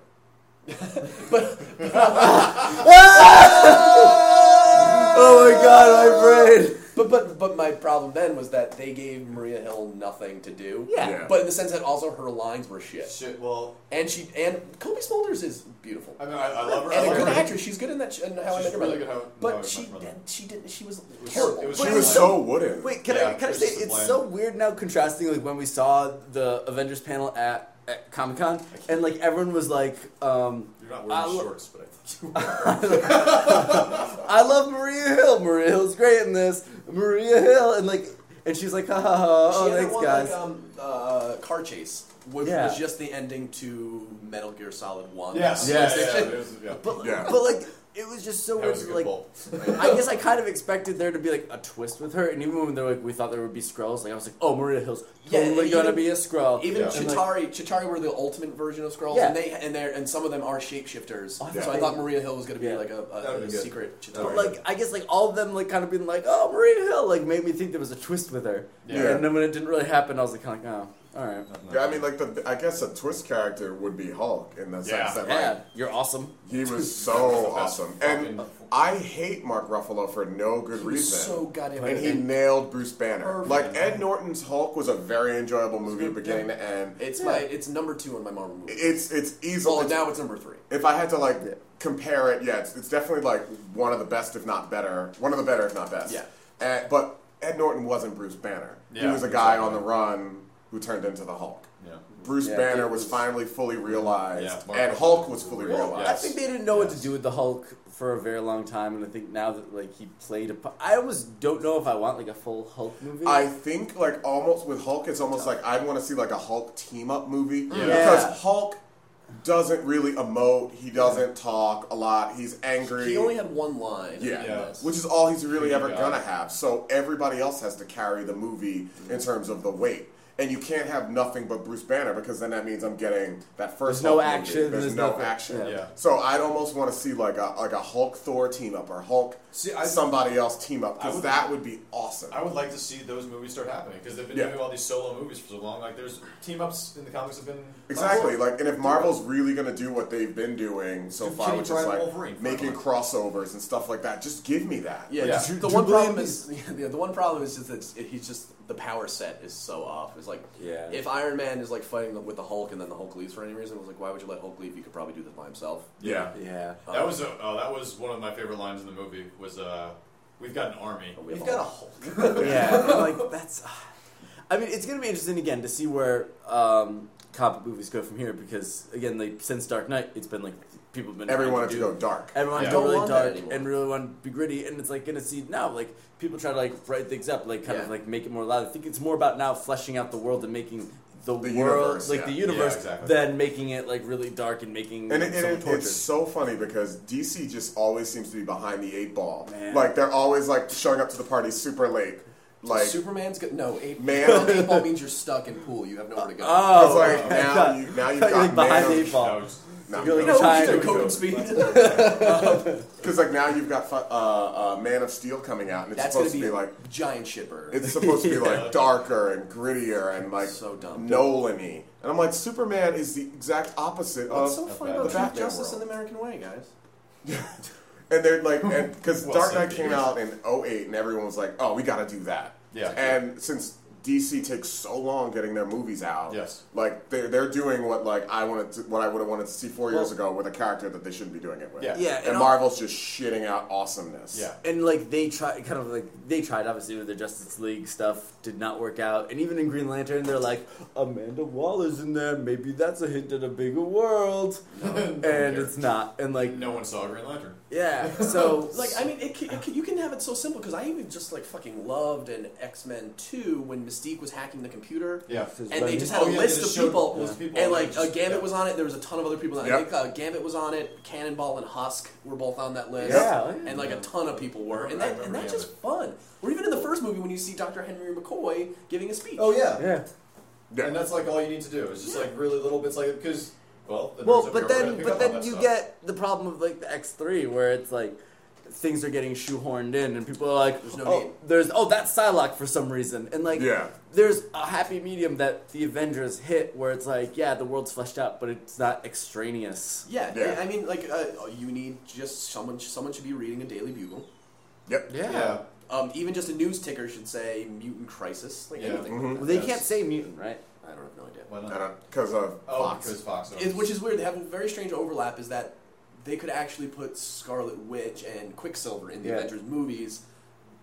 Speaker 3: Oh my god, my brain.
Speaker 1: But but but my problem then was that they gave Maria Hill nothing to do.
Speaker 3: Yeah.
Speaker 4: Yeah.
Speaker 1: But in the sense that also her lines were shit.
Speaker 2: Shit. Well,
Speaker 1: And she and Kobe Smulders is beautiful.
Speaker 2: I mean, I, I love her. I
Speaker 1: and a
Speaker 2: love
Speaker 1: good
Speaker 2: her.
Speaker 1: actress. She's good in that. Sh- in how
Speaker 2: She's
Speaker 1: I Met Your
Speaker 2: really
Speaker 1: Mother.
Speaker 2: good how- in How I
Speaker 1: but
Speaker 2: Met
Speaker 1: she
Speaker 2: Your Mother.
Speaker 1: did, she didn't. She was
Speaker 2: was-
Speaker 1: terrible.
Speaker 2: it was
Speaker 1: But
Speaker 4: She
Speaker 2: really
Speaker 1: it's
Speaker 4: was so wooden.
Speaker 3: Wait, can
Speaker 2: Yeah,
Speaker 3: I can I
Speaker 2: it's
Speaker 3: say
Speaker 2: just a
Speaker 3: it's
Speaker 2: blend.
Speaker 3: so weird now contrasting like when we saw the Avengers panel at, at Comic Con and like everyone was like, um,
Speaker 2: You're not
Speaker 3: I
Speaker 2: wearing
Speaker 3: lo-
Speaker 2: shorts, but I think you
Speaker 3: I love Maria Hill. Maria Hill's great in this. Maria Hill and like and she's like, ha ha ha.
Speaker 1: She
Speaker 3: Oh,
Speaker 1: had that
Speaker 3: thanks
Speaker 1: one
Speaker 3: guys.
Speaker 1: like um uh car chase, which
Speaker 3: Yeah.
Speaker 1: was just the ending to Metal Gear Solid One.
Speaker 2: Yes.
Speaker 3: Yes.
Speaker 2: Yeah, yeah, yeah, it was- yeah.
Speaker 3: But
Speaker 4: Yeah.
Speaker 3: but like it it was just so
Speaker 2: That
Speaker 3: weird.
Speaker 2: was a good
Speaker 3: like,
Speaker 2: pull.
Speaker 3: I guess I kind of expected there to be like a twist with her, and even when they were like, we thought there would be Skrulls, like I was like, oh, Maria Hill's
Speaker 1: Yeah,
Speaker 3: totally
Speaker 1: even-
Speaker 3: gonna be a Skrull.
Speaker 1: Even
Speaker 2: Yeah.
Speaker 3: And, like,
Speaker 1: Chitari, Chitari were the ultimate version of Skrulls,
Speaker 3: Yeah.
Speaker 1: and they and they and some of them are shapeshifters.
Speaker 3: Oh, I
Speaker 1: So
Speaker 3: thought
Speaker 1: I
Speaker 3: they-
Speaker 1: thought Maria Hill was going to be
Speaker 3: Yeah.
Speaker 1: like a, a,
Speaker 2: That'd
Speaker 1: a
Speaker 2: be good.
Speaker 1: secret
Speaker 2: That'd
Speaker 1: Chitari.
Speaker 2: be
Speaker 3: like I guess like all of them like kind of being like, oh, Maria Hill, like made me think there was a twist with her.
Speaker 2: Yeah.
Speaker 3: And then when it didn't really happen, I was like, kind of like, oh, all right.
Speaker 4: Yeah, I mean, like the I guess a twist character would be Hulk in the sense
Speaker 2: Yeah.
Speaker 4: that like
Speaker 3: Yeah, you're awesome.
Speaker 4: he was so
Speaker 2: That was the best
Speaker 4: awesome, and
Speaker 2: fucking-
Speaker 4: I hate Mark Ruffalo for no good
Speaker 1: He was
Speaker 4: reason.
Speaker 1: so goddamn.
Speaker 4: and he
Speaker 1: good.
Speaker 4: nailed Bruce Banner.
Speaker 1: Perfect.
Speaker 4: Like Ed Norton's Hulk was a very enjoyable movie, beginning to end.
Speaker 1: it's my it's number two on my Marvel movie.
Speaker 4: It's it's
Speaker 1: well,
Speaker 4: easily
Speaker 1: now it's number three.
Speaker 4: If I had to like compare it, yeah, it's, it's definitely like one of the best, if not better. One of the better, if not best.
Speaker 1: Yeah.
Speaker 4: Uh, but Ed Norton wasn't Bruce Banner. he
Speaker 2: Yeah,
Speaker 4: was a guy
Speaker 2: exactly.
Speaker 4: on the run who turned into the Hulk.
Speaker 2: Yeah.
Speaker 4: Bruce
Speaker 3: Yeah,
Speaker 4: Banner
Speaker 3: it
Speaker 4: was,
Speaker 3: was-
Speaker 4: finally fully realized,
Speaker 2: Yeah, Mark
Speaker 4: and
Speaker 2: was
Speaker 4: Hulk was fully
Speaker 2: real-
Speaker 4: realized.
Speaker 2: yeah.
Speaker 3: I think they didn't know what to do with the Hulk for a very long time, and I think now that like he played a, pa- I almost don't know if I want like a full Hulk movie.
Speaker 4: I think like almost with Hulk, it's almost like I want to see like a Hulk team up movie
Speaker 2: Yeah.
Speaker 3: Yeah.
Speaker 4: because Hulk doesn't really emote. He doesn't talk a lot. He's angry.
Speaker 1: He only had one line.
Speaker 4: Yeah.
Speaker 1: in
Speaker 2: Yeah.
Speaker 1: this.
Speaker 4: which is all he's really
Speaker 2: Yeah.
Speaker 4: ever gonna have. So everybody else has to carry the movie
Speaker 3: Mm-hmm.
Speaker 4: in terms of the weight. And you can't have nothing but Bruce Banner because then that means I'm getting that first.
Speaker 3: There's no
Speaker 4: Hulk movie.
Speaker 3: action,
Speaker 4: There's,
Speaker 3: there's
Speaker 4: no
Speaker 3: nothing.
Speaker 4: action.
Speaker 3: Yeah.
Speaker 2: Yeah.
Speaker 4: So I'd almost want to see like a like a Hulk Thor team up or Hulk
Speaker 2: See, I-
Speaker 4: somebody else team
Speaker 2: I
Speaker 4: up because
Speaker 2: would-
Speaker 4: that would be awesome.
Speaker 2: I would like to see those movies start happening because they've been
Speaker 4: Yeah.
Speaker 2: doing all these solo movies for so long. Like, there's team ups in the comics have been
Speaker 4: Exactly, like, and if Marvel's really gonna do what they've been doing so
Speaker 2: Do
Speaker 4: far,
Speaker 2: Kitty
Speaker 4: which is
Speaker 2: Pryde
Speaker 4: like
Speaker 2: Wolverine,
Speaker 4: making
Speaker 2: finally.
Speaker 4: crossovers and stuff like that, just give me that.
Speaker 1: Yeah,
Speaker 2: Yeah.
Speaker 1: just-
Speaker 2: Do-
Speaker 1: the
Speaker 3: do
Speaker 1: one
Speaker 3: you believe
Speaker 1: problem is yeah, the one problem is just that he's just the power set is so off. It's like
Speaker 3: Yeah.
Speaker 1: if Iron Man is like fighting with the Hulk and then the Hulk leaves for any reason, it was like why would you let Hulk leave? You could probably do this by himself. Um,
Speaker 4: yeah.
Speaker 3: yeah.
Speaker 2: That was a, oh, that was one of my favorite lines in the movie. Was uh, we've got an army.
Speaker 1: But we
Speaker 2: We've
Speaker 1: have
Speaker 2: got a
Speaker 1: a
Speaker 2: Hulk.
Speaker 3: yeah, and, like that's. uh, I mean, it's gonna be interesting again to see where um, comic movies go from here because again, like since Dark Knight, it's been like people have been trying
Speaker 4: Everyone had
Speaker 3: to
Speaker 4: to
Speaker 3: do-
Speaker 4: go dark.
Speaker 3: Everyone's
Speaker 2: Yeah.
Speaker 3: going
Speaker 1: Don't
Speaker 3: really
Speaker 1: want that
Speaker 3: dark
Speaker 1: anymore.
Speaker 3: and really want to be gritty, and it's like gonna see now like people try to like brighten things up, like kind of
Speaker 1: Yeah.
Speaker 3: like make it more loud. I think it's more about now fleshing out the world and making the, world
Speaker 4: universe,
Speaker 3: like
Speaker 4: yeah.
Speaker 3: the
Speaker 4: Yeah,
Speaker 3: universe
Speaker 2: exactly.
Speaker 3: than making it like really dark and making like,
Speaker 4: And, it, and
Speaker 3: someone
Speaker 4: it-
Speaker 3: tortured.
Speaker 4: it's so funny because DC just always seems to be behind the eight ball.
Speaker 3: Man.
Speaker 4: Like they're always like showing up to the party super late. Like
Speaker 1: Superman's good. No, eight,
Speaker 4: Man.
Speaker 1: man, eight ball means you're stuck in pool. You have nowhere to go.
Speaker 2: Ah,
Speaker 4: I
Speaker 3: oh,
Speaker 4: was like,
Speaker 3: I
Speaker 4: now
Speaker 3: thought-
Speaker 4: you now you've
Speaker 3: I thought you were,
Speaker 4: got
Speaker 3: like, behind the
Speaker 4: man
Speaker 3: eight ball.
Speaker 2: That was-
Speaker 4: Nah,
Speaker 3: You're, like,
Speaker 4: no.
Speaker 1: no,
Speaker 3: Time-
Speaker 1: just go and speed.
Speaker 4: because like now you've got fu- uh, uh, Man of Steel coming out, and it's
Speaker 1: That's gonna
Speaker 4: supposed
Speaker 1: be
Speaker 4: to be like
Speaker 1: a giant shipper.
Speaker 4: it's supposed to be
Speaker 3: Yeah.
Speaker 4: like darker and grittier and like
Speaker 1: So dumb.
Speaker 4: Nolan-y. And I'm like, Superman is the exact opposite
Speaker 1: What's so
Speaker 4: of,
Speaker 1: funny
Speaker 2: bad.
Speaker 1: about
Speaker 4: The
Speaker 1: Truth,
Speaker 4: Batman
Speaker 1: Justice, and
Speaker 4: world.
Speaker 1: the American Way, guys?
Speaker 4: and they're like, and because
Speaker 2: Well
Speaker 4: Dark
Speaker 2: said,
Speaker 4: Knight came
Speaker 2: Dave.
Speaker 4: out in 08, and everyone was like, oh, we got to do that.
Speaker 2: Yeah.
Speaker 4: And since DC takes so long getting their movies out,
Speaker 2: Yes.
Speaker 4: like they're, they're doing what like I wanted to, what I would have wanted to see four years
Speaker 3: Well-
Speaker 4: ago with a character that they shouldn't be doing it with.
Speaker 2: Yeah.
Speaker 3: Yeah,
Speaker 4: and,
Speaker 3: and all-
Speaker 4: Marvel's just shitting out awesomeness.
Speaker 2: Yeah.
Speaker 3: and like they tried kind of like they tried obviously with the justice league stuff did not work out and even in green lantern they're like amanda waller's in there maybe that's a hint at a bigger world and it's not and like
Speaker 2: No one saw Green Lantern.
Speaker 3: yeah so
Speaker 1: Like, I mean, it, ca- it, ca- you can have it so simple because I even just like fucking loved in X Men Two when Mystique was hacking the computer.
Speaker 2: Yeah.
Speaker 1: And they just had
Speaker 2: Oh, yeah,
Speaker 1: a
Speaker 2: they
Speaker 1: list of
Speaker 2: just showed
Speaker 1: people,
Speaker 2: those
Speaker 1: and
Speaker 2: people and
Speaker 1: like
Speaker 2: they just-
Speaker 1: uh, Gambit
Speaker 2: yeah.
Speaker 1: was on it. There was a ton of other people. on it. I
Speaker 4: Yep.
Speaker 1: think uh, Gambit was on it. Cannonball and Husk were both on that list.
Speaker 3: Yeah, yeah.
Speaker 1: and like a ton of people were, and
Speaker 2: I
Speaker 1: that and
Speaker 2: remember
Speaker 1: that's just fun. Or even in the first movie when you see Dr. Henry McCoy giving a speech.
Speaker 2: Oh yeah.
Speaker 3: yeah
Speaker 4: Yeah.
Speaker 2: And uh, that's like all you need to do. It's just like really little bits like because well. The nerds
Speaker 3: well
Speaker 2: up
Speaker 3: but
Speaker 2: here are gonna
Speaker 3: then
Speaker 2: pick
Speaker 3: but
Speaker 2: up on
Speaker 3: then
Speaker 2: that
Speaker 3: you
Speaker 2: stuff.
Speaker 3: get the problem of like the x3 where it's like things are getting shoehorned in and people are like
Speaker 1: There's no
Speaker 3: oh,
Speaker 1: need.
Speaker 3: there's oh that's Psylocke for some reason and like
Speaker 4: Yeah.
Speaker 3: there's a happy medium that the Avengers hit where it's like yeah the world's fleshed out but it's not extraneous
Speaker 1: Yeah,
Speaker 4: Yeah.
Speaker 1: I mean, like uh, you need just someone. Someone should be reading a Daily Bugle.
Speaker 4: Yep.
Speaker 2: yeah.
Speaker 1: Um, even just a news ticker should say "Mutant Crisis." Like
Speaker 2: Yeah.
Speaker 1: anything.
Speaker 4: Mhm.
Speaker 3: Well,
Speaker 1: Like
Speaker 3: they
Speaker 1: that.
Speaker 3: can't say mutant, right?
Speaker 1: I don't have no idea.
Speaker 2: Why not?
Speaker 4: Because uh, of
Speaker 2: Oh,
Speaker 4: Fox.
Speaker 2: because Fox. owns
Speaker 1: It- which is weird. They have a very strange overlap. Is that they could actually put Scarlet Witch and Quicksilver in the
Speaker 3: Yeah.
Speaker 1: Avengers movies,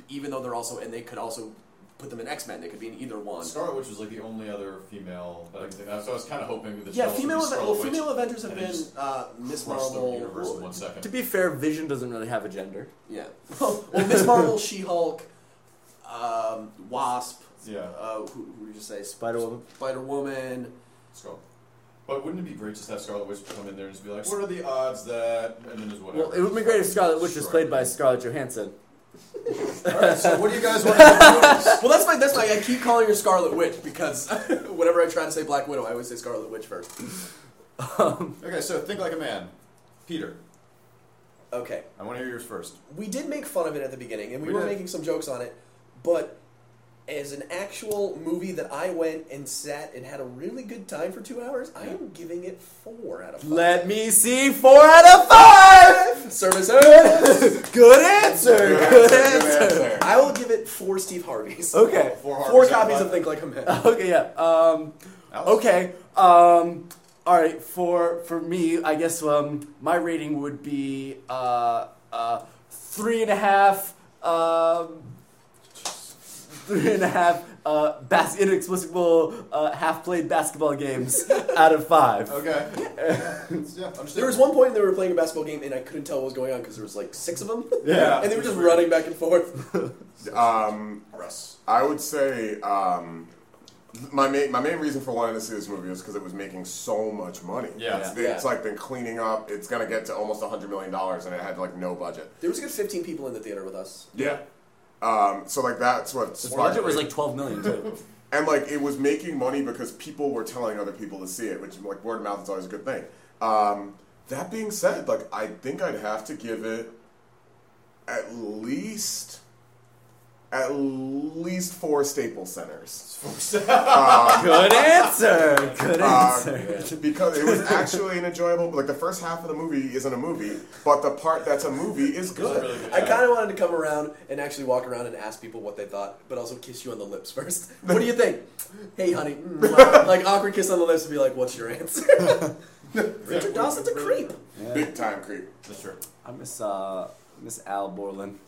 Speaker 1: even though they're also and they could also put them in X Men. They could be in either one.
Speaker 2: Scarlet Witch was like the only other female that I can think of. So I was kind of hoping that the
Speaker 1: yeah,
Speaker 2: Scarlet
Speaker 1: female.
Speaker 2: Witch,
Speaker 1: Aven-
Speaker 2: Scarlet
Speaker 1: well,
Speaker 2: Witch
Speaker 1: female Avengers have
Speaker 2: and they
Speaker 1: been
Speaker 2: just
Speaker 1: uh, Miss
Speaker 2: crushed the
Speaker 1: Marvel.
Speaker 2: universe in one second.
Speaker 3: To be fair, Vision doesn't really have a gender.
Speaker 1: Yeah. Well, Miss Marvel, She Hulk, um, Wasp.
Speaker 2: Yeah.
Speaker 1: Uh, who, who would you say?
Speaker 3: Spider Woman.
Speaker 1: Spider Woman.
Speaker 2: Scarlet. But wouldn't it be great just to have Scarlet Witch come in there and just be like, what are the odds that, and then just whatever.
Speaker 3: Well, it would be great if Scarlet Witch was
Speaker 2: Sure.
Speaker 3: played by Scarlett Johansson.
Speaker 2: All right, so what do you guys want to do?
Speaker 1: Well, that's my that's my. I keep calling her Scarlet Witch because whenever I try to say Black Widow, I always say Scarlet Witch first.
Speaker 2: Okay, so think like a man. Peter,
Speaker 1: Okay,
Speaker 2: I want to hear yours first.
Speaker 1: we did make fun of it at the beginning, and we,
Speaker 2: We
Speaker 1: were
Speaker 2: did.
Speaker 1: making some jokes on it, but as an actual movie that I went and sat and had a really good time for two hours, I am giving it four out of five.
Speaker 3: Let me see four out of five.
Speaker 1: Service. Ed!
Speaker 3: Good answer. Good answer.
Speaker 1: I will give it four Steve Harveys.
Speaker 3: Okay.
Speaker 2: Four,
Speaker 1: Four
Speaker 2: Harvey's
Speaker 1: copies
Speaker 2: out
Speaker 1: of Think Like a Man.
Speaker 3: Okay. Yeah. Um.
Speaker 2: Alex?
Speaker 3: Okay. Um. All right. For for me, I guess um my rating would be uh uh three and a half um three and a half uh bas- inexplicable uh half played basketball games out of five.
Speaker 2: Okay. yeah, understand.
Speaker 1: There was one point they were playing a basketball game and I couldn't tell what was going on because there was like six of them.
Speaker 2: Yeah.
Speaker 1: and they were just running back and forth.
Speaker 4: Um,
Speaker 2: Russ.
Speaker 4: I would say um, my main my main reason for wanting to see this movie is because it was making so much money.
Speaker 2: Yeah.
Speaker 4: it's,
Speaker 1: Yeah.
Speaker 4: it's like been cleaning up. It's gonna get to almost hundred million dollars, and it had like no budget.
Speaker 1: There was a good 15 people in the theater with us.
Speaker 4: Yeah. Um, so like that's what
Speaker 3: His
Speaker 4: sparked
Speaker 3: budget was
Speaker 4: it.
Speaker 3: like twelve million too.
Speaker 4: and like it was making money because people were telling other people to see it, which like word of mouth is always a good thing. Um, that being said, like I think I'd have to give it at least at least four Staples Centers.
Speaker 3: Good answer. Good
Speaker 4: Uh,
Speaker 3: answer.
Speaker 4: because it was actually an enjoyable. Like the first half of the movie isn't a movie, but the part that's a movie is good.
Speaker 2: really good.
Speaker 1: I kind of wanted to come around and actually walk around and ask people what they thought, but also kiss you on the lips first. What do you think? Hey, honey. mwah. like awkward kiss on the lips and be like, "What's your answer?" Richard Dawson's a creep.
Speaker 4: Big time creep.
Speaker 2: That's true.
Speaker 3: I miss uh miss Al Borland.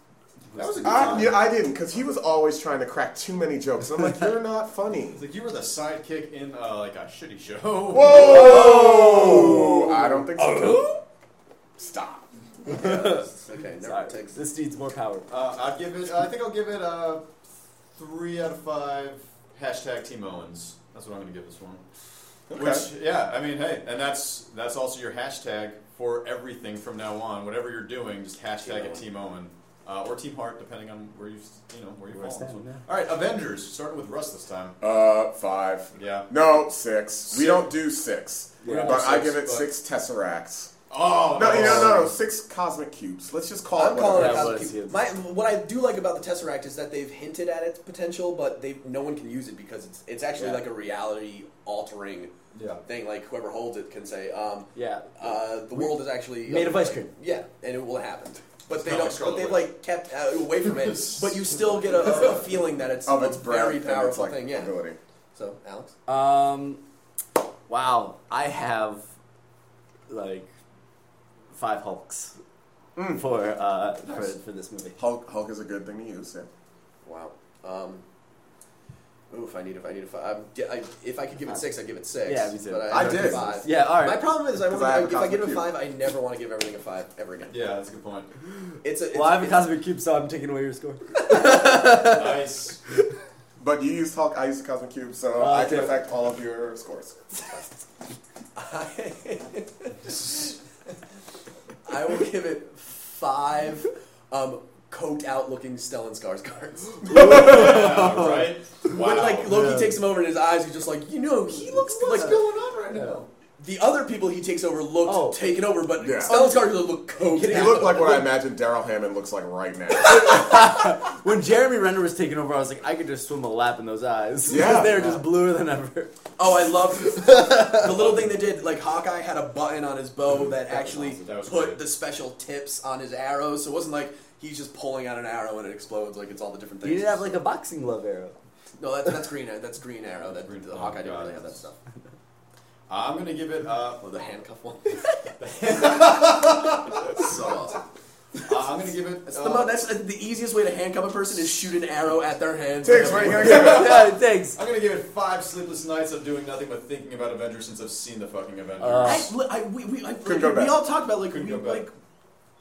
Speaker 2: That was a good
Speaker 4: I,
Speaker 2: time.
Speaker 4: yeah, I didn't, because he was always trying to crack too many jokes. And I'm like, you're not funny.
Speaker 2: It's like you were the sidekick in uh, like a shitty show.
Speaker 4: Whoa! I don't think so. Stop.
Speaker 1: Okay, never
Speaker 3: Sorry.
Speaker 1: takes.
Speaker 3: This needs more power.
Speaker 2: Uh, I'd give it. I think I'll give it a three out of five. Hashtag Team Owens. That's what I'm going to give this one. Which, yeah, I mean, hey, and that's that's also your hashtag for everything from now on. Whatever you're doing, just hashtag it Team Owen uh, or Team Heart, depending on where you you know where you
Speaker 3: Where I
Speaker 2: fall.
Speaker 3: stand, yeah.
Speaker 2: All right, Avengers. Starting with Russ this time.
Speaker 4: Uh, five.
Speaker 2: Yeah.
Speaker 4: No, six. We
Speaker 2: Six.
Speaker 4: don't do six.
Speaker 3: We don't do
Speaker 4: But I
Speaker 2: six,
Speaker 4: give it
Speaker 2: but-
Speaker 4: six tesseracts.
Speaker 2: Oh
Speaker 4: No, you know,
Speaker 2: nice.
Speaker 4: no, no, six cosmic cubes. Let's just call
Speaker 1: I'm
Speaker 4: it
Speaker 1: calling
Speaker 4: whatever.
Speaker 3: Yeah,
Speaker 1: it Cosmic
Speaker 3: was,
Speaker 1: Cube.
Speaker 3: yeah.
Speaker 1: My, what I do like about the Tesseract is that they've hinted at its potential, but they no one can use it because it's it's actually
Speaker 2: Yeah.
Speaker 1: like a reality altering
Speaker 2: Yeah.
Speaker 1: thing. Like whoever holds it can say, um,
Speaker 3: Yeah.
Speaker 1: uh, "The world is actually
Speaker 3: Made of ice cream.
Speaker 1: Yeah, and it will happen. But they
Speaker 2: not like
Speaker 1: don't.
Speaker 2: Scarlet
Speaker 1: But they've
Speaker 2: Witch.
Speaker 1: like kept uh, away from it. but you still get a, a feeling that it's
Speaker 4: Of
Speaker 1: a
Speaker 4: its breath
Speaker 1: very
Speaker 4: and its
Speaker 1: powerful
Speaker 4: like
Speaker 1: thing. Yeah.
Speaker 4: ability.
Speaker 1: So Alex,
Speaker 3: Um, wow, I have like five Hulks for uh
Speaker 2: Nice.
Speaker 3: for, for this movie.
Speaker 4: Hulk, Hulk is a good thing to use. Yeah.
Speaker 1: wow. Um, oof, I need if I need if I, I if I could give it six, I'd give it six.
Speaker 3: Yeah, me too.
Speaker 1: But
Speaker 4: I
Speaker 1: I,
Speaker 4: did.
Speaker 1: Five.
Speaker 3: Yeah, all
Speaker 1: My
Speaker 3: right.
Speaker 1: problem is, I won't,
Speaker 4: Because I have a
Speaker 1: if I give it a
Speaker 4: cosmic
Speaker 1: five, I never want to give everything a five ever again.
Speaker 2: Yeah, that's a good point.
Speaker 1: It's a. It's,
Speaker 3: Well, I have a
Speaker 1: it's-
Speaker 3: cosmic cube, so I'm taking away your score.
Speaker 2: nice.
Speaker 4: But you used Hulk, I used the Cosmic Cube, so
Speaker 3: Uh,
Speaker 4: I can
Speaker 3: okay.
Speaker 4: affect all of your scores.
Speaker 1: I will give it five um, coked out looking Stellan Skarsgård.
Speaker 2: Yeah, right. Wow.
Speaker 1: When like Loki
Speaker 3: Yeah.
Speaker 1: takes him over and his eyes are just like, you know, he looks
Speaker 2: What's
Speaker 1: like
Speaker 2: going on right now?
Speaker 1: the other people he takes over looked
Speaker 3: Oh.
Speaker 1: taken over, but
Speaker 4: Yeah.
Speaker 1: Stellan Skarsgård looked coked.
Speaker 4: You
Speaker 1: out.
Speaker 4: look like what I imagine Daryl Hammond looks like right now.
Speaker 3: When Jeremy Renner was taking over, I was like, I could just swim a lap in those eyes.
Speaker 4: Yeah.
Speaker 3: they're just bluer than ever.
Speaker 1: Oh, I love the little thing they did. Like Hawkeye had a button on his bow that actually
Speaker 2: awesome. That was
Speaker 1: put
Speaker 2: great.
Speaker 1: the special tips on his arrows, so it wasn't like he's just pulling out an arrow and it explodes. Like it's all the different
Speaker 3: You
Speaker 1: things.
Speaker 3: didn't have like a boxing glove arrow.
Speaker 1: no, that's that's green. That's green arrow. That
Speaker 2: Green-
Speaker 1: the Hawkeye didn't
Speaker 2: oh,
Speaker 1: really
Speaker 2: God.
Speaker 1: have that stuff.
Speaker 2: I'm gonna give it. Uh,
Speaker 1: Oh, the handcuff one. so awesome.
Speaker 2: I'm gonna give it.
Speaker 1: That's,
Speaker 2: uh,
Speaker 1: the, mo- that's uh, the easiest way to handcuff a person is shoot an arrow at their hands.
Speaker 4: Tiggs, what are you gonna give it?
Speaker 3: yeah, thanks.
Speaker 2: I'm gonna give it five sleepless nights of doing nothing but thinking about Avengers since I've seen the fucking Avengers.
Speaker 1: Uh, I, li- I, we, we, I,
Speaker 4: Couldn't go
Speaker 1: we
Speaker 4: back.
Speaker 1: all talked about like
Speaker 2: Couldn't
Speaker 1: we
Speaker 2: go back.
Speaker 1: like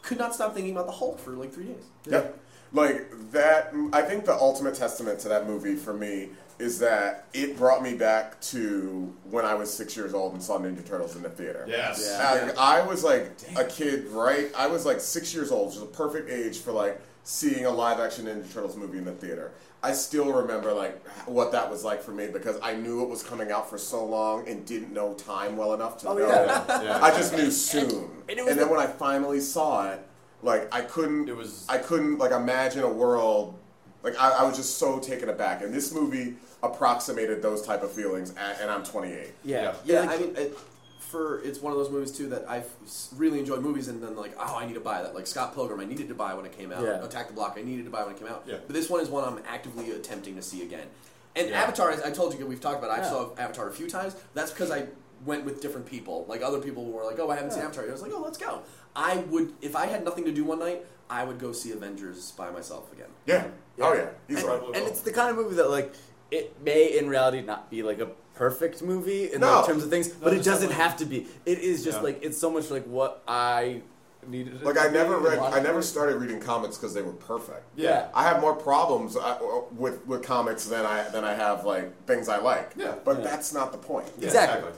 Speaker 1: could not stop thinking about the Hulk for like three days.
Speaker 4: Yep. Like that, I think the ultimate testament to that movie for me is that it brought me back to when I was six years old and saw Ninja Turtles in the theater.
Speaker 2: Yes.
Speaker 3: Yeah.
Speaker 4: Like, I was like a kid, right? I was like six years old, which is a perfect age for like seeing a live action Ninja Turtles movie in the theater. I still remember like what that was like for me because I knew it was coming out for so long and didn't know time well enough to know.
Speaker 2: Yeah, yeah.
Speaker 4: I just knew soon.
Speaker 3: and
Speaker 4: And,
Speaker 3: it was
Speaker 4: then
Speaker 3: the-
Speaker 4: when I finally saw it, like I couldn't
Speaker 2: It was-
Speaker 4: I couldn't like imagine a world like I, I was just so taken aback. And this movie approximated those type of feelings and, and I'm 28.
Speaker 3: Yeah.
Speaker 1: Yeah,
Speaker 3: like-
Speaker 1: I mean, it, for it's one of those movies too that I really enjoyed movies and then like, oh, I need to buy that. Like Scott Pilgrim, I needed to buy when it came out.
Speaker 3: Yeah.
Speaker 1: Attack the Block, I needed to buy when it came out.
Speaker 2: Yeah.
Speaker 1: But this one is one I'm actively attempting to see again. And
Speaker 2: Yeah.
Speaker 1: Avatar, as I told you, we've talked about. it, I
Speaker 3: Yeah.
Speaker 1: saw Avatar a few times. That's because I went with different people. Like other people were like, oh, I haven't seen Avatar. I was like, oh, let's go. I would if I had nothing to do one night, I would go see Avengers by myself again.
Speaker 4: Yeah. Oh yeah.
Speaker 3: and,
Speaker 4: Easily.
Speaker 2: Probably
Speaker 3: and
Speaker 2: will.
Speaker 3: it's the kind of movie that like it may in reality not be like a perfect movie in
Speaker 4: No.
Speaker 3: like, terms of things, but it
Speaker 2: it's
Speaker 3: doesn't
Speaker 2: definitely-
Speaker 3: have to be. It is just
Speaker 2: Yeah.
Speaker 3: like it's so much like what I needed. it
Speaker 4: Like
Speaker 3: to
Speaker 4: I
Speaker 3: be
Speaker 4: never
Speaker 3: in
Speaker 4: read
Speaker 3: a lot
Speaker 4: I
Speaker 3: of
Speaker 4: never
Speaker 3: ways.
Speaker 4: started reading comics because they were perfect.
Speaker 2: Yeah.
Speaker 4: I have more problems uh, with with comics than I than I have like things I like.
Speaker 2: Yeah.
Speaker 4: But
Speaker 3: Yeah.
Speaker 4: that's not the point.
Speaker 2: Yeah,
Speaker 3: Exactly.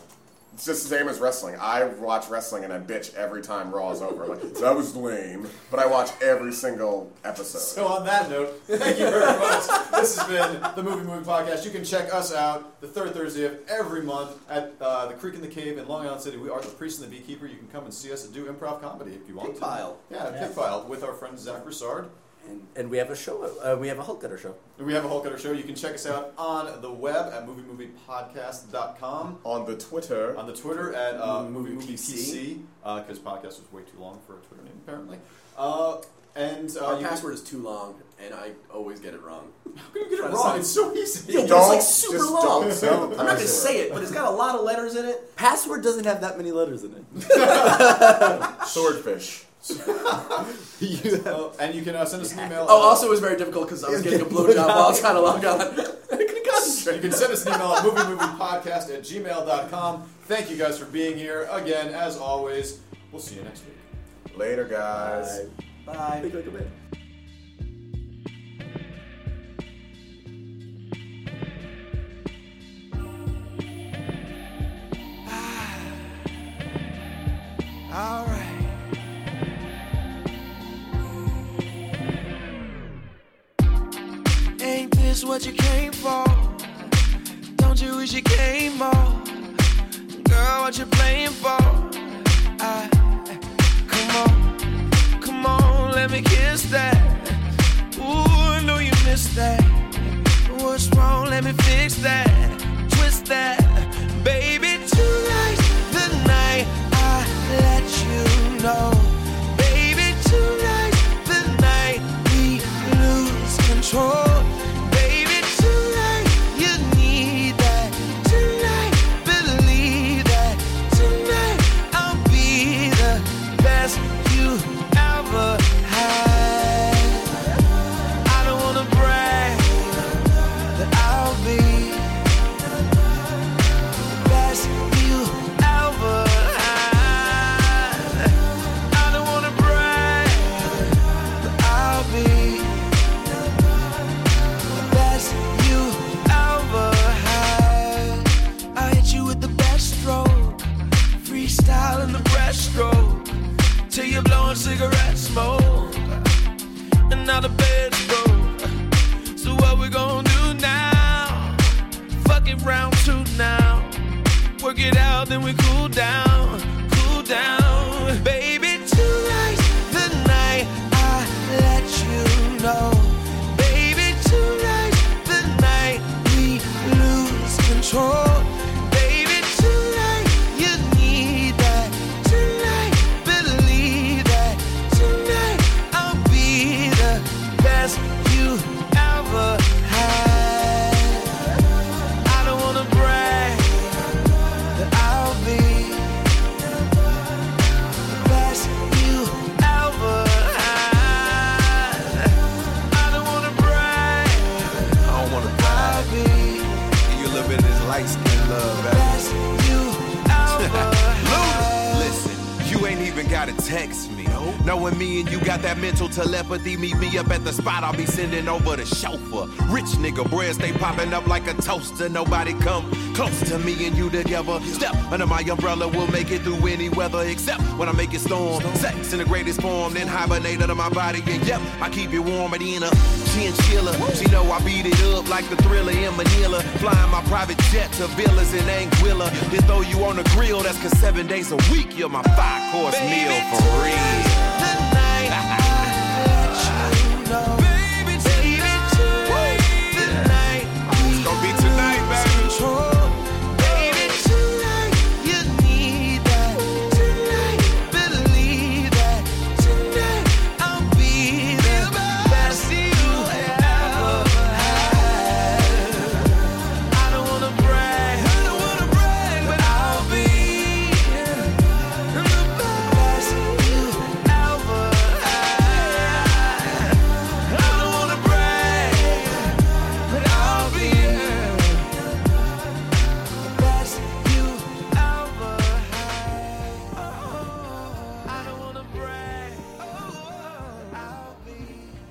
Speaker 4: It's just the same as wrestling. I watch wrestling and I bitch every time Raw is over. Like that was lame, but I watch every single episode.
Speaker 2: So on that note, thank you very much. this has been the Movie Movie Podcast. You can check us out the third Thursday of every month at uh, the Creek in the Cave in Long Island City. We are the Priest and the Beekeeper. You can come and see us and do improv comedy if you want. to.
Speaker 1: Pile.
Speaker 2: Yeah,
Speaker 3: Yeah.
Speaker 2: Pig Pile with our friend Zach Broussard.
Speaker 3: And, and we have a show. Uh, we have a Hulk at our show.
Speaker 2: And we have a Hulk at our show. You can check us out on the web at moviemoviepodcast.com.
Speaker 4: on the Twitter,
Speaker 2: on the Twitter at uh,
Speaker 1: Movie Movie
Speaker 2: Movie PC because podcast was way too long for a Twitter name apparently. Uh, and uh,
Speaker 1: Our
Speaker 2: you
Speaker 1: password is too long, and I always get it wrong.
Speaker 2: How can you get
Speaker 1: Try
Speaker 2: it
Speaker 1: to
Speaker 2: wrong?
Speaker 1: say-
Speaker 2: It's so easy.
Speaker 1: Yeah,
Speaker 4: Don't-
Speaker 1: but it's like super
Speaker 4: just
Speaker 1: long.
Speaker 4: don't sell
Speaker 1: I'm not
Speaker 4: the
Speaker 1: gonna
Speaker 4: password.
Speaker 1: say it, but it's got a lot of letters in it.
Speaker 3: Password doesn't have that many letters in it.
Speaker 4: swordfish.
Speaker 3: you have,
Speaker 2: Uh, and you can uh, send us an email.
Speaker 1: Oh,
Speaker 2: at-
Speaker 1: also it was very difficult because I was getting a blowjob while I was trying to log on. I couldn't
Speaker 2: uh, You
Speaker 1: concentrate.
Speaker 2: can send us an email at moviemoviepodcast at gmail.com. Thank you guys for being here. Again, as always, we'll see you next week.
Speaker 4: Later, guys.
Speaker 1: Bye.
Speaker 3: think like a man.
Speaker 5: Ain't this what you came for? Don't you wish you came more? Girl, what you playing for? I, come on, come on, let me kiss that. Ooh, I know you missed that. What's wrong? Let me fix that. Twist that, baby. Tonight's the night I let you know, baby. Tonight's the night we lose control, baby. Tonight you need that. Tonight believe that. Tonight I'll be the best you ever had. I don't wanna brag that I'll be the best you ever had. I don't wanna brag, but I'll be the best you ever had. I hit you with the best stroke, freestyle in the breaststroke, till you're blowing cigarette smoke, and now the bed's broke. So what we gonna do now? Fuck it round two now. Work it out, then we cool down, cool down. Baby, tonight's the night I let you know. Baby, tonight's the night we lose control. Baby, tonight you need that. Tonight, believe that. Tonight, I'll be the best you ever had. I don't wanna brag that I'll be the with me and you got that mental telepathy. Meet me up at the spot, I'll be sending over the chauffeur. Rich nigga, bread stay popping up like a toaster. Nobody come close to me and you together. Step under my umbrella, we'll make it through any weather except when I make it storm. Sex in the greatest form, then hibernate under my body. And yep, I keep you warm at the end of chinchilla. She know I beat it up like the thriller in Manila. Flying my private jet to villas in Anguilla. Then throw you on the grill, that's cause seven days a week you're my five course meal for real. It's gonna be tonight, baby.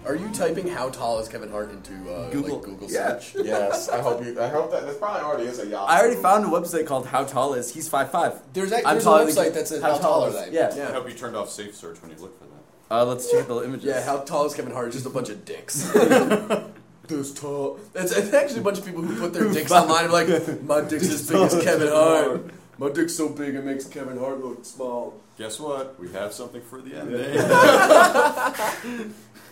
Speaker 1: Are you typing how tall is Kevin Hart into uh,
Speaker 3: Google.
Speaker 1: Google, like Google
Speaker 3: Yeah.
Speaker 1: search?
Speaker 4: Yes, I hope you. I hope that there probably already is a Yahoo.
Speaker 3: I already found a website called How Tall Is. He's five five.
Speaker 1: There's act- there's a website that says How Tall Are They?
Speaker 3: Yeah.
Speaker 2: I
Speaker 1: Yeah.
Speaker 2: hope you turned off safe search when you look for that.
Speaker 3: Uh, let's check out the images.
Speaker 1: Yeah, how tall is Kevin Hart? Just a bunch of dicks. Those tall. It's, it's actually a bunch of people who put their dicks online and be like, my dick's as big as Kevin Hart. My dick's so big it makes Kevin Hart look small.
Speaker 2: Guess what? We have something for the end.